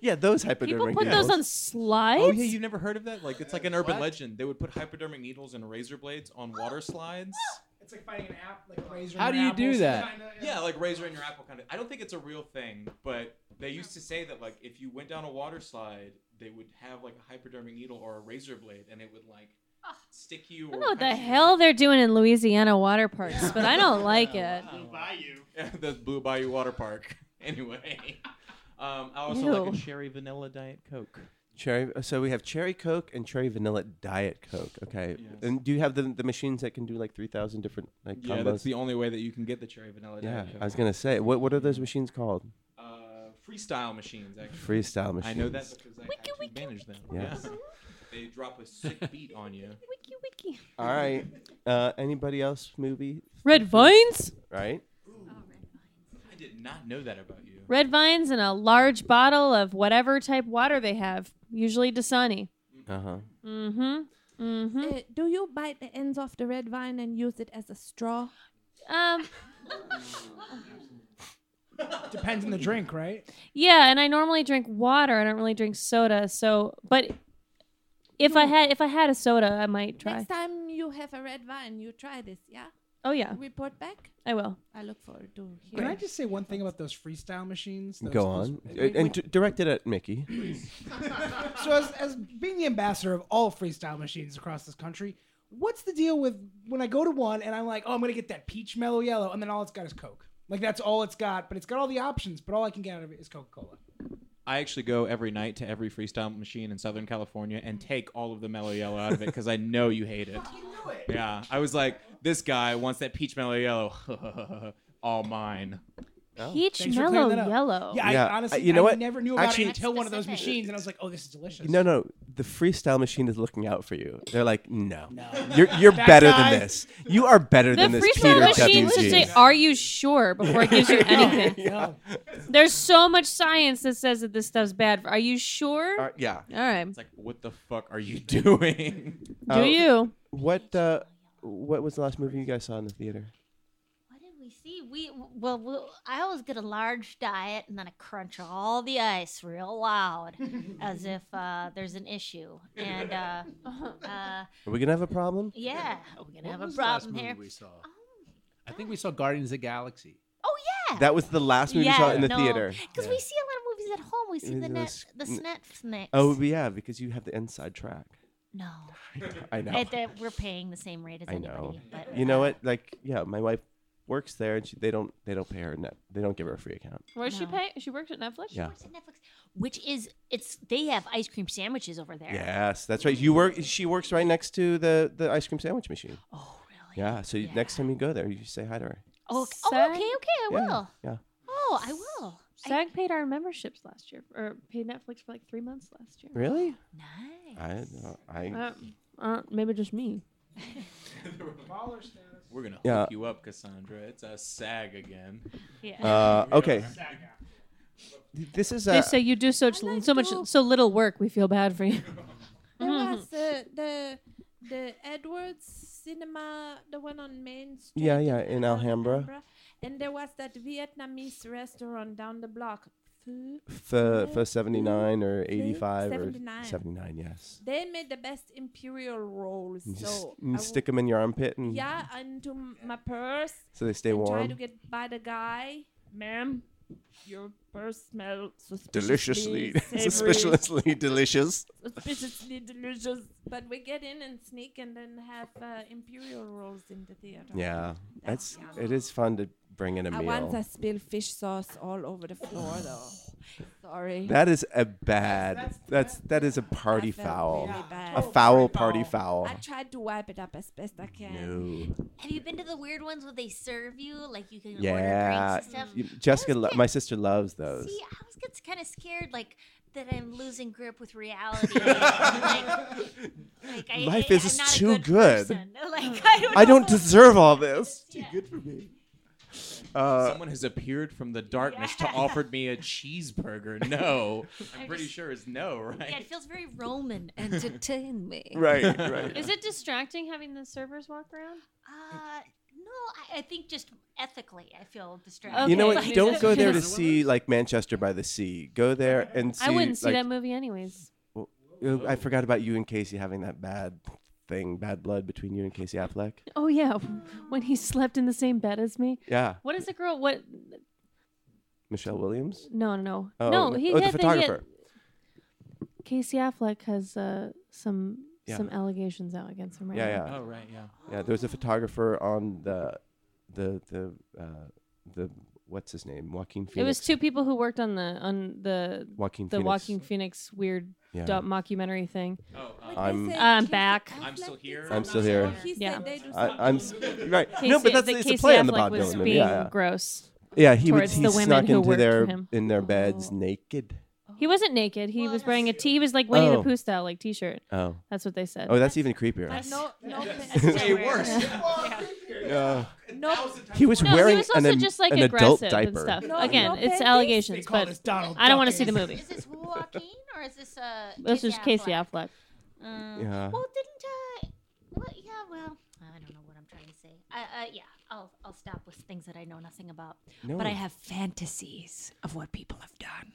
Speaker 2: yeah, those
Speaker 4: People
Speaker 2: hypodermic
Speaker 4: put those
Speaker 2: needles.
Speaker 4: on slides?
Speaker 11: Oh yeah, you've never heard of that? Like it's like an urban
Speaker 4: What?
Speaker 11: legend. They would put hypodermic needles and razor blades on water slides.
Speaker 15: It's like finding an app, like a razor.
Speaker 9: How
Speaker 15: and
Speaker 9: do you
Speaker 15: apples,
Speaker 9: do that?
Speaker 15: Kinda, yeah.
Speaker 11: Yeah, like razor in your apple kind of. I don't think it's a real thing, but they used to say that like if you went down a water slide, they would have like a hypodermic needle or a razor blade, and it would like stick you.
Speaker 4: I don't
Speaker 11: or
Speaker 4: know what the
Speaker 11: punch you.
Speaker 4: hell they're doing in Louisiana water parks, but I don't like it.
Speaker 5: Bayou.
Speaker 11: Yeah, the Blue Bayou Water Park. Anyway, um, I also like a
Speaker 4: Ew.
Speaker 11: cherry vanilla diet coke.
Speaker 2: Cherry. uh, So we have cherry Coke and cherry vanilla diet Coke. Okay. And do you have the the machines that can do like three thousand different like
Speaker 11: Yeah,
Speaker 2: combos?
Speaker 11: that's the only way that you can get the cherry vanilla
Speaker 2: yeah,
Speaker 11: diet coke.
Speaker 2: I was gonna say, what what are those machines called?
Speaker 11: uh, freestyle machines. Actually,
Speaker 2: Freestyle machines.
Speaker 11: I know that because I actually manage them.
Speaker 2: Yes.
Speaker 11: Yeah. they drop a sick beat on you.
Speaker 4: Wiki wiki.
Speaker 2: All right. Uh, anybody else? Movie.
Speaker 4: Red vines?
Speaker 2: Right.
Speaker 11: I did not know that about you.
Speaker 4: Red vines and a large bottle of whatever type water they have, usually Dasani.
Speaker 2: Uh huh.
Speaker 4: Mm-hmm. Mm-hmm.
Speaker 7: Uh, do you bite the ends off the red vine and use it as a straw?
Speaker 4: Um.
Speaker 15: Depends on the drink, right?
Speaker 4: Yeah, and I normally drink water. I don't really drink soda. So, but if I had if I had a soda, I might try.
Speaker 7: Next time you have a red vine, you try this, yeah?
Speaker 4: Oh yeah.
Speaker 7: Report back.
Speaker 4: I will.
Speaker 7: I look forward to
Speaker 15: Can I
Speaker 7: hearing.
Speaker 15: just say one thing about those freestyle machines? Those-
Speaker 2: Go
Speaker 15: those-
Speaker 2: on. Uh, And d- direct it at Mickey.
Speaker 15: so as, as being the ambassador of all freestyle machines across this country what's the deal with when i go to one and i'm like oh i'm gonna get that peach mellow yellow and then all it's got is coke like that's all it's got but it's got all the options but all i can get out of it is coca-cola
Speaker 11: I actually go every night to every freestyle machine in Southern California and take all of the mellow yellow out of it because I know you hate it. Yeah, I was like, this guy wants that peach mellow yellow, all mine.
Speaker 2: Oh,
Speaker 4: Peach
Speaker 15: Thanks for clearing
Speaker 4: mellow
Speaker 15: that up.
Speaker 4: yellow.
Speaker 15: yeah,
Speaker 2: Yeah,
Speaker 15: i honestly
Speaker 2: I- you know
Speaker 15: I
Speaker 2: what?
Speaker 15: never knew about
Speaker 2: Actually-
Speaker 15: it until one of those
Speaker 2: Specific.
Speaker 15: machines and i was like oh this is delicious
Speaker 2: No, no. The freestyle machine is looking out for you. They're like, no, you're you're
Speaker 15: That
Speaker 2: better
Speaker 15: guy-
Speaker 2: than this. You are better
Speaker 4: The
Speaker 2: than this,
Speaker 4: freestyle
Speaker 2: Peter
Speaker 4: machine should
Speaker 2: WG.
Speaker 4: say, "Are you sure?" before it gives you anything.
Speaker 15: No.
Speaker 4: There's so much science that says that this stuff's bad. for- Are you sure?
Speaker 2: Uh, yeah.
Speaker 4: All right.
Speaker 11: It's like, what the fuck are you doing?
Speaker 4: Do you?
Speaker 2: Uh, What uh, what was the last movie you guys saw in the theater?
Speaker 8: We see, we well, well, I always get a large diet and then I crunch all the ice real loud, as if uh, there's an issue. And uh, uh,
Speaker 2: Are we gonna have a problem?
Speaker 8: yeah, we're gonna have
Speaker 9: What
Speaker 8: a
Speaker 9: was the last
Speaker 8: problem
Speaker 9: movie
Speaker 8: here.
Speaker 9: we saw? I think we saw Guardians of the Galaxy.
Speaker 2: That was the last movie you saw in the theater.
Speaker 8: Because we see a lot of movies at home. We see
Speaker 2: Even
Speaker 8: the
Speaker 2: though
Speaker 8: net,
Speaker 2: it's-
Speaker 8: the
Speaker 2: n-
Speaker 8: Snetflix. next.
Speaker 2: Oh yeah, because you have the inside track.
Speaker 8: no,
Speaker 2: I know.
Speaker 8: At the- uh, we're paying the same rate as
Speaker 2: I know.
Speaker 8: anybody. But
Speaker 2: You know what? Like, yeah, my wife works there, and she, they don't they don't pay her net. They don't give her a free account.
Speaker 4: Where does she pay? She works at Netflix.
Speaker 2: Yeah. works
Speaker 8: at Netflix. Which is it's they have ice cream sandwiches over there.
Speaker 2: Yes, that's right. You work. She works right next to the the ice cream sandwich machine.
Speaker 8: Oh
Speaker 2: really? Yeah. So you next time you go there, you say hi to her.
Speaker 8: Oh, ok- oh, okay, okay, I
Speaker 2: Yeah,
Speaker 8: will.
Speaker 2: Yeah.
Speaker 8: Oh, I will.
Speaker 4: SAG paid our memberships last year, or paid Netflix for like three months last year.
Speaker 2: Really? Nice. I. I
Speaker 4: Uh, uh, maybe just me.
Speaker 11: We're gonna hook
Speaker 2: Yeah.
Speaker 11: you up, Cassandra. It's a sag again.
Speaker 4: Yeah.
Speaker 2: Uh, okay. This is
Speaker 4: they
Speaker 2: a.
Speaker 4: say you do so so much so little work. We feel bad for you.
Speaker 7: There
Speaker 4: Mm-hmm.
Speaker 7: was uh, the the Edwards Cinema, the one on Main Street.
Speaker 2: Yeah, yeah, in Alhambra.
Speaker 7: Alhambra, And there was that Vietnamese restaurant down the block. Phu
Speaker 2: For, for 79 or 85
Speaker 7: 79.
Speaker 2: or 79, yes.
Speaker 7: They made the best imperial rolls.
Speaker 2: You just
Speaker 7: so
Speaker 2: you
Speaker 7: I
Speaker 2: stick them in your armpit and
Speaker 7: Yeah, into m- my purse.
Speaker 2: so they stay
Speaker 7: and Try
Speaker 2: warm.
Speaker 7: to get by the guy, ma'am. Your purse smells
Speaker 2: Deliciously,
Speaker 7: savory,
Speaker 2: suspiciously delicious.
Speaker 7: suspiciously delicious. But we get in and sneak and then have uh, imperial rolls in the theater.
Speaker 2: Yeah, that's it is fun to bring in a
Speaker 7: I once
Speaker 2: meal.
Speaker 7: I spilled fish sauce all over the floor though. Sorry.
Speaker 2: That is a bad. That's that is a party
Speaker 7: I felt
Speaker 2: foul.
Speaker 7: really bad. Oh,
Speaker 2: A foul party foul.
Speaker 7: I tried to wipe it up as best I can.
Speaker 2: No.
Speaker 8: Have you been to the weird ones where they serve you like you can
Speaker 2: Yeah,
Speaker 8: order drinks and stuff?
Speaker 2: you- Jessica, lo- my sister loves those.
Speaker 8: See, I was gets kind of scared like that I'm losing grip with reality. like, like, I,
Speaker 2: Life
Speaker 8: I,
Speaker 2: is
Speaker 8: I'm not a
Speaker 2: too
Speaker 8: good.
Speaker 2: good.
Speaker 8: person. Like, I don't,
Speaker 2: I don't
Speaker 8: know.
Speaker 2: deserve all this.
Speaker 11: Too good for me.
Speaker 2: Uh,
Speaker 11: Someone has appeared from the darkness to offer me a cheeseburger. No, I'm pretty sure it's no, right?
Speaker 8: Yeah, it feels very Roman. Entertain me.
Speaker 11: Right, right.
Speaker 4: Is it distracting having the servers walk around?
Speaker 8: Uh, no, I, I think just ethically, I feel distracted.
Speaker 2: You know
Speaker 4: Okay.
Speaker 2: what? Don't go there to
Speaker 4: Yeah.
Speaker 2: see like Manchester by the Sea. Go there and see.
Speaker 4: I wouldn't see
Speaker 2: like,
Speaker 4: that movie anyways.
Speaker 2: Well, uh, I forgot about you and Casey having that bad thing, bad blood between you and Casey Affleck.
Speaker 4: Oh yeah, when he slept in the same bed as me.
Speaker 2: Yeah.
Speaker 4: What is the girl? What?
Speaker 2: Michelle Williams.
Speaker 4: No, no, no.
Speaker 2: Oh,
Speaker 4: no, he
Speaker 2: oh, the
Speaker 4: had he had-
Speaker 2: photographer.
Speaker 4: Casey Affleck has uh, some
Speaker 2: Yeah.
Speaker 4: some allegations out against him right
Speaker 2: yeah,
Speaker 4: now.
Speaker 2: yeah.
Speaker 11: Oh, right, yeah.
Speaker 2: Yeah, there was a photographer on the, the the uh, the what's his name, Joaquin Phoenix.
Speaker 4: It was two people who worked on the on the
Speaker 2: Joaquin
Speaker 4: the
Speaker 2: Phoenix.
Speaker 4: Walking Phoenix weird
Speaker 2: Yeah.
Speaker 4: do- mockumentary thing.
Speaker 11: Oh,
Speaker 2: Wait, they I'm- said
Speaker 4: I'm back.
Speaker 11: I'm still here.
Speaker 2: I'm still here.
Speaker 7: He said
Speaker 4: Yeah.
Speaker 7: they do
Speaker 2: I, I'm s- right.
Speaker 4: Casey-
Speaker 2: no, but that's
Speaker 4: that
Speaker 2: it's a
Speaker 4: Casey
Speaker 2: play on the
Speaker 4: Affleck
Speaker 2: Bob
Speaker 4: was
Speaker 2: Dylan movie.
Speaker 4: being
Speaker 2: Yeah, yeah.
Speaker 4: gross
Speaker 2: Yeah, he would
Speaker 4: towards
Speaker 2: he
Speaker 4: the women
Speaker 2: snuck
Speaker 4: who
Speaker 2: into
Speaker 4: worked
Speaker 2: their
Speaker 4: for him.
Speaker 2: in their
Speaker 8: Oh.
Speaker 2: beds naked.
Speaker 4: He wasn't naked. He was wearing a t. He was like Winnie
Speaker 2: Oh.
Speaker 4: the Pooh style, like t-shirt.
Speaker 2: Oh.
Speaker 4: that's what they said.
Speaker 2: Oh, that's even creepier.
Speaker 4: That's-
Speaker 7: no, no,
Speaker 4: That's
Speaker 7: pants.
Speaker 4: way worse. Yeah.
Speaker 2: Yeah.
Speaker 7: No,
Speaker 2: He was
Speaker 4: No,
Speaker 2: wearing
Speaker 4: he was also
Speaker 2: an,
Speaker 4: just like
Speaker 2: an adult
Speaker 4: aggressive
Speaker 2: diaper.
Speaker 4: and stuff.
Speaker 7: No,
Speaker 4: Again,
Speaker 7: no
Speaker 4: it's
Speaker 7: panties.
Speaker 4: allegations, but I don't want to see the movie.
Speaker 8: Is this Joaquin or is this uh?
Speaker 4: This is Casey Affleck.
Speaker 8: Um,
Speaker 2: Yeah.
Speaker 8: Well, didn't uh? Well, yeah. Well, I don't know what I'm trying to say. Uh, uh, yeah, I'll I'll stop with things that I know nothing about.
Speaker 2: No.
Speaker 8: But I have fantasies of what people have done.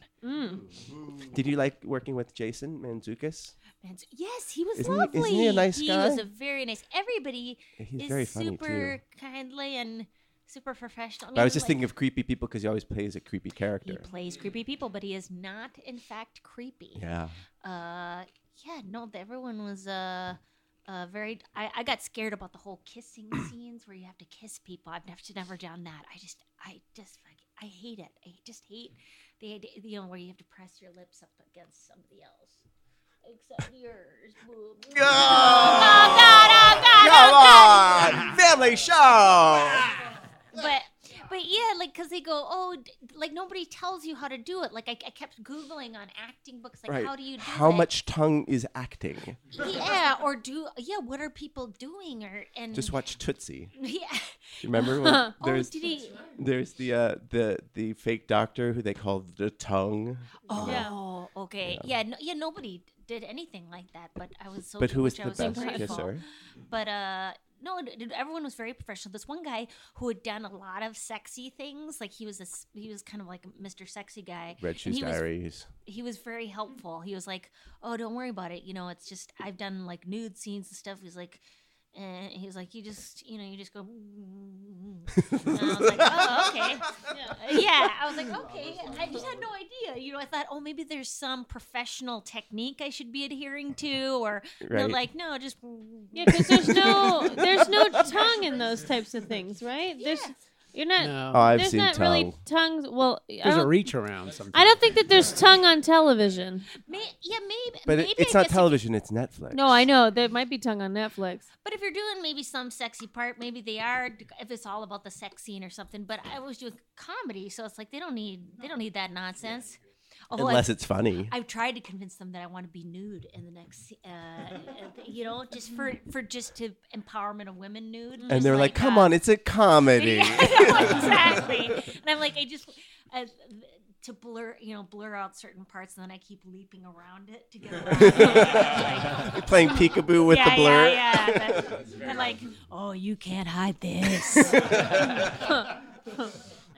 Speaker 4: Mm.
Speaker 2: Did you like working with Jason Manzukis?
Speaker 8: And so- yes, he was
Speaker 2: Isn't he-
Speaker 8: lovely.
Speaker 2: isn't he a nice
Speaker 8: He was
Speaker 2: guy?
Speaker 8: a very nice. Everybody
Speaker 2: He's
Speaker 8: is
Speaker 2: very funny,
Speaker 8: super kindly and super professional.
Speaker 2: I was just
Speaker 8: like,
Speaker 2: thinking of creepy people because he always plays a creepy
Speaker 8: he
Speaker 2: character.
Speaker 8: plays creepy people, but he is not, in fact, creepy.
Speaker 2: Yeah.
Speaker 8: Uh, yeah. No, th- everyone was uh, uh very. I, I got scared about the whole kissing scenes where you have to kiss people. I've never never done that. I just, I just like, I hate it. I just hate the idea, you know, where you have to press your lips up against somebody else. Except yours. Boo, boo.
Speaker 1: Oh, God, oh, God, oh,
Speaker 8: Come
Speaker 1: God. on. Family show.
Speaker 8: but but yeah like because they go oh d- like nobody tells you how to do it like i, I kept googling on acting books like
Speaker 2: right.
Speaker 8: how do you do
Speaker 2: How
Speaker 8: it?
Speaker 2: much tongue is acting?
Speaker 8: yeah or do yeah what are people doing or and
Speaker 2: Just watch Tootsie.
Speaker 8: Mm. yeah
Speaker 2: Remember when
Speaker 8: Oh,
Speaker 2: there's
Speaker 8: did he-
Speaker 2: there's the uh, the the fake doctor who they call the tongue.
Speaker 8: oh
Speaker 2: Yeah.
Speaker 8: okay yeah yeah, no, yeah nobody d- did anything like that but i was so
Speaker 2: But who was
Speaker 8: I
Speaker 2: the
Speaker 8: was so
Speaker 2: best
Speaker 8: grateful.
Speaker 2: kisser?
Speaker 8: but uh no, it- it- everyone was very professional. This one guy who had done a lot of sexy things, like he was a, s- he was kind of like Mr. Sexy guy.
Speaker 2: Red
Speaker 8: and
Speaker 2: Shoes
Speaker 8: he was
Speaker 2: Diaries.
Speaker 8: he was very helpful. He was like, "Oh, don't worry about it. You know, it's just I've done like nude scenes and stuff." He's like, and he was like, "You just, you know, you just go." And I was like, "Oh, okay."
Speaker 1: Yeah.
Speaker 8: Yeah. I was like, "Okay." I just had no idea. You know, I thought, "Oh, maybe there's some professional technique I should be adhering to," or they're
Speaker 4: Right.
Speaker 8: like, "No, just."
Speaker 4: Yeah, because there's no there's no tongue in those types of things, right? There's you're not.
Speaker 9: No. Oh, I've
Speaker 4: there's
Speaker 9: seen
Speaker 4: not really
Speaker 9: tongue.
Speaker 4: tongues. Well, I
Speaker 9: There's a
Speaker 4: don't,
Speaker 9: reach around sometimes.
Speaker 4: I don't think that there's tongue on television.
Speaker 8: May, yeah, maybe.
Speaker 2: But it,
Speaker 8: maybe
Speaker 2: it's
Speaker 8: I
Speaker 2: not
Speaker 8: guess if-
Speaker 2: television. It's Netflix.
Speaker 4: No, I know there might be tongue on Netflix.
Speaker 8: But if you're doing maybe some sexy part, maybe they are. If it's all about the sex scene or something. But I was doing comedy, so it's like they don't need they don't need that nonsense. Although
Speaker 2: Unless it's funny.
Speaker 8: I've tried to convince them that I want to be nude in the next, uh, uh, you know, just for for just to empowerment of women nude.
Speaker 2: And they're like, "Come on, it's a comedy."
Speaker 8: exactly. And I'm like, I just uh, to blur, you know, blur out certain parts, and then I keep leaping around it to get around. it.
Speaker 2: You're playing peekaboo with the
Speaker 8: yeah,
Speaker 2: blur.
Speaker 8: Yeah, yeah.
Speaker 2: That's
Speaker 8: But,
Speaker 2: very
Speaker 8: but like,
Speaker 2: funny.
Speaker 8: oh, you can't hide this.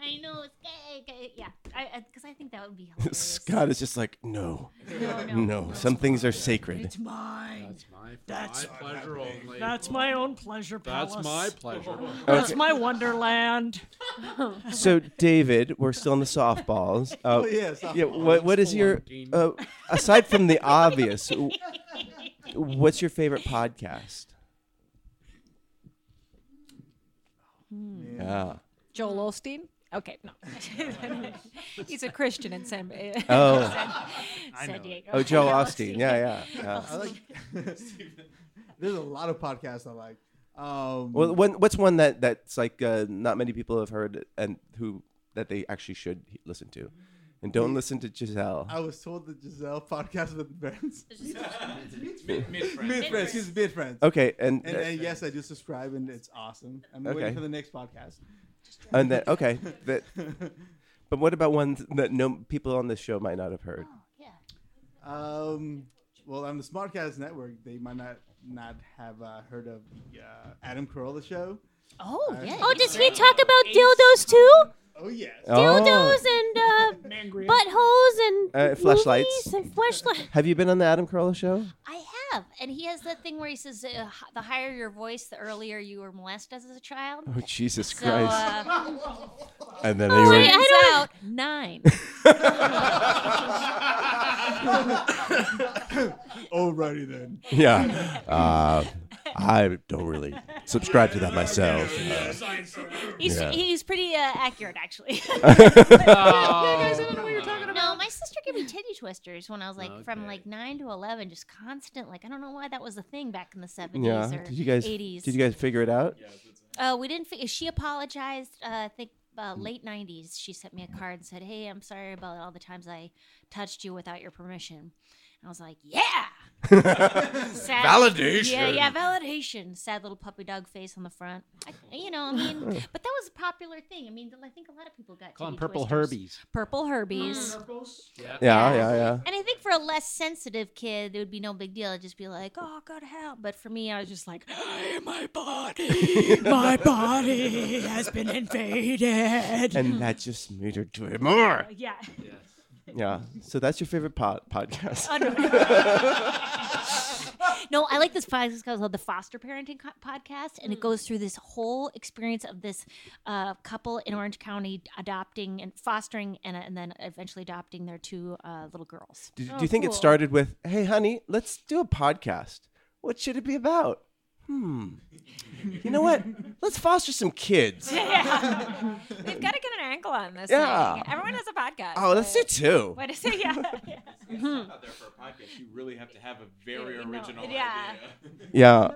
Speaker 8: I know it's gay, gay. yeah, I because I think that would be hilarious.
Speaker 2: Scott is just like, no,
Speaker 8: No, no.
Speaker 2: Some things are sacred.
Speaker 14: It's mine. That's
Speaker 9: my,
Speaker 14: that's
Speaker 9: my pleasure only.
Speaker 14: That's my own pleasure palace.
Speaker 9: That's my pleasure.
Speaker 14: That's
Speaker 2: Okay.
Speaker 14: my wonderland.
Speaker 2: So, David, we're still on the softballs. Uh,
Speaker 14: Oh, yeah,
Speaker 2: yeah,
Speaker 14: softball.
Speaker 2: what, what is your uh, aside from the obvious? w- what's your favorite podcast? Yeah.
Speaker 7: Mm.
Speaker 20: Joel Osteen? Okay, no. He's a Christian in San, eh,
Speaker 2: Oh.
Speaker 20: San,
Speaker 21: I know
Speaker 20: San
Speaker 21: it.
Speaker 20: Diego.
Speaker 2: Oh, Joe Austin. Yeah, yeah. yeah.
Speaker 21: I like- There's a lot of podcasts I like. Um,
Speaker 2: Well, one, what's one that that's like uh, not many people have heard and who that they actually should he- listen to, and don't listen to Giselle.
Speaker 21: I was told the Giselle podcast with friends.
Speaker 1: Mid- mid- friends.
Speaker 21: Mid friends. She's mid friends.
Speaker 2: Okay, and- uh,
Speaker 21: and, and yes, I do subscribe, and it's awesome. I'm
Speaker 2: Okay.
Speaker 21: waiting for the next podcast.
Speaker 2: And that okay, that. But what about ones that no people on this show might not have heard?
Speaker 21: Um, well, on the Smartcast Network, they might not not have uh, heard of the uh, Adam Carolla show.
Speaker 8: Oh
Speaker 21: yeah.
Speaker 4: Oh, does he talk about dildos too?
Speaker 21: Oh yes.
Speaker 4: Dildos and uh, buttholes and
Speaker 2: Uh, fleshlights.
Speaker 4: movies and flashlights.
Speaker 2: Have you been on the Adam Carolla show?
Speaker 8: I have, and he has that thing where he says, uh, h- "The higher your voice, the earlier you were molested as a child."
Speaker 2: Oh, Jesus
Speaker 8: So,
Speaker 2: Christ.
Speaker 8: uh,
Speaker 2: and then
Speaker 8: Oh,
Speaker 2: they were.
Speaker 8: wait, I don't- out nine.
Speaker 21: Alrighty then.
Speaker 2: Yeah. Uh, I don't really subscribe to that myself. Uh,
Speaker 8: He's,
Speaker 2: Yeah.
Speaker 8: he's pretty uh, accurate, actually.
Speaker 2: guys, I don't know what you're talking
Speaker 8: No, my sister gave me titty twisters when I was like from
Speaker 2: Okay.
Speaker 8: like nine to eleven, just constant. Like I don't know why that was a thing back in the seventies
Speaker 2: yeah.
Speaker 8: or
Speaker 2: Did you guys?
Speaker 8: eighties.
Speaker 2: Did you guys figure it out?
Speaker 8: Uh, we didn't. Fi- she apologized. Uh, I think uh,
Speaker 2: Hmm.
Speaker 8: late '90s. She sent me a card and said, "Hey, I'm sorry about all the times I touched you without your permission." And I was like, "Yeah." Sad-
Speaker 2: Validation.
Speaker 8: Yeah, yeah, validation. Sad little puppy dog face on the front. I, you know, I mean, but that was a popular thing. I mean, I think a lot of people got.
Speaker 9: Call 'em
Speaker 8: titty
Speaker 9: purple
Speaker 8: twisters.
Speaker 9: Herbies.
Speaker 8: Purple
Speaker 11: Mm.
Speaker 8: herbies.
Speaker 9: Yeah.
Speaker 2: Yeah, yeah, yeah.
Speaker 8: And I think for a less sensitive kid, it would be no big deal. I'd just be like, "Oh, go to hell." But for me, I was just like, "My body,
Speaker 14: My body has been invaded.
Speaker 2: and that just made her do it more.
Speaker 8: Yeah.
Speaker 2: Yeah. So that's your favorite pod- podcast.
Speaker 8: Oh, no. no, I like this podcast called the Foster Parenting co- Podcast, and it goes
Speaker 2: Mm.
Speaker 8: through this whole experience of this uh, couple in Orange County adopting and fostering, and, and then eventually adopting their two uh, little girls.
Speaker 2: Do,
Speaker 20: Oh,
Speaker 2: do you think it started with, "Hey, honey, let's do a podcast. What should it be about?" Hmm. You know what? Let's foster some kids.
Speaker 20: Yeah. We've got to get an angle on this.
Speaker 2: Yeah.
Speaker 20: Thing. Everyone has a podcast.
Speaker 2: Oh, let's do two.
Speaker 20: What is it? Yeah.
Speaker 11: Mhm. Out there for a podcast, you really have to have a very original
Speaker 20: Yeah.
Speaker 11: idea.
Speaker 2: Yeah.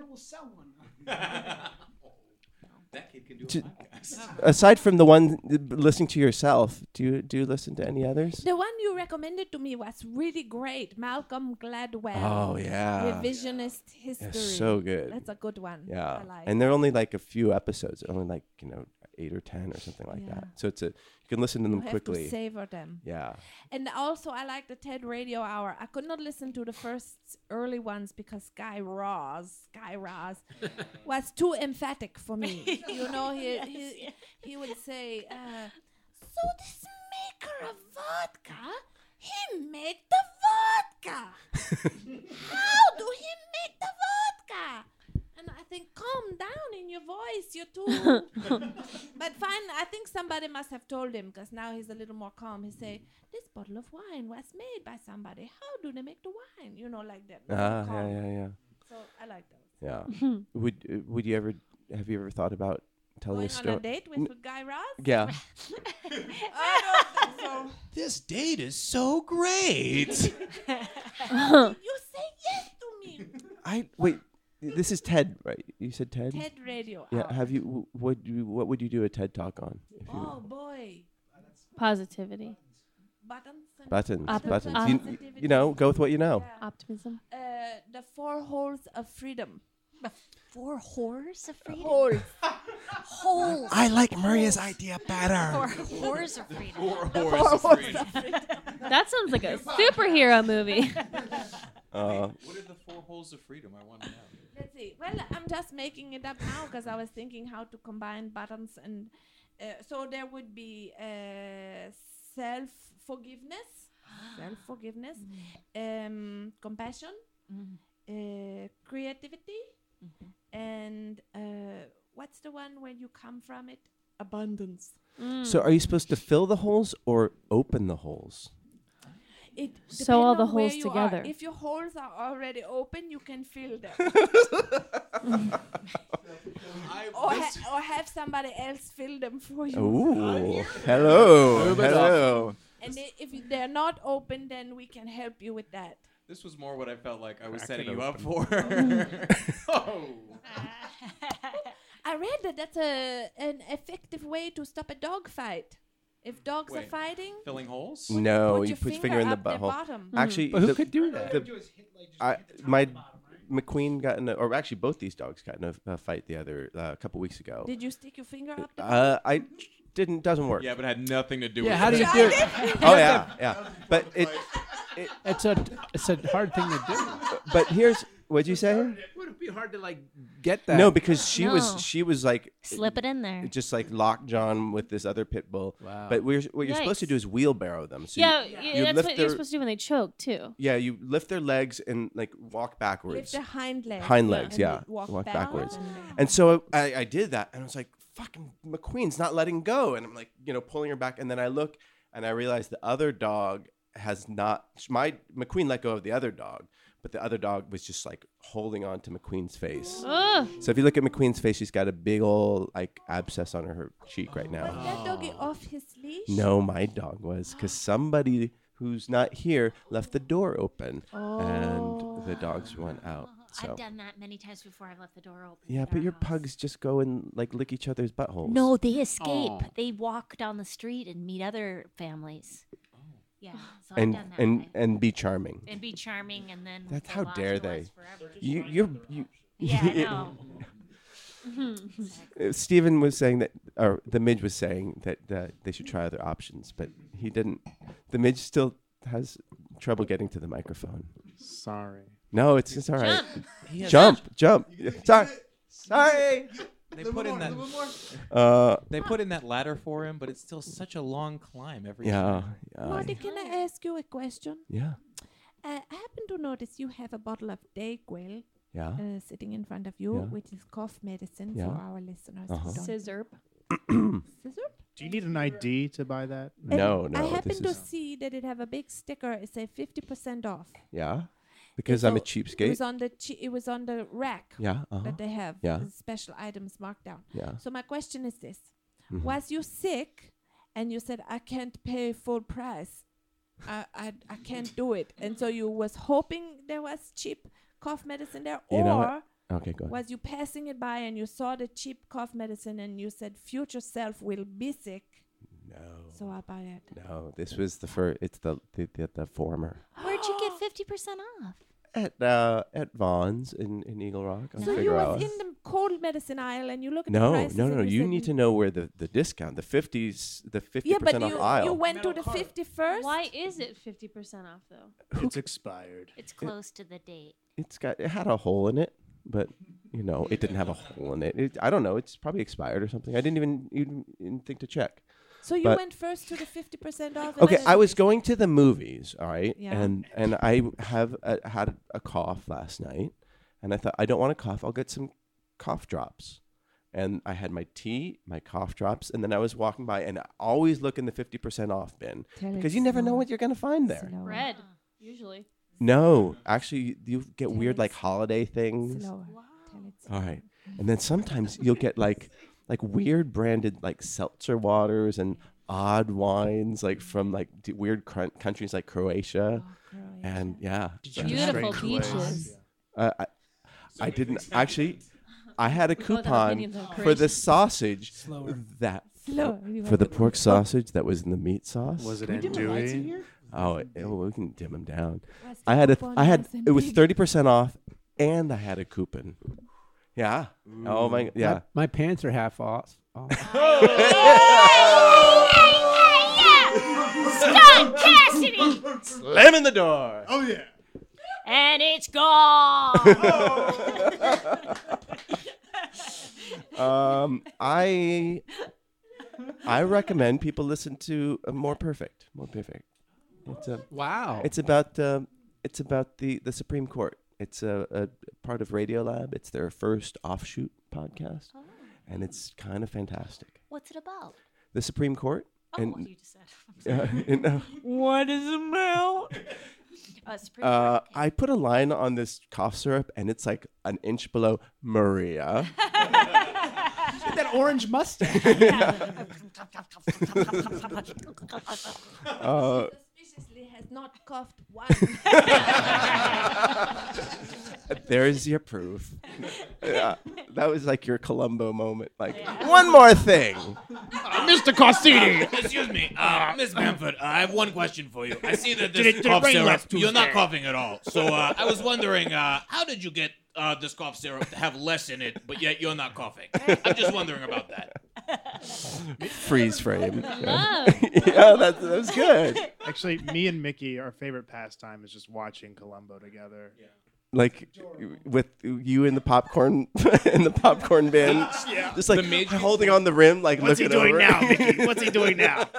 Speaker 11: that kid can do
Speaker 2: Do-
Speaker 11: a podcast.
Speaker 2: aside from the one uh, listening to yourself, do you do you listen to any others?
Speaker 7: The one you recommended to me was really great, Malcolm Gladwell.
Speaker 2: Oh, yeah.
Speaker 7: revisionist
Speaker 2: Yeah,
Speaker 7: history.
Speaker 2: so good.
Speaker 7: That's a good one.
Speaker 2: Yeah,
Speaker 7: I like.
Speaker 2: and they're only like a few episodes, only like you know eight or ten or something like that. So it's a you can listen to them
Speaker 7: You have to
Speaker 2: quickly.
Speaker 7: savor them.
Speaker 2: Yeah.
Speaker 7: And also, I like the TED Radio Hour. I could not listen to the first early ones because Guy Raz, Guy Raz, was too emphatic for me. you know, he he, he would say, uh, "So this maker of vodka, he made the vodka. How do he make the vodka?" And I think, calm down in your voice. You're too. but fine, I think somebody must have told him because now he's a little more calm. He say, "This bottle of wine was made by somebody. How do they make the wine? You know, like that."
Speaker 2: Ah, yeah,
Speaker 7: Calm.
Speaker 2: yeah, yeah.
Speaker 7: So I like those.
Speaker 2: Yeah.
Speaker 7: Mhm.
Speaker 2: would uh, Would you ever have you ever thought about telling
Speaker 7: Going
Speaker 2: a story?
Speaker 7: on a date with, with Guy Raz?
Speaker 2: Yeah.
Speaker 7: I don't think so.
Speaker 11: This date is so great.
Speaker 7: How did you say yes to me?
Speaker 2: I wait. This is TED, right? You said TED.
Speaker 7: TED Radio
Speaker 2: Yeah.
Speaker 7: Hour.
Speaker 2: Have you? w- Would you? What would you do a TED talk on? If you,
Speaker 7: Oh boy,
Speaker 4: Positivity.
Speaker 7: buttons. and-
Speaker 2: buttons.
Speaker 4: Op-
Speaker 2: buttons.
Speaker 4: op-
Speaker 2: You, you know, go with what you know.
Speaker 4: Optimism.
Speaker 7: Uh, the four holes of freedom.
Speaker 8: Four whores of freedom.
Speaker 7: Holes.
Speaker 8: Holes.
Speaker 7: I like Maria's
Speaker 8: Holes.
Speaker 7: idea better.
Speaker 8: Four whores of freedom.
Speaker 11: Four
Speaker 4: whores of freedom. That sounds like a superhero movie.
Speaker 2: Uh,
Speaker 11: what are the four holes of freedom? I want to know.
Speaker 7: Let's see. Well, I'm just making it up now because I was thinking how to combine buttons and uh, so there would be uh, self forgiveness, self forgiveness, um, compassion, uh, creativity, and uh, what's the one where you come from? It Mm. abundance.
Speaker 2: So, are you supposed to fill the holes or open the holes?
Speaker 7: It
Speaker 4: Sew
Speaker 7: depend
Speaker 4: all the
Speaker 7: on where
Speaker 4: holes
Speaker 7: you are.
Speaker 4: together.
Speaker 7: If your holes are already open, you can fill them. or, ha- or have somebody else fill them for you.
Speaker 2: Ooh. Hello.
Speaker 11: Open up.
Speaker 2: Hello.
Speaker 7: And i- if you- they're not open, then we can help you with that.
Speaker 11: This was more what I felt like I was
Speaker 9: Crack
Speaker 11: setting
Speaker 9: it
Speaker 11: you up for.
Speaker 9: open.
Speaker 11: oh.
Speaker 7: I read that that's a, an effective way to stop a dog fight. If dogs are
Speaker 11: Wait,
Speaker 7: fighting,
Speaker 11: Filling holes?
Speaker 2: No,
Speaker 7: put
Speaker 2: you
Speaker 7: your
Speaker 2: put your
Speaker 7: finger
Speaker 2: finger in the
Speaker 7: up their
Speaker 2: butthole. Mm.
Speaker 7: bottom.
Speaker 2: Actually,
Speaker 9: But who
Speaker 2: the-
Speaker 9: could do that?
Speaker 2: the- I, my McQueen got in, a, or actually, both these dogs got in a, a fight the other uh, a couple weeks ago.
Speaker 7: did you stick your finger up the
Speaker 2: Uh, I didn't. Doesn't work.
Speaker 11: Yeah, but it had nothing to do
Speaker 9: Yeah,
Speaker 11: with
Speaker 9: how do you
Speaker 11: it.
Speaker 9: do it?
Speaker 2: Oh yeah, yeah. But it, it,
Speaker 9: It's a it's a hard thing to do.
Speaker 2: but here's what'd you say?
Speaker 9: Would it be hard to like get that?
Speaker 2: No, because she
Speaker 8: No.
Speaker 2: was she was like
Speaker 8: Slip it in there.
Speaker 2: just like lock John with this other pit bull.
Speaker 9: Wow.
Speaker 2: But we're, what you're supposed to
Speaker 4: Yikes.
Speaker 2: do is wheelbarrow them. So you-
Speaker 4: yeah,
Speaker 2: you,
Speaker 4: yeah,
Speaker 2: lift
Speaker 4: that's
Speaker 2: their,
Speaker 4: what you're supposed to do when they choke too.
Speaker 2: Yeah, you lift their legs and like walk backwards.
Speaker 7: Lift the hind legs.
Speaker 2: Hind legs,
Speaker 7: and
Speaker 2: yeah.
Speaker 7: you Walk, back.
Speaker 2: backwards. And so I, I did that and I was like, fucking McQueen's not letting go. And I'm like, you know, pulling her back. And then I look and I realize the other dog has not, my McQueen let go of the other dog, but the other dog was just like holding on to McQueen's face.
Speaker 4: Ugh.
Speaker 2: So if you look at McQueen's face, she's got a big old like abscess on her, her cheek right now.
Speaker 7: Was that doggy off his leash?
Speaker 2: No, my dog was because somebody who's not here left the door open and the dogs went out. So
Speaker 8: I've done that many times before. I've left the door open.
Speaker 2: yeah, but your pugs just go and like lick each other's buttholes.
Speaker 5: Oh.
Speaker 8: No, they escape.
Speaker 2: Aw.
Speaker 8: They walk down the street and meet other families. Yeah, so I've
Speaker 2: Oh. and
Speaker 8: done that
Speaker 2: and
Speaker 8: way.
Speaker 2: and be charming.
Speaker 8: And be charming, and then
Speaker 2: That's how
Speaker 8: hold on to
Speaker 2: dare
Speaker 8: us
Speaker 2: they.
Speaker 8: forever.
Speaker 2: You you you.
Speaker 8: Yeah, I know.
Speaker 2: Uh, Stephen was saying that, or the Midge was saying that uh, they should try other options, but he didn't. The Midge still has trouble getting to the microphone.
Speaker 5: Sorry.
Speaker 2: No, it's, it's all right.
Speaker 5: He has-
Speaker 2: Jump, jump. Sorry. Sorry.
Speaker 11: They put in that.
Speaker 2: Uh,
Speaker 11: they put in that ladder for him, but it's still such a long climb every
Speaker 2: Yeah.
Speaker 11: time.
Speaker 2: yeah.
Speaker 7: Marty, can I ask you a question?
Speaker 2: Yeah.
Speaker 7: Uh, I happen to notice you have a bottle of Dayquil
Speaker 2: Yeah.
Speaker 7: uh, sitting in front of you,
Speaker 2: Yeah.
Speaker 7: which is cough medicine
Speaker 5: Yeah.
Speaker 7: for our listeners.
Speaker 5: Uh-huh.
Speaker 4: Scissor.
Speaker 7: Scissor?
Speaker 5: Do you need an ID to buy that?
Speaker 7: And I happen to see that it have a big sticker. It say 50% off.
Speaker 2: Yeah. Because I'm a
Speaker 7: It
Speaker 2: cheapskate.
Speaker 7: was on the chi- it was on the rack.
Speaker 2: Yeah, uh-huh.
Speaker 7: That they have.
Speaker 2: Yeah.
Speaker 7: the Special items marked down.
Speaker 2: Yeah.
Speaker 7: So my question is this:
Speaker 2: Mhm.
Speaker 7: Was you sick, and you said I can't pay full price, I I I can't do it, and so you was hoping there was cheap cough medicine there,
Speaker 2: You know what?
Speaker 7: or
Speaker 2: Okay, go ahead.
Speaker 7: was you passing it by and you saw the cheap cough medicine and you said future self will be sick?
Speaker 2: No.
Speaker 7: So I buy it.
Speaker 2: No, this was the first. It's the the, the, the former
Speaker 8: Where'd you get fifty percent off?
Speaker 2: at uh, at Vaughn's in, in Eagle Rock on
Speaker 7: So you
Speaker 2: Figueroa.
Speaker 7: was in the cold medicine aisle and you look at the
Speaker 2: no,
Speaker 7: prices
Speaker 2: no,
Speaker 7: and
Speaker 2: no. You
Speaker 7: said,
Speaker 2: need to know where the, the discount, the fifties, the fifty
Speaker 7: Yeah, but
Speaker 2: percent off
Speaker 7: you,
Speaker 2: aisle.
Speaker 7: you went to the 50 first.
Speaker 4: Why is it 50% off though?
Speaker 5: It's expired.
Speaker 8: It's close to the date.
Speaker 2: it's got it had a hole in it, but you know it didn't have a hole in it. it I don't know. It's probably expired or something. I didn't even even, even think to check.
Speaker 7: So you
Speaker 2: But-
Speaker 7: went first to the 50% off. and
Speaker 2: Okay,
Speaker 7: then-
Speaker 2: I was going to the movies, all right,
Speaker 7: Yeah.
Speaker 2: and and I have a, had a cough last night, and I thought I don't want to cough. I'll get some cough drops, and I had my tea, my cough drops, and then I was walking by, and I always look in the fifty percent off bin
Speaker 4: Tell
Speaker 2: because
Speaker 4: it
Speaker 2: you never know
Speaker 4: slow.
Speaker 2: what you're gonna find there.
Speaker 4: Red, usually.
Speaker 2: No, actually, you get weird like holiday things.
Speaker 4: Slower.
Speaker 2: All right. And then sometimes you'll get like like weird branded like seltzer waters and odd wines like from like d- weird crun- countries like Croatia. And yeah.
Speaker 4: you Beautiful Straight away. beaches.
Speaker 2: Uh, I, I didn't actually I had a
Speaker 4: We both have
Speaker 2: coupon
Speaker 4: opinions on
Speaker 2: for
Speaker 4: Croatia.
Speaker 2: the sausage
Speaker 4: Slower.
Speaker 2: that
Speaker 4: Slower. You
Speaker 2: for
Speaker 4: have
Speaker 2: the
Speaker 4: to-
Speaker 2: pork sausage that was in the meat sauce.
Speaker 5: Was it Can we dim the lights in andouille? here?
Speaker 2: Oh, it- oh, we can dim them down.
Speaker 5: Was the
Speaker 2: I had a,
Speaker 5: coupon
Speaker 2: I had,
Speaker 5: nice and
Speaker 2: it was
Speaker 5: big?
Speaker 2: thirty percent off, and I had a coupon. Yeah. Oh my, g- yeah.
Speaker 9: My, my pants are half off. Oh. off.
Speaker 8: Scott Cassidy!
Speaker 2: Slamming the door.
Speaker 8: Oh, yeah. And it's gone!
Speaker 2: Oh. um, I, I recommend people listen to uh, More Perfect. More Perfect. It's a,
Speaker 9: Wow.
Speaker 2: It's about, um, it's about the the Supreme Court. It's a, a part of Radiolab. It's their first offshoot podcast, and it's kind of fantastic.
Speaker 8: Oh. What's it about?
Speaker 2: the Supreme Court.
Speaker 8: Oh,
Speaker 2: and,
Speaker 8: you just said. I'm
Speaker 2: Uh,
Speaker 8: sorry.
Speaker 2: and, uh,
Speaker 8: What is it about? Uh, Supreme
Speaker 2: uh, I put a line on this cough syrup, and it's like an inch below Maria.
Speaker 15: Look at that orange mustache.
Speaker 2: Uh,
Speaker 7: Suspiciously has not coughed once.
Speaker 2: there's your proof. Yeah, that was like your Columbo moment. Like one more thing, Mr.
Speaker 11: Uh, excuse me, uh, Miss Bamford. Uh, I have one question for you. I see
Speaker 5: Did
Speaker 11: that this
Speaker 5: it- did it
Speaker 11: cough
Speaker 5: rain
Speaker 11: syrup.
Speaker 5: last
Speaker 11: You're not
Speaker 5: Tuesday?
Speaker 11: coughing at all. So uh, I was wondering, uh, how did you get uh, this cough syrup to have less in it, but yet you're not coughing? I'm just wondering about that.
Speaker 2: freeze frame. Yeah,
Speaker 5: Love.
Speaker 2: yeah that, that was good.
Speaker 5: Actually, me and Mickey, our favorite pastime is just watching Columbo together. Yeah.
Speaker 2: Like with you in the popcorn in the popcorn bin,
Speaker 5: Yeah.
Speaker 2: just like
Speaker 11: The midge-
Speaker 2: holding on the rim, like
Speaker 5: What's he
Speaker 2: looking
Speaker 5: doing
Speaker 2: over.
Speaker 5: now, Mickey? What's he doing now?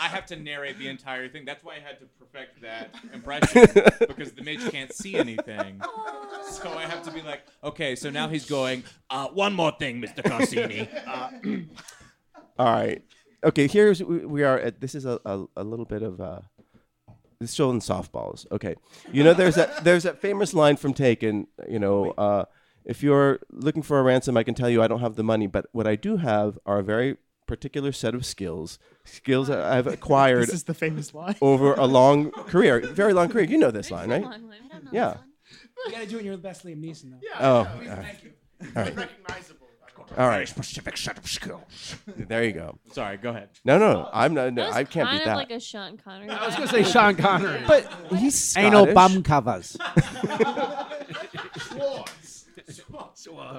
Speaker 11: I have to narrate the entire thing. That's why I had to perfect that impression because the mage can't see anything. So I have to be like, okay, so now he's going. Uh, one more thing, Mr. Cassini. Uh,
Speaker 2: All right. Okay. Here's we we are at. This is a, a, a little bit of uh, it's still in softballs. Okay. You know, there's that there's that famous line from Taken. You know, uh, if you're looking for a ransom, I can tell you I don't have the money, but what I do have are a very particular set of skills, skills that I've acquired.
Speaker 5: This is the famous line.
Speaker 2: over a long career, very long career. You know this line, right? Yeah.
Speaker 9: Oh,
Speaker 15: you gotta do it. You're the best Liam Neeson, though.
Speaker 2: Oh. all right. All right.
Speaker 5: Recognizable.
Speaker 2: All right.
Speaker 3: specific set of skills.
Speaker 2: There you go.
Speaker 11: Sorry, go ahead.
Speaker 2: No, no, no. I'm not.
Speaker 4: That
Speaker 2: No,
Speaker 4: was
Speaker 2: I can't
Speaker 4: kind
Speaker 2: beat
Speaker 4: of
Speaker 2: that.
Speaker 4: like a Sean Connery.
Speaker 9: I was gonna say Sean Connery,
Speaker 2: But he's
Speaker 9: anal
Speaker 2: Scottish. Oh,
Speaker 9: bum covers.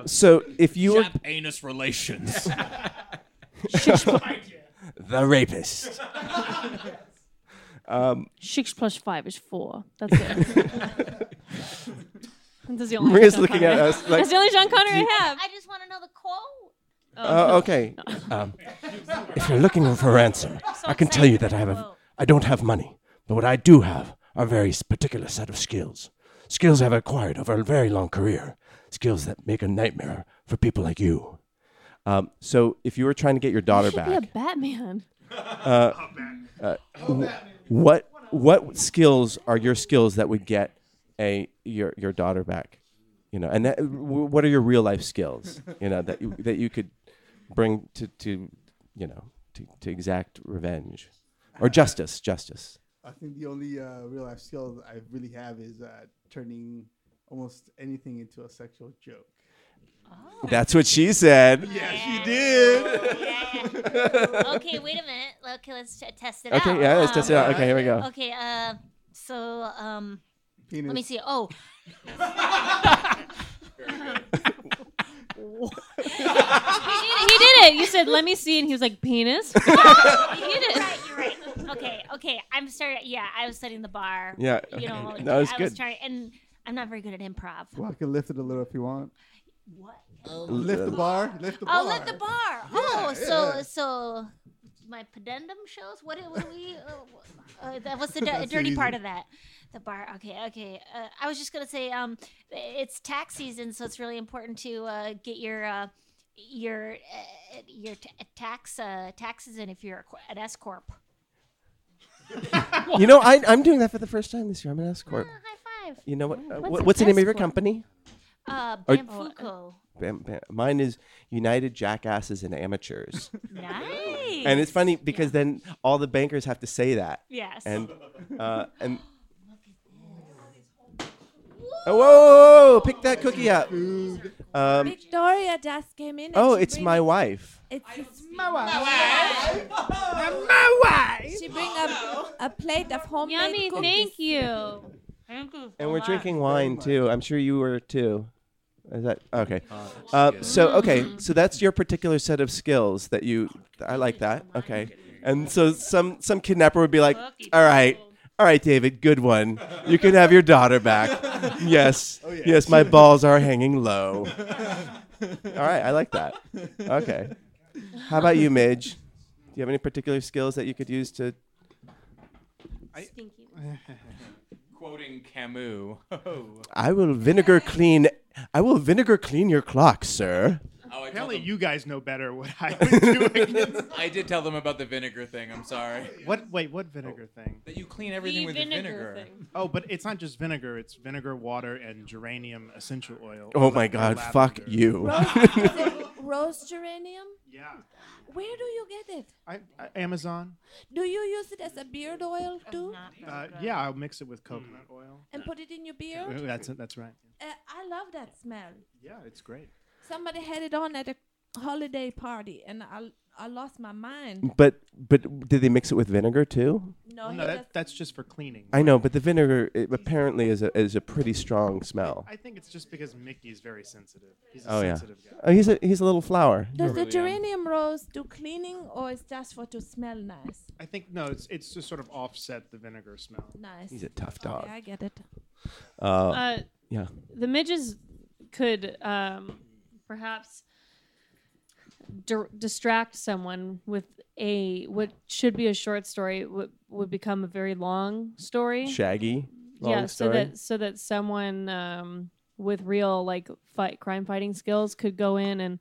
Speaker 2: So if you were-
Speaker 11: Chap anus relations.
Speaker 2: the rapist. um,
Speaker 4: Six plus five is four. That's it. That's the only
Speaker 2: Maria's
Speaker 4: Sean
Speaker 2: looking at
Speaker 4: Connery.
Speaker 2: us like,
Speaker 4: That's the only Sean Connery
Speaker 2: do you-
Speaker 4: I have.
Speaker 8: I just want to know the quote.
Speaker 4: Oh,
Speaker 2: uh, okay. Um, if you're looking for a ransom, I can tell you that I have a, I don't have money, but what I do have are very s- particular set of skills. Skills I've acquired over a very long career. Skills that make a nightmare for people like you. Um, so if you were trying to get your daughter
Speaker 4: should be a
Speaker 2: back,
Speaker 4: Batman.
Speaker 2: uh, uh, w- what what skills are your skills that would get a your your daughter back? You know, and that, w- what are your real life skills? You know that you, that you could bring to to you know to, to exact revenge or justice, justice.
Speaker 21: I think the only uh, real life skill that I really have is uh, turning almost anything into a sexual joke.
Speaker 2: That's what she said.
Speaker 21: Yes, you
Speaker 8: did. okay, wait a minute. Okay, let's t- test it out.
Speaker 2: Okay, yeah, let's test it out.
Speaker 8: Um,
Speaker 2: Okay, here we go.
Speaker 8: Okay, uh, so um,
Speaker 21: Penis.
Speaker 8: let me see. Oh.
Speaker 4: he, did it, he did it. You said, "Let me see," and he was like, "Penis." he did it.
Speaker 8: You're right. Okay, okay. I'm starting. Yeah, I was setting the bar.
Speaker 2: Yeah,
Speaker 8: you know,
Speaker 21: okay. That was
Speaker 8: I was
Speaker 21: good.
Speaker 8: trying, and I'm not very good at improv.
Speaker 21: Well, I can lift it a little if you want.
Speaker 8: What?
Speaker 21: lift the bar. Lift the bar.
Speaker 8: Oh, lift the bar. Oh, so so my pedendum shows. What do what do we? Uh, uh, that was the di-
Speaker 6: That's
Speaker 8: dirty part
Speaker 6: easy.
Speaker 8: of that. The bar. Okay, okay. Uh, I was just gonna say, um, it's tax season, so it's really important to uh, get your uh, your uh, your t- tax uh, taxes in if you're a qu- an S corp.
Speaker 2: You know, I, I'm doing that for the first time this year. I'm an escort.
Speaker 8: Ah, high five.
Speaker 2: You know what?
Speaker 8: Yeah.
Speaker 2: Uh,
Speaker 8: What's
Speaker 2: what's,
Speaker 8: an
Speaker 2: what's the name of your
Speaker 8: escort?
Speaker 2: company?
Speaker 8: Uh,
Speaker 2: Or-
Speaker 8: Bamfuco.
Speaker 2: Bam, bam. Mine is United Jackasses and Amateurs.
Speaker 8: Nice.
Speaker 2: And it's funny because then all the bankers have to say that.
Speaker 8: Yes.
Speaker 2: And uh, and. Oh, whoa, whoa, whoa, pick that cookie up. Um,
Speaker 7: Victoria just came in. and
Speaker 2: oh,
Speaker 7: she
Speaker 2: it's
Speaker 7: bring-
Speaker 2: my wife.
Speaker 7: It's it's my wife.
Speaker 15: My
Speaker 7: She bring up a plate of homemade
Speaker 4: Yummy,
Speaker 7: cookies.
Speaker 4: thank you. Thank you.
Speaker 2: And we're drinking wine too. I'm sure you were too. Is that okay? Uh, so okay, so that's your particular set of skills that you. I like that. Okay, and so some some kidnapper would be like, all right. All right, David, good one. You can have your daughter back. Yes.
Speaker 1: Oh, yeah.
Speaker 2: Yes, my balls are hanging low. All right, I like that. Okay. How about you, Midge? Do you have any particular skills that you could use to
Speaker 4: Stinky.
Speaker 11: Quoting Camus. Oh,
Speaker 2: I will vinegar clean. I will vinegar clean your clock, sir.
Speaker 5: Apparently, you guys know better what I would do. against-
Speaker 11: I did tell them about the vinegar thing. I'm sorry.
Speaker 5: what? Wait, what vinegar thing?
Speaker 11: That you clean everything with vinegar.
Speaker 5: Oh, but it's not just vinegar. It's vinegar, water, and geranium essential oil.
Speaker 2: Oh
Speaker 5: Or
Speaker 2: my
Speaker 5: la- or
Speaker 2: God!
Speaker 5: lavender.
Speaker 2: Fuck you.
Speaker 7: Rose geranium? Yeah. Where do you get it?
Speaker 5: I, I- Uh, Amazon.
Speaker 7: Do you use it as a beard oil too?
Speaker 5: Uh, yeah, I'll mix it with coconut
Speaker 2: Mm.
Speaker 5: oil.
Speaker 7: And put it in your beard?
Speaker 5: Uh, That's it. That's right.
Speaker 7: Uh, I love that smell.
Speaker 5: Yeah, it's great.
Speaker 7: Somebody had it on at a holiday party and I, I lost my
Speaker 5: Mm.
Speaker 7: mind.
Speaker 2: But but did they mix it with vinegar too?
Speaker 7: No,
Speaker 5: Well,
Speaker 7: he
Speaker 5: no,
Speaker 7: does-
Speaker 5: that, that's just for cleaning.
Speaker 2: I know, but the vinegar it apparently is a is a pretty strong smell.
Speaker 5: I think it's just because Mickey's very sensitive. He's a
Speaker 2: Oh yeah.
Speaker 5: sensitive guy.
Speaker 2: Oh, he's a he's a little flower.
Speaker 7: Does
Speaker 9: um,
Speaker 7: the geranium rose do cleaning or is just for to smell nice?
Speaker 5: I think no, it's it's to sort of offset the vinegar smell.
Speaker 7: Nice.
Speaker 2: He's a
Speaker 5: Oh,
Speaker 2: tough dog.
Speaker 7: I get it.
Speaker 2: Uh,
Speaker 4: Uh,
Speaker 2: yeah.
Speaker 4: The midges could um, perhaps dir- distract someone with a what should be a short story would would become a very long story.
Speaker 2: Shaggy. Long
Speaker 4: yeah,
Speaker 2: story.
Speaker 4: so that so that someone um, with real like fight crime fighting skills could go in and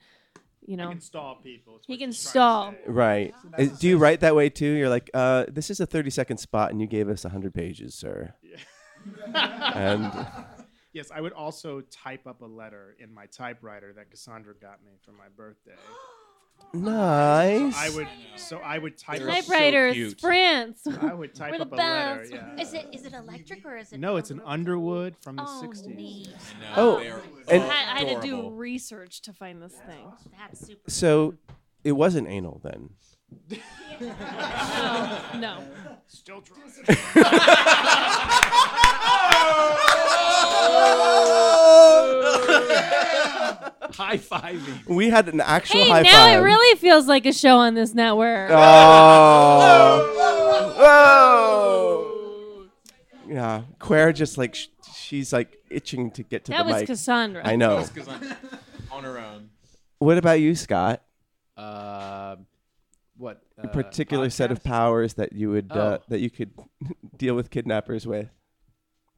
Speaker 4: you know
Speaker 5: can stall people.
Speaker 4: He can stall.
Speaker 2: Right. Is- do you write that way too? You're like, uh, this is a 30 second spot, and you gave us 100 pages, sir. And-
Speaker 5: yes, I would also type up a letter in my typewriter that Cassandra got me for my birthday.
Speaker 2: Nice.
Speaker 5: I would. So I would type. up-
Speaker 4: Typewriters,
Speaker 5: cute.
Speaker 4: sprints.
Speaker 5: I would type
Speaker 4: We're the
Speaker 5: up a letter.
Speaker 4: best.
Speaker 5: Yeah.
Speaker 8: Is it is it electric or is it?
Speaker 5: No, it's an Underwood from the
Speaker 8: Oh,
Speaker 5: 60s.
Speaker 8: neat.
Speaker 2: Oh, and-
Speaker 4: I, I had to do
Speaker 2: Adorable.
Speaker 4: research to find this thing.
Speaker 8: That's super.
Speaker 2: So it wasn't anal then.
Speaker 4: No, Oh, no.
Speaker 5: Still drunk.
Speaker 9: High fiving.
Speaker 2: We had an actual
Speaker 4: Hey,
Speaker 2: high
Speaker 4: now
Speaker 2: five.
Speaker 4: it really feels like a show on this network.
Speaker 2: Oh. Yeah, Quare just like sh- she's like itching to get to
Speaker 4: That
Speaker 2: the mic.
Speaker 4: was Cassandra.
Speaker 2: I know.
Speaker 11: That was Cassandra. on her own.
Speaker 2: What about you, Scott?
Speaker 9: Uh, what?
Speaker 2: A
Speaker 9: uh,
Speaker 2: particular set of powers that you would uh,
Speaker 9: Oh.
Speaker 2: that you could deal with kidnappers with?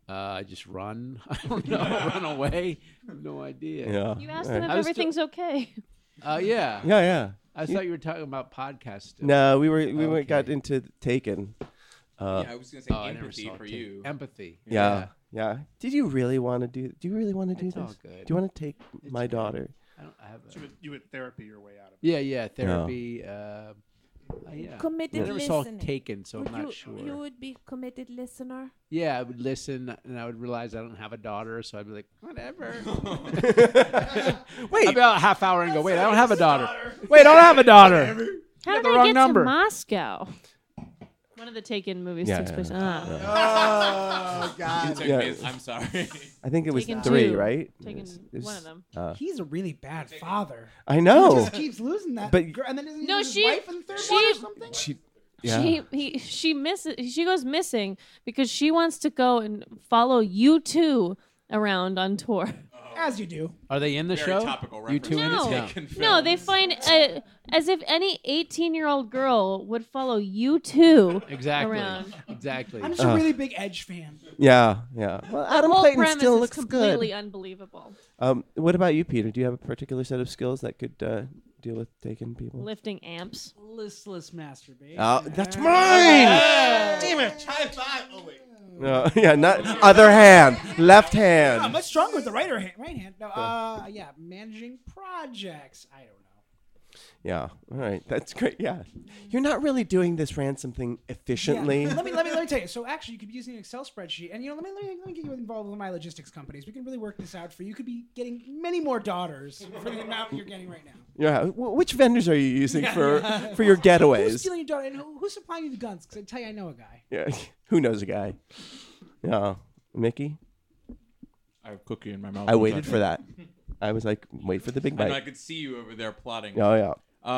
Speaker 9: Uh, just run. I don't know. run away. No idea.
Speaker 2: Yeah.
Speaker 4: You asked
Speaker 2: All right.
Speaker 4: them if
Speaker 9: I was
Speaker 4: everything's okay.
Speaker 9: Uh, yeah.
Speaker 2: Yeah, yeah.
Speaker 9: I
Speaker 2: You-
Speaker 9: thought you were talking about podcasts. still.
Speaker 2: No, we were we went, got into Taken. Uh,
Speaker 11: yeah, I was gonna say
Speaker 9: Oh, I never
Speaker 11: empathy
Speaker 9: saw
Speaker 11: for
Speaker 9: it.
Speaker 11: you.
Speaker 9: Empathy.
Speaker 2: yeah. yeah, Did you really want to do? Do you really want to do
Speaker 9: all
Speaker 2: this?
Speaker 9: good.
Speaker 2: Do you want to take my daughter?
Speaker 9: I don't I have.
Speaker 5: You would, you would therapy your way out of it.
Speaker 9: Yeah, yeah. Therapy. Uh, uh, yeah.
Speaker 7: Committed
Speaker 9: I never saw
Speaker 7: listener.
Speaker 9: it taken, so
Speaker 7: Would
Speaker 9: I'm not
Speaker 7: you,
Speaker 9: sure.
Speaker 7: You would be committed listener.
Speaker 9: Yeah, I would listen, and I would realize I don't have a daughter, so I'd be like, whatever. wait, about a half hour and go, wait, I don't have a daughter. Wait, I don't have a daughter.
Speaker 4: How did
Speaker 9: You got the
Speaker 4: I
Speaker 9: wrong
Speaker 4: get
Speaker 9: number.
Speaker 4: to Moscow? One of the Taken movies
Speaker 2: Yeah,
Speaker 4: takes
Speaker 2: yeah,
Speaker 4: place.
Speaker 2: yeah.
Speaker 4: Ah.
Speaker 21: Oh, God.
Speaker 11: It took
Speaker 2: Yeah.
Speaker 11: me- I'm sorry.
Speaker 2: I think it was
Speaker 4: Taken
Speaker 2: three,
Speaker 4: two.
Speaker 2: right? It
Speaker 4: Taken
Speaker 2: was- it
Speaker 4: one
Speaker 2: was,
Speaker 4: of them.
Speaker 2: uh,
Speaker 15: He's a really bad father.
Speaker 2: I know.
Speaker 15: He just keeps losing that.
Speaker 2: But-
Speaker 15: But and then isn't he
Speaker 4: No,
Speaker 15: with his
Speaker 4: she-
Speaker 15: wife in the third
Speaker 4: she-
Speaker 15: one or something.
Speaker 2: she, yeah.
Speaker 4: She he, she misses. She goes missing because she wants to go and follow you two around on tour.
Speaker 15: As you do.
Speaker 9: Are they in the
Speaker 11: Very
Speaker 9: show?
Speaker 11: topical
Speaker 9: you two
Speaker 11: reference.
Speaker 9: in
Speaker 4: No,
Speaker 9: it?
Speaker 4: no, they find uh, as if any 18-year-old girl would follow you two
Speaker 9: Exactly.
Speaker 4: around.
Speaker 9: Exactly.
Speaker 15: I'm just a
Speaker 2: Uh.
Speaker 15: really big Edge fan.
Speaker 2: yeah, yeah. Well,
Speaker 4: The
Speaker 2: Adam
Speaker 4: whole
Speaker 2: Clayton
Speaker 4: premise
Speaker 2: still
Speaker 4: is
Speaker 2: looks
Speaker 4: completely
Speaker 2: good.
Speaker 4: unbelievable.
Speaker 2: Um, what about you, Peter? Do you have a particular set of skills that could uh, deal with taking people?
Speaker 4: Lifting amps.
Speaker 14: Listless masturbation.
Speaker 2: Oh, that's mine!
Speaker 15: Ah!
Speaker 2: Damn it! High five! Oh wait. No, yeah, not other hand, left
Speaker 15: Ah,
Speaker 2: hand.
Speaker 15: much stronger with the right hand. Right hand. No, uh, yeah, managing projects. I don't know.
Speaker 2: Yeah. All right. That's great. Yeah. You're not really doing this ransom thing efficiently.
Speaker 15: Yeah. Let me let me let me tell you. So actually, you could be using an Excel spreadsheet, and you know, let me let me, let me get you involved with my logistics companies. We can really work this out for you. You could be getting many more daughters for the amount you're getting right now.
Speaker 2: Yeah. Wh- Which vendors are you using for for your getaways?
Speaker 15: Who's stealing your daughter, and who, who's supplying you the guns? Because I tell you, I know a guy.
Speaker 2: yeah. Who knows a guy? Yeah. Mickey,
Speaker 11: I have cookie in my mouth.
Speaker 2: I
Speaker 11: I'm
Speaker 2: waited
Speaker 11: sorry.
Speaker 2: for that. I was like, wait for the big
Speaker 11: Oh, I know I
Speaker 2: bite.
Speaker 11: could see you over there plotting.
Speaker 2: Oh yeah.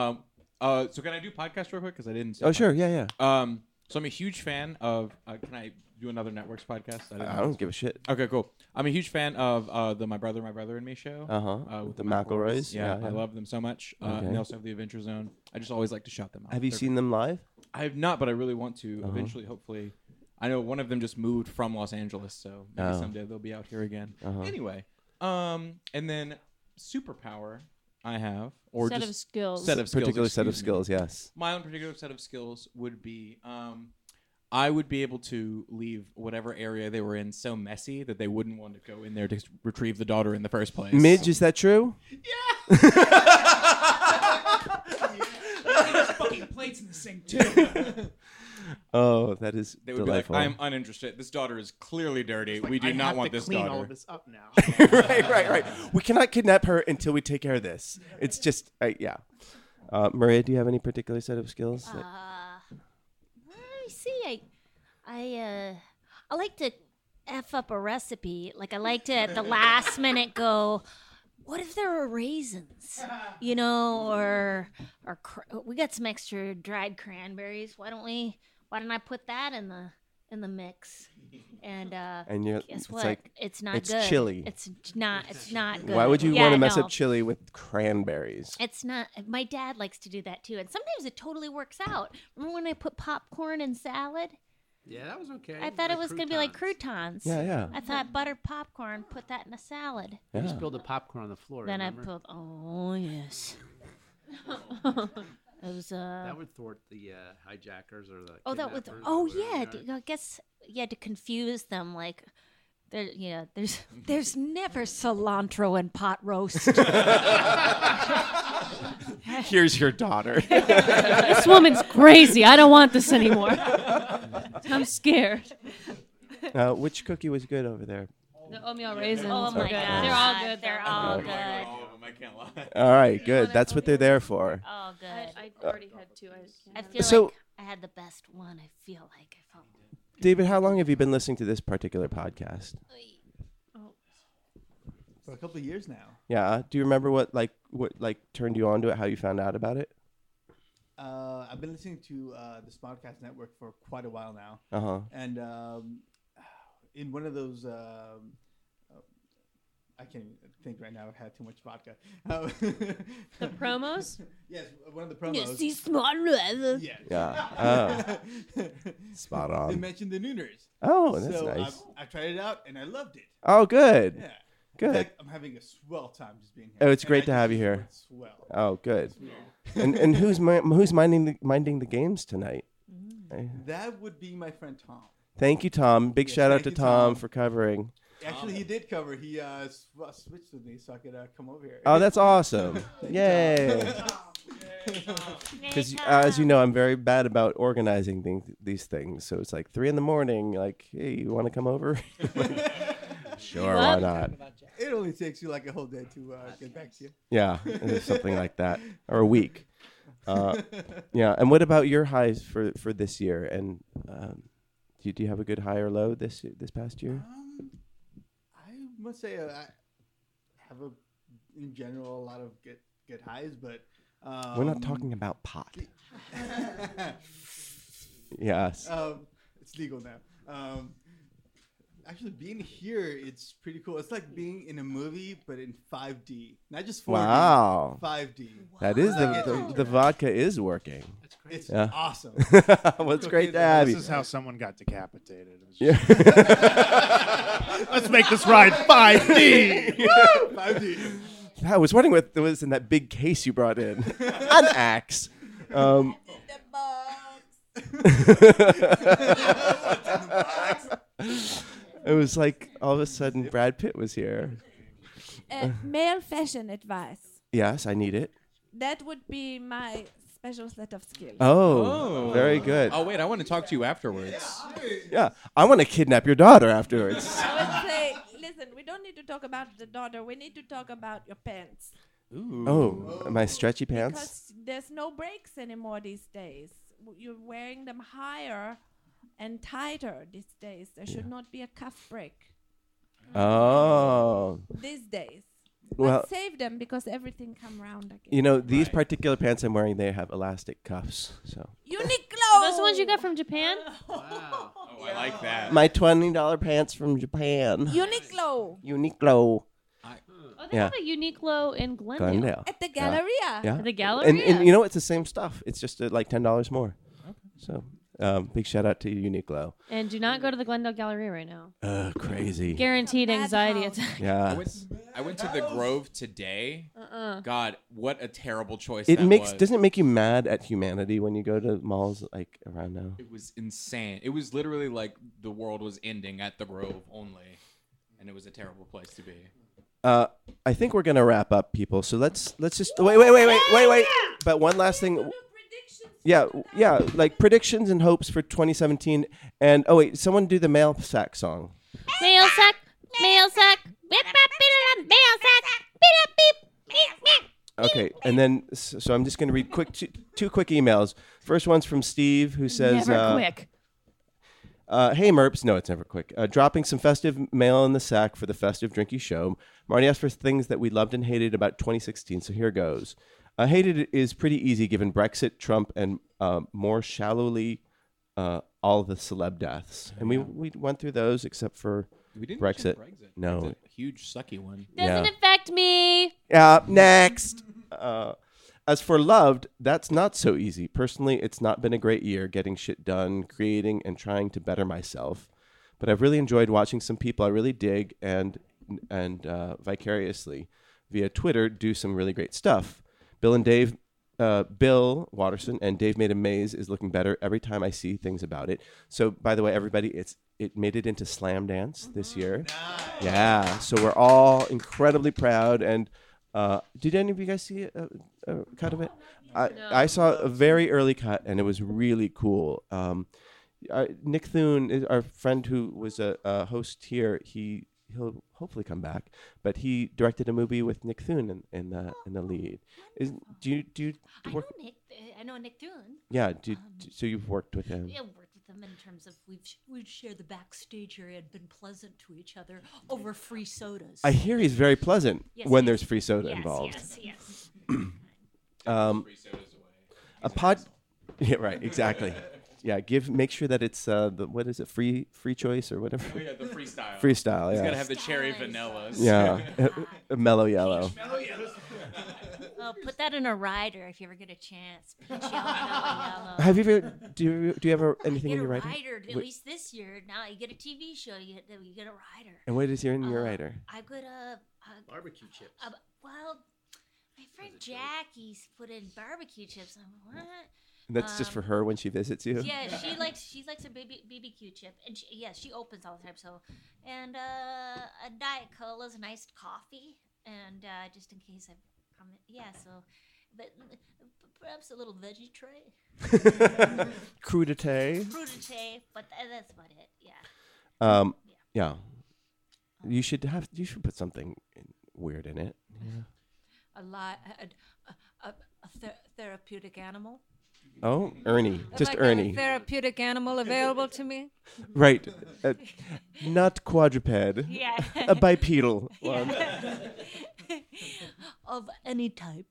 Speaker 11: Um. Uh. So can I do podcast real quick? Because I didn't. say
Speaker 2: Oh sure.
Speaker 11: podcast.
Speaker 2: Yeah yeah.
Speaker 11: Um. So I'm a huge fan of. Uh, can I do another networks podcast? I, didn't
Speaker 2: I
Speaker 11: know.
Speaker 2: don't give a shit.
Speaker 11: Okay, cool. I'm a huge fan of uh, the My Brother, My Brother and Me show.
Speaker 2: Uh-huh.
Speaker 11: Uh,
Speaker 2: With
Speaker 11: with
Speaker 2: the
Speaker 11: the
Speaker 2: McElroys.
Speaker 11: McElroys. Yeah,
Speaker 2: Yeah,
Speaker 11: I
Speaker 2: yeah.
Speaker 11: love them so much. Uh,
Speaker 2: Okay.
Speaker 11: And they also have the Adventure Zone. I just always like to shout them out.
Speaker 2: Have you
Speaker 11: They're-
Speaker 2: seen them live?
Speaker 11: I have not, but I really want to
Speaker 2: Uh-huh.
Speaker 11: eventually, hopefully. I know one of them just moved from Los Angeles, so maybe
Speaker 2: Oh.
Speaker 11: someday they'll be out here again.
Speaker 2: Uh-huh.
Speaker 11: Anyway, um, and then superpower I have or
Speaker 4: Set
Speaker 11: just
Speaker 4: of skills.
Speaker 11: set of skills,
Speaker 2: Particular set of
Speaker 11: excuse me.
Speaker 2: skills. Yes.
Speaker 11: My own particular set of skills would be um, I would be able to leave whatever area they were in so messy that they wouldn't want to go in there to retrieve the daughter in the first place.
Speaker 2: Midge, is that true?
Speaker 15: There's fucking plates in the sink too.
Speaker 2: Oh, that is
Speaker 11: They would
Speaker 2: delightful.
Speaker 11: be like, "I'm uninterested. This daughter is clearly dirty.
Speaker 5: Like,
Speaker 11: we do
Speaker 5: I
Speaker 11: not
Speaker 5: have
Speaker 11: want
Speaker 5: to
Speaker 11: this
Speaker 5: clean
Speaker 11: daughter."
Speaker 5: all of this up now.
Speaker 2: right, right, right. We cannot kidnap her until we take care of this. It's just, I yeah. Uh, Maria, do you have any particular set of skills? that-
Speaker 8: Uh, let me see. I, I, uh, I like to f up a recipe. Like I like to at the last minute go, what if there were raisins? You know, or or cr- we got some extra dried cranberries. Why don't we? Why don't I put that in the in the mix? And uh,
Speaker 2: And you're-
Speaker 8: guess
Speaker 2: it's
Speaker 8: what?
Speaker 2: like,
Speaker 8: it's not
Speaker 2: it's
Speaker 8: good.
Speaker 2: chili.
Speaker 8: It's not. It's not good.
Speaker 2: Why would you
Speaker 8: Yeah,
Speaker 2: want to mess
Speaker 8: no.
Speaker 2: up chili with cranberries?
Speaker 8: It's not. My dad likes to do that too, and sometimes it totally works out. Remember when I put popcorn in salad?
Speaker 9: Yeah, that was okay.
Speaker 8: I thought it was going to be like croutons.
Speaker 2: Yeah, yeah.
Speaker 8: I thought buttered popcorn. Put that in a salad.
Speaker 9: You
Speaker 2: Yeah.
Speaker 9: spilled the popcorn on the floor.
Speaker 8: then
Speaker 9: remember?
Speaker 8: I put. Oh yes. it was uh.
Speaker 9: That would thort the uh, hijackers or the.
Speaker 8: oh, that was.
Speaker 9: kidnappers or
Speaker 8: Oh
Speaker 9: whatever,
Speaker 8: yeah. d- I guess yeah to confuse them like. There, yeah, there's
Speaker 20: There's never cilantro and pot roast.
Speaker 2: Here's your daughter.
Speaker 4: this woman's crazy. I don't want this anymore. I'm scared.
Speaker 2: Uh, which cookie was good over there?
Speaker 4: The oatmeal raisins.
Speaker 8: Oh
Speaker 4: are
Speaker 8: my
Speaker 4: good.
Speaker 8: God.
Speaker 4: They're all good.
Speaker 8: They're all good. All of 'em, I can't lie.
Speaker 2: All right, good. That's what they're there for.
Speaker 8: Oh, good.
Speaker 4: I, I already had two. I, can't
Speaker 8: I
Speaker 4: have
Speaker 8: feel
Speaker 2: So-
Speaker 8: like I had the best one. I feel like I felt.
Speaker 2: David, how long have you been listening to this particular podcast?
Speaker 21: For a couple of years now.
Speaker 2: Yeah. uh, Do you remember what like what like turned you on to it? How you found out about it?
Speaker 21: Uh, I've been listening to uh, the Smodcast Network for quite a while now.
Speaker 2: Uh-huh.
Speaker 21: And um, in one of those, um, uh, I can't even think right now. I've had too much vodka. Uh,
Speaker 4: The promos?
Speaker 21: yes, one of the promos.
Speaker 8: Yes, he's smart.
Speaker 21: Yes.
Speaker 2: Yeah. Oh. Spot
Speaker 21: They
Speaker 2: on.
Speaker 21: mentioned the Nooners.
Speaker 2: Oh, that's
Speaker 21: so
Speaker 2: nice.
Speaker 21: I, I tried it out and I loved it.
Speaker 2: Oh, good.
Speaker 21: Yeah.
Speaker 2: Good.
Speaker 21: In fact, I'm having a swell time just being here.
Speaker 2: Oh, it's
Speaker 21: And
Speaker 2: great
Speaker 21: I
Speaker 2: to have you
Speaker 21: just
Speaker 2: here.
Speaker 21: went Swell.
Speaker 2: Oh, good.
Speaker 21: Swell.
Speaker 2: and and who's mi- who's minding the minding the games tonight? Eh,
Speaker 21: That would be my friend Tom.
Speaker 2: Thank you, Tom. Big
Speaker 21: Yes,
Speaker 2: shout out
Speaker 21: thank
Speaker 2: to
Speaker 21: you,
Speaker 2: Tom,
Speaker 21: Tom.
Speaker 2: for covering.
Speaker 21: Actually, he did cover. He uh, sw- switched with me so I could uh, come over here.
Speaker 2: Oh, that's awesome!
Speaker 21: Thank
Speaker 2: Yay!
Speaker 21: Tom.
Speaker 2: Because uh, as you know, I'm very bad about organizing things, these things. So it's like three in the morning. Like, hey, you want to come over? sure, why not?
Speaker 21: It only takes you like a whole day to uh, get back to you.
Speaker 2: Yeah, uh, something like that, or a week. Uh, yeah. And what about your highs for for this year? And um, do you, do you have a good high or low this this past year?
Speaker 21: I must say uh, I have a, in general, a lot of good good highs, but um,
Speaker 2: We're not talking about pot. Yes.
Speaker 21: Um, it's legal now. Um, actually, being here, it's pretty cool. It's like being in a movie, but in 5D, not just 4D.
Speaker 2: Wow.
Speaker 21: 5D.
Speaker 2: That is
Speaker 21: Like,
Speaker 2: the, the the vodka is working. That's
Speaker 21: great. It's
Speaker 2: yeah.
Speaker 21: awesome.
Speaker 2: well, it's
Speaker 5: Look,
Speaker 2: great
Speaker 5: it-
Speaker 2: to have
Speaker 5: This
Speaker 2: you.
Speaker 5: is how someone got decapitated. It was
Speaker 2: Yeah.
Speaker 5: just- Let's make this ride 5D. Woo!
Speaker 2: I was wondering what there was in that big case you brought in. An axe. Um, it was like all of a sudden Brad Pitt was here.
Speaker 7: Uh, male fashion advice.
Speaker 2: Yes, I need it.
Speaker 7: That would be my special set of skills.
Speaker 2: Oh, very good.
Speaker 11: Oh wait, I want to talk to you afterwards.
Speaker 2: Yeah, I want to kidnap your daughter afterwards.
Speaker 7: I would say, listen, we don't need to talk about the daughter. We need to talk about your pants.
Speaker 2: Oh, my stretchy pants.
Speaker 7: Because there's no breaks anymore these days. W- You're wearing them higher and tighter these days. There should not be a cuff break
Speaker 2: Oh,
Speaker 7: these days.
Speaker 2: Well-
Speaker 7: but save them because everything come round again.
Speaker 2: you know these particular pants I'm wearing. They have elastic cuffs. So
Speaker 7: Uniqlo.
Speaker 4: Those the ones you got from Japan?
Speaker 11: Oh, I like that.
Speaker 2: my twenty dollar pants from Japan.
Speaker 7: Uniqlo.
Speaker 2: Uniqlo.
Speaker 4: Oh, they
Speaker 2: Yeah.
Speaker 4: have a Uniqlo in Glendale.
Speaker 2: Glendale. Yeah. Yeah.
Speaker 4: At the
Speaker 2: And-
Speaker 4: Galleria.
Speaker 2: And, you know, it's the same stuff. It's just uh, like ten dollars more. So, um, big shout out to Uniqlo.
Speaker 4: And do not go to the Glendale Gallery right now.
Speaker 2: Uh, crazy.
Speaker 4: Guaranteed anxiety attack.
Speaker 11: I
Speaker 2: Yeah.
Speaker 11: went, I went to the Grove today.
Speaker 4: Uh-uh.
Speaker 11: God, what a terrible choice.
Speaker 2: It
Speaker 11: that
Speaker 2: makes
Speaker 11: was.
Speaker 2: doesn't it make you mad at humanity when you go to malls like around now.
Speaker 11: It was insane. It was literally like the world was ending at the Grove only, and it was a terrible place to be.
Speaker 2: Uh, I think we're gonna wrap up, people. So let's let's just wait, wait, wait, wait, wait, wait. But one last thing. Yeah, yeah, like predictions and hopes for 2017. And oh wait, someone do the mail sack song.
Speaker 8: Mail sack, mail sack, whip, whip, whip, mail sack, beep, beep, beep, beep.
Speaker 2: Okay, and then s- so I'm just gonna read quick two, two quick emails. First one's from Steve who says,
Speaker 4: Never
Speaker 2: uh,
Speaker 4: quick.
Speaker 2: Uh, hey, Merps. No, it's never quick. Uh, dropping some festive mail in the sack for the festive drinky show. Marty asked for things that we loved and hated about 2016, so here goes. Uh, hated is pretty easy given Brexit, Trump, and uh, more shallowly, uh, all the celeb deaths. And we, we went through those except for
Speaker 11: We didn't mention
Speaker 2: Brexit.
Speaker 11: Brexit.
Speaker 2: No.
Speaker 11: That's a huge sucky one.
Speaker 4: Doesn't affect me.
Speaker 2: Yeah, next. Uh, as for loved, that's not so easy. Personally, it's not been a great year getting shit done, creating, and trying to better myself. But I've really enjoyed watching some people I really dig and and uh, vicariously via Twitter do some really great stuff. Bill and Dave, uh, Bill Watterson and Dave Made a Maze is looking better every time I see things about it. So by the way, everybody, it's it made it into Slam Dance this year. Yeah, so we're all incredibly proud and Uh, did any of you guys see a, a cut of it? I, I saw a very early cut, and it was really cool. Um, uh, Nick Thune, is our friend who was a, a host here, he he'll hopefully come back. But he directed a movie with Nick Thune in, in the in the lead. Is do you do you work?
Speaker 8: Nick, uh, I know Um, Nick Thune.
Speaker 2: Yeah, do, do- so you've worked with him.
Speaker 8: Yeah, worked with them in terms of we've sh- we'd share the backstage area and been pleasant to each other over free sodas.
Speaker 2: I hear he's very pleasant
Speaker 8: Yes,
Speaker 2: when
Speaker 8: he
Speaker 2: there's
Speaker 8: is.
Speaker 2: free soda
Speaker 8: Yes,
Speaker 2: involved.
Speaker 8: yes, yes.
Speaker 2: um, a pod. Yeah, right. Exactly. yeah, give make sure that it's uh, the what is it free free choice or whatever.
Speaker 11: Oh, yeah, the freestyle.
Speaker 2: Freestyle.
Speaker 11: He's
Speaker 2: yeah.
Speaker 11: gotta have the cherry vanillas.
Speaker 2: Yeah, a mellow yellow.
Speaker 8: Oh, put that in a rider if you ever get a chance. Peach yellow, yellow.
Speaker 2: Have you ever do you, do you ever anything
Speaker 8: Get
Speaker 2: in
Speaker 8: a
Speaker 2: your writing?
Speaker 8: rider.
Speaker 2: Wait,
Speaker 8: At least this year, now you get a TV show. You get you get a rider.
Speaker 2: And what is your in your writer?
Speaker 8: I got a, a
Speaker 13: barbecue chips.
Speaker 8: a- well, my friend Jackie's put in barbecue chips. I'm like, what?
Speaker 2: And that's just
Speaker 8: Um,
Speaker 2: for her when she visits you.
Speaker 8: Yeah, she likes she likes a baby BBQ chip, and she, yeah, she opens all the time. So, and uh, a diet cola's an iced coffee, and uh, just in case I come, yeah. So, but uh, perhaps a little veggie tray,
Speaker 2: Crudité.
Speaker 8: crudité, but tha- that's about it. Yeah.
Speaker 2: Um, yeah. You should have. You should put something in- weird in it. Yeah.
Speaker 20: A, li- a, a, a, a ther- therapeutic animal.
Speaker 2: Oh, Ernie,
Speaker 20: Have
Speaker 2: just
Speaker 20: I got a
Speaker 2: Ernie.
Speaker 20: therapeutic animal available to me.
Speaker 2: Right. Uh, not quadruped.
Speaker 20: Yeah.
Speaker 2: A bipedal one.
Speaker 8: of any type,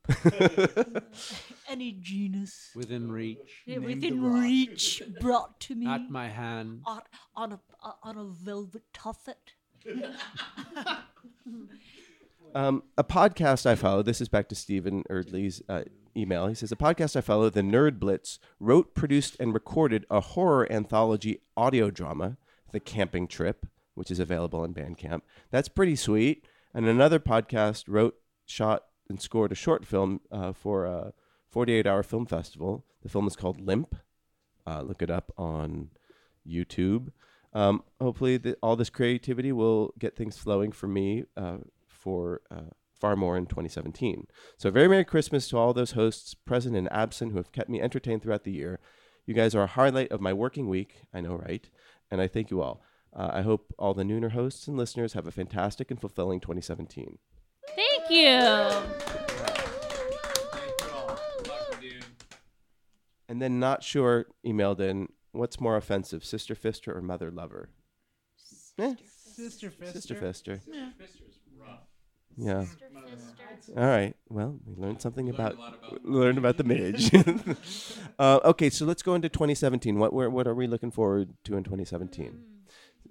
Speaker 8: any genus.
Speaker 9: Within reach.
Speaker 8: Yeah, within reach, brought to me
Speaker 9: At my hand.
Speaker 8: on, on a on a velvet tuffet.
Speaker 2: Um, a podcast I follow. This is back to Stephen Erdley's uh, email. He says a podcast I follow, the Nerd Blitz, wrote, produced, and recorded a horror anthology audio drama, The Camping Trip, which is available on Bandcamp. That's pretty sweet. And another podcast wrote, shot, and scored a short film uh, for a 48-hour film festival. The film is called Limp. Uh, look it up on YouTube. Um, hopefully, the, all this creativity will get things flowing for me uh, for uh, far more in 2017. So, very Merry Christmas to all those hosts, present and absent, who have kept me entertained throughout the year. You guys are a highlight of my working week. I know, right? And I thank you all. Uh, I hope all the Nooner hosts and listeners have a fantastic and fulfilling 2017.
Speaker 4: Thank you.
Speaker 2: And then, not sure, emailed in, what's more offensive, sister fister or mother lover? Eh.
Speaker 15: Sister Fister.
Speaker 2: Sister Fister.
Speaker 15: Yeah.
Speaker 2: Yeah.
Speaker 15: Sister Fister.
Speaker 2: All right. Well, we learned something about, learned about the midge. uh, okay, so let's go into 2017. What where, what are we looking forward to in 2017?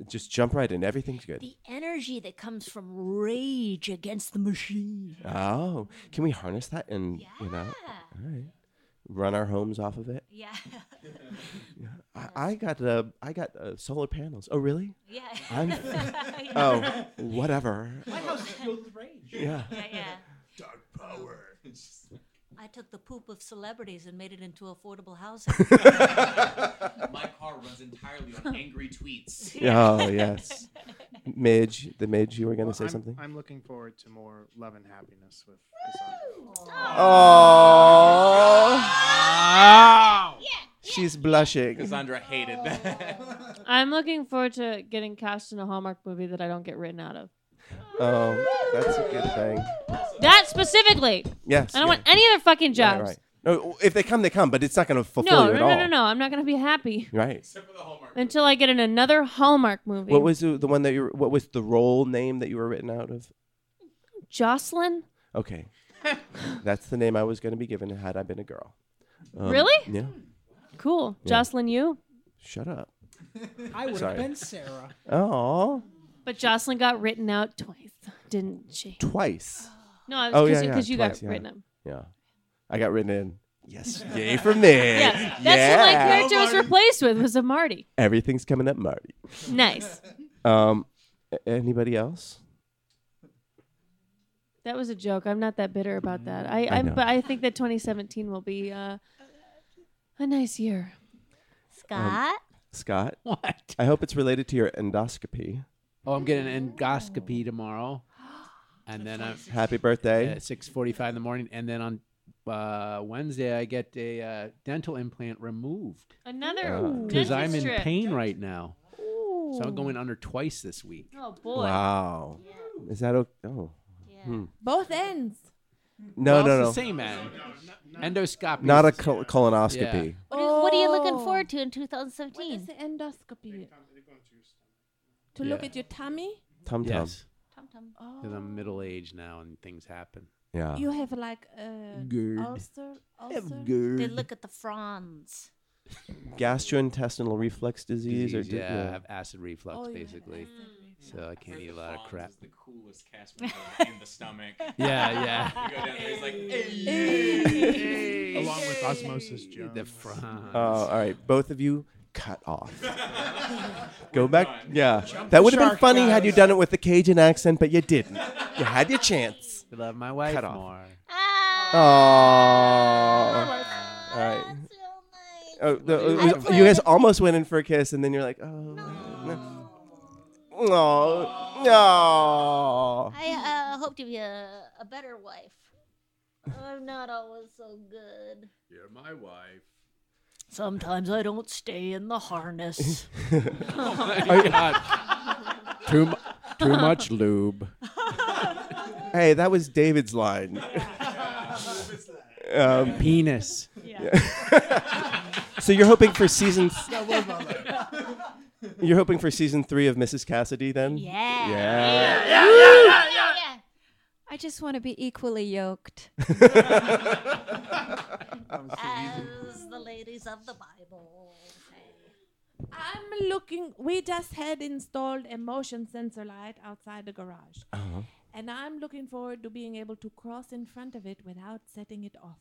Speaker 2: Just jump right in. Everything's good.
Speaker 8: The energy that comes from rage against the machine.
Speaker 2: Oh, can we harness that and you know? All right. Run our homes off of it.
Speaker 8: Yeah.
Speaker 2: I, I got uh, I got uh, solar panels. Oh, really?
Speaker 8: Yeah.
Speaker 2: I'm,
Speaker 8: Yeah.
Speaker 2: oh, whatever.
Speaker 8: My house is filled with
Speaker 15: rage.
Speaker 2: Yeah.
Speaker 8: Yeah, yeah.
Speaker 21: Dark power.
Speaker 8: I took the poop of celebrities and made it into affordable housing.
Speaker 11: My car runs entirely on angry tweets.
Speaker 2: Oh yes, Midge, the Midge. You were gonna
Speaker 5: Well,
Speaker 2: say
Speaker 5: I'm-
Speaker 2: something.
Speaker 5: I'm looking forward to more love and happiness with Cassandra.
Speaker 2: Oh. She's blushing.
Speaker 11: Cassandra hated that.
Speaker 4: I'm looking forward to getting cast in a Hallmark movie that I don't get written out of.
Speaker 2: Oh, that's a good thing.
Speaker 4: That specifically.
Speaker 2: Yes,
Speaker 4: I don't
Speaker 2: yeah.
Speaker 4: want any other fucking jobs.
Speaker 2: Right, right. No, if they come, they come, but it's not gonna fulfill
Speaker 4: No,
Speaker 2: you
Speaker 4: no,
Speaker 2: at
Speaker 4: no,
Speaker 2: all.
Speaker 4: no, no. I'm not gonna be happy.
Speaker 2: Right.
Speaker 4: Until I get in another Hallmark movie.
Speaker 2: What was the, the one that you? were- What was the role name that you were written out of?
Speaker 4: Jocelyn?
Speaker 2: Okay, that's the name I was gonna be given had I been a girl. Um,
Speaker 4: Really?
Speaker 2: Yeah.
Speaker 4: Cool.
Speaker 2: Yeah.
Speaker 4: Jocelyn, you.
Speaker 2: Shut up.
Speaker 15: I would have
Speaker 2: Sorry.
Speaker 15: been Sarah.
Speaker 2: Oh,
Speaker 4: But Jocelyn got written out twice, didn't she?
Speaker 2: twice.
Speaker 4: No, it
Speaker 2: oh
Speaker 4: was because
Speaker 2: yeah, yeah,
Speaker 4: you
Speaker 2: twice,
Speaker 4: got
Speaker 2: yeah.
Speaker 4: written out.
Speaker 2: Yeah, I got written in. Yes, yay for me. yeah,
Speaker 4: That's what my character was replaced with was a Marty.
Speaker 2: Everything's coming up, Marty.
Speaker 4: Nice.
Speaker 2: Um, a- anybody else?
Speaker 4: That was a joke. I'm not that bitter about that. I,
Speaker 2: Mm, I
Speaker 4: I
Speaker 2: know.
Speaker 4: but I think that 2017 will be uh, a nice year.
Speaker 2: Um, Scott.
Speaker 9: What?
Speaker 2: I hope it's related to your endoscopy.
Speaker 9: Oh, I'm getting an endoscopy tomorrow. and then I'm
Speaker 2: Happy birthday.
Speaker 9: six forty-five in the morning, and then on uh, Wednesday I get a uh, dental implant removed
Speaker 4: Another
Speaker 2: Oh.
Speaker 9: because I'm in
Speaker 4: dentist trip.
Speaker 9: pain right now. So I'm going under twice this week.
Speaker 4: Oh boy.
Speaker 2: Wow. Is that okay? Oh. Hmm.
Speaker 7: Both ends.
Speaker 2: No,
Speaker 9: Well,
Speaker 2: no,
Speaker 9: it's
Speaker 2: no.
Speaker 9: The same end. Endoscopy.
Speaker 2: Not a
Speaker 9: is-
Speaker 2: col- colonoscopy.
Speaker 8: What are, you- what are you looking
Speaker 7: Oh.
Speaker 8: forward to in 2017?
Speaker 7: What is the endoscopy? To look
Speaker 9: Yeah.
Speaker 7: at your tummy?
Speaker 2: Tum tum.
Speaker 9: Yes.
Speaker 7: Tum tum.
Speaker 9: Because I'm middle aged now and things happen.
Speaker 2: Yeah.
Speaker 7: You have like a
Speaker 2: Gerd.
Speaker 7: ulcer. ulcer?
Speaker 8: They
Speaker 2: GERD.
Speaker 8: look at the fronds.
Speaker 2: Gastrointestinal reflux disease,
Speaker 9: Disease,
Speaker 2: or
Speaker 9: yeah, I have acid reflux basically, so I can't eat a lot of crap.
Speaker 11: The coolest cast member in the stomach.
Speaker 9: Yeah, yeah.
Speaker 11: You go down there, he's like,
Speaker 9: Hey.
Speaker 11: "Hey."
Speaker 5: Along with
Speaker 11: Hey.
Speaker 5: Osmosis
Speaker 9: The
Speaker 5: Jones.
Speaker 9: front.
Speaker 2: Oh, all right. Both of you cut off. Go back.
Speaker 9: done.
Speaker 2: Yeah.
Speaker 9: Jump
Speaker 2: that
Speaker 9: the
Speaker 2: would have been
Speaker 9: shark,
Speaker 2: funny had you
Speaker 9: guys.
Speaker 2: done it with the Cajun accent, but you didn't. You had your chance.
Speaker 9: Love my wife
Speaker 2: cut off.
Speaker 9: more.
Speaker 2: Oh. All right. Oh, the- it was- you guys almost went in for a kiss, and then you're like, oh. No. No. No.
Speaker 8: I uh, hope to be a, a better wife. I'm not always so good.
Speaker 9: You're my wife.
Speaker 14: Sometimes I don't stay in the harness.
Speaker 9: Oh my God. Too mu- too much lube.
Speaker 2: Hey, that was David's line. um,
Speaker 9: Penis.
Speaker 2: Yeah. so you're hoping for season.
Speaker 8: That was my line.
Speaker 2: you're hoping for season three of Mrs. Cassidy, then?
Speaker 8: Yeah.
Speaker 2: Yeah.
Speaker 20: I just want to be equally yoked.
Speaker 8: As the ladies of the Bible.
Speaker 7: I'm looking. We just had installed a motion sensor light outside the garage.
Speaker 2: Uh-huh.
Speaker 7: And I'm looking forward to being able to cross in front of it without setting it off.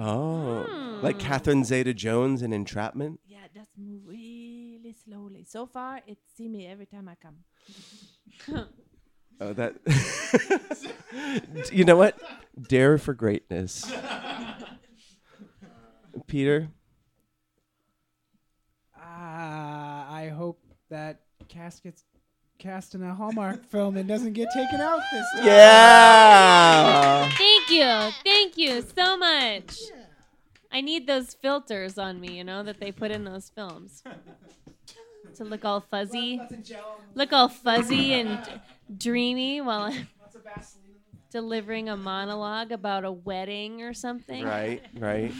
Speaker 2: Oh, like Catherine Zeta-Jones in Entrapment.
Speaker 7: Yeah, just move really slowly. So far, it see me every time I come.
Speaker 2: Oh, that. you know what? Dare for greatness. Peter,
Speaker 15: Ah, I hope that Cass gets cast in a Hallmark film and doesn't get taken out this time.
Speaker 2: Yeah.
Speaker 4: Thank you. Thank you so much. I need those filters on me, you know, that they put in those films. To look all fuzzy. Look all fuzzy and dreamy while I'm delivering a monologue about a wedding or something.
Speaker 2: right, right.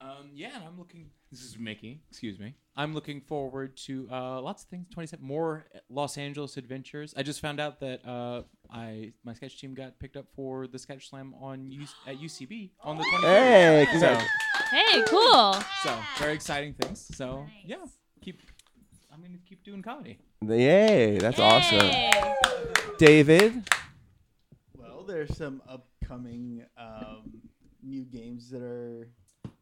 Speaker 11: Um, yeah, and I'm looking. This is Mickey. Excuse me. I'm looking forward to uh, lots of things. Twenty seven more Los Angeles adventures. I just found out that uh, I my sketch team got picked up for the sketch slam on U- at UCB on the twenty third.
Speaker 2: Hey,
Speaker 11: so,
Speaker 2: congrats.
Speaker 4: Hey, cool.
Speaker 11: so very exciting things. So yeah, keep. I'm gonna keep doing comedy.
Speaker 2: Yay! That's
Speaker 4: awesome.
Speaker 2: David.
Speaker 21: Well, there's some upcoming um, new games that are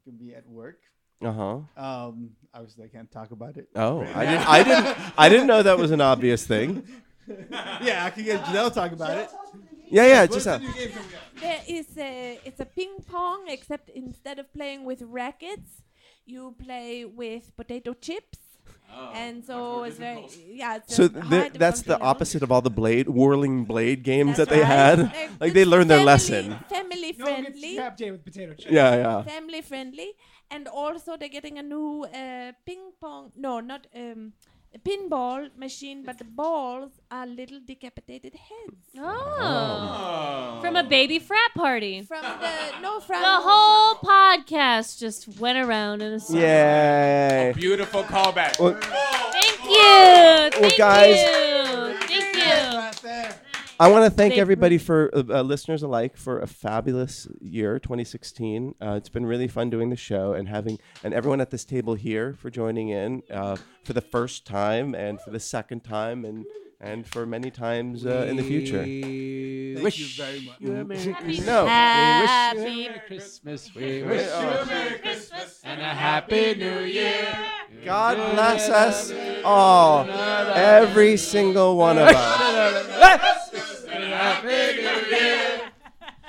Speaker 21: gonna be at work.
Speaker 2: Uh huh.
Speaker 21: Um, obviously, I can't talk about it.
Speaker 2: Oh,
Speaker 21: right
Speaker 2: I
Speaker 21: now.
Speaker 2: didn't. I didn't. I didn't know that was an obvious thing.
Speaker 21: yeah, I can get Janelle to talk about it.
Speaker 2: Yeah, yeah.
Speaker 21: What's
Speaker 2: Just
Speaker 21: the
Speaker 2: a,
Speaker 21: new game coming out?
Speaker 7: There is a it's a ping pong except instead of playing with rackets, you play with potato chips.
Speaker 15: Oh,
Speaker 7: and so it's very yeah. It's
Speaker 2: so
Speaker 7: a
Speaker 2: th-
Speaker 7: hard
Speaker 2: that's the
Speaker 7: functional-
Speaker 2: opposite of all the blade whirling blade games that they
Speaker 7: right.
Speaker 2: had.
Speaker 7: They're-
Speaker 2: Like they
Speaker 7: it's
Speaker 2: learned their
Speaker 7: family-
Speaker 2: lesson.
Speaker 7: Family
Speaker 15: No one gets
Speaker 7: friendly.
Speaker 15: crap day with potato chips.
Speaker 2: Yeah, yeah.
Speaker 7: Family friendly, and also they're getting a new uh, ping pong. No, not um, a pinball machine, but the balls are little decapitated heads.
Speaker 4: Oh. From a baby frat party.
Speaker 7: From the no
Speaker 4: The
Speaker 7: from
Speaker 4: whole podcast just went around in a circle.
Speaker 2: Yay.
Speaker 11: Beautiful callback.
Speaker 2: Well,
Speaker 4: Thank you. Thank
Speaker 2: guys-
Speaker 4: you. Thank you.
Speaker 2: I want to thank
Speaker 4: Big
Speaker 2: everybody for uh, uh, listeners alike for a fabulous year, 2016. Uh, it's been really fun doing the show and having and everyone at this table here for joining in uh, for the first time and for the second time and and for many times uh, in the future.
Speaker 9: We
Speaker 21: Thank
Speaker 9: wish
Speaker 21: you very much.
Speaker 9: you a Merry
Speaker 21: Happy-
Speaker 9: Christmas.
Speaker 2: No.
Speaker 9: we wish you a
Speaker 4: Happy-
Speaker 9: Merry Christmas. We
Speaker 2: Merry
Speaker 9: wish you a
Speaker 2: Christmas.
Speaker 9: Merry Christmas and a Happy New Year.
Speaker 2: God bless us all, every single one of us.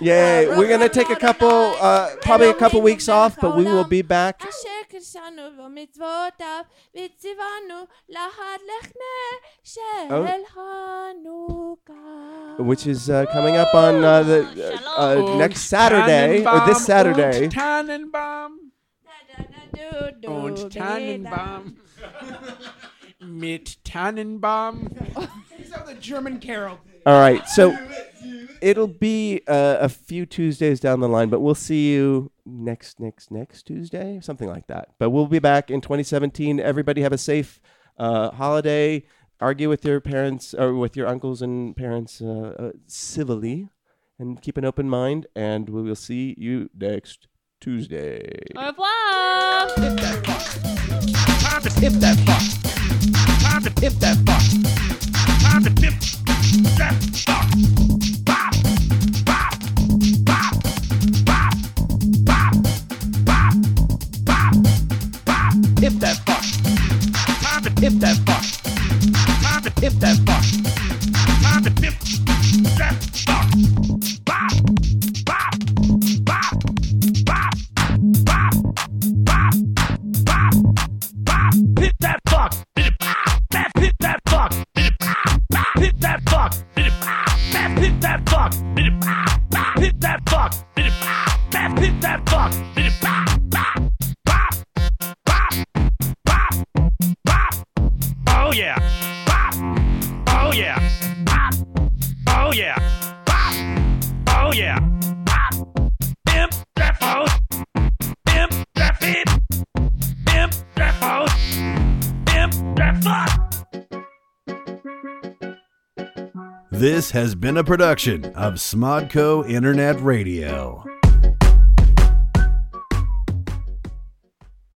Speaker 2: Yay! We're gonna take a couple, uh, probably a couple weeks off, but we will be back.
Speaker 7: Asher Krishanu מצוות אב וציוונו לחד לכנה
Speaker 2: Oh.
Speaker 7: של חנוכה.
Speaker 2: which is uh, coming up on uh, the uh, uh, next Saturday or this Saturday.
Speaker 9: Tannenbaum.
Speaker 7: Du-
Speaker 9: Und
Speaker 7: du-
Speaker 9: Tannenbaum. Mit Tannenbaum.
Speaker 15: He's on the German carol.
Speaker 2: All right, so it'll be uh, a few Tuesdays down the line, but we'll see you next, next, next Tuesday, something like that. But we'll be back in 2017. Everybody have a safe uh, holiday. Argue with your parents or with your uncles and parents uh, uh, civilly, and keep an open mind. And we will see you next Tuesday.
Speaker 4: Au revoir.
Speaker 13: Time to tip that box. Time to tip that box. Time to tip that box. Bop, bop, bop, bop, bop, bop, bop, bop. Tip that box. Time to tip that box. Time to tip that box. Time to tip that box. Bop, bop, bop, bop, bop, bop, bop bop, hit that fuck, bop, bap, hit that fuck, bop, bap, hit that fuck, bop, bap, hit that fuck, bop, bap, hit that fuck, bop, bap, hit that fuck, bop, bop, bop, bop, bop, bop, oh yeah, bop, oh yeah, bop, oh yeah, bop, oh yeah, bop, imp that phone, imp that feet. Imp that phone. Imp that fuck.
Speaker 22: This has been a production of Smodco Internet Radio.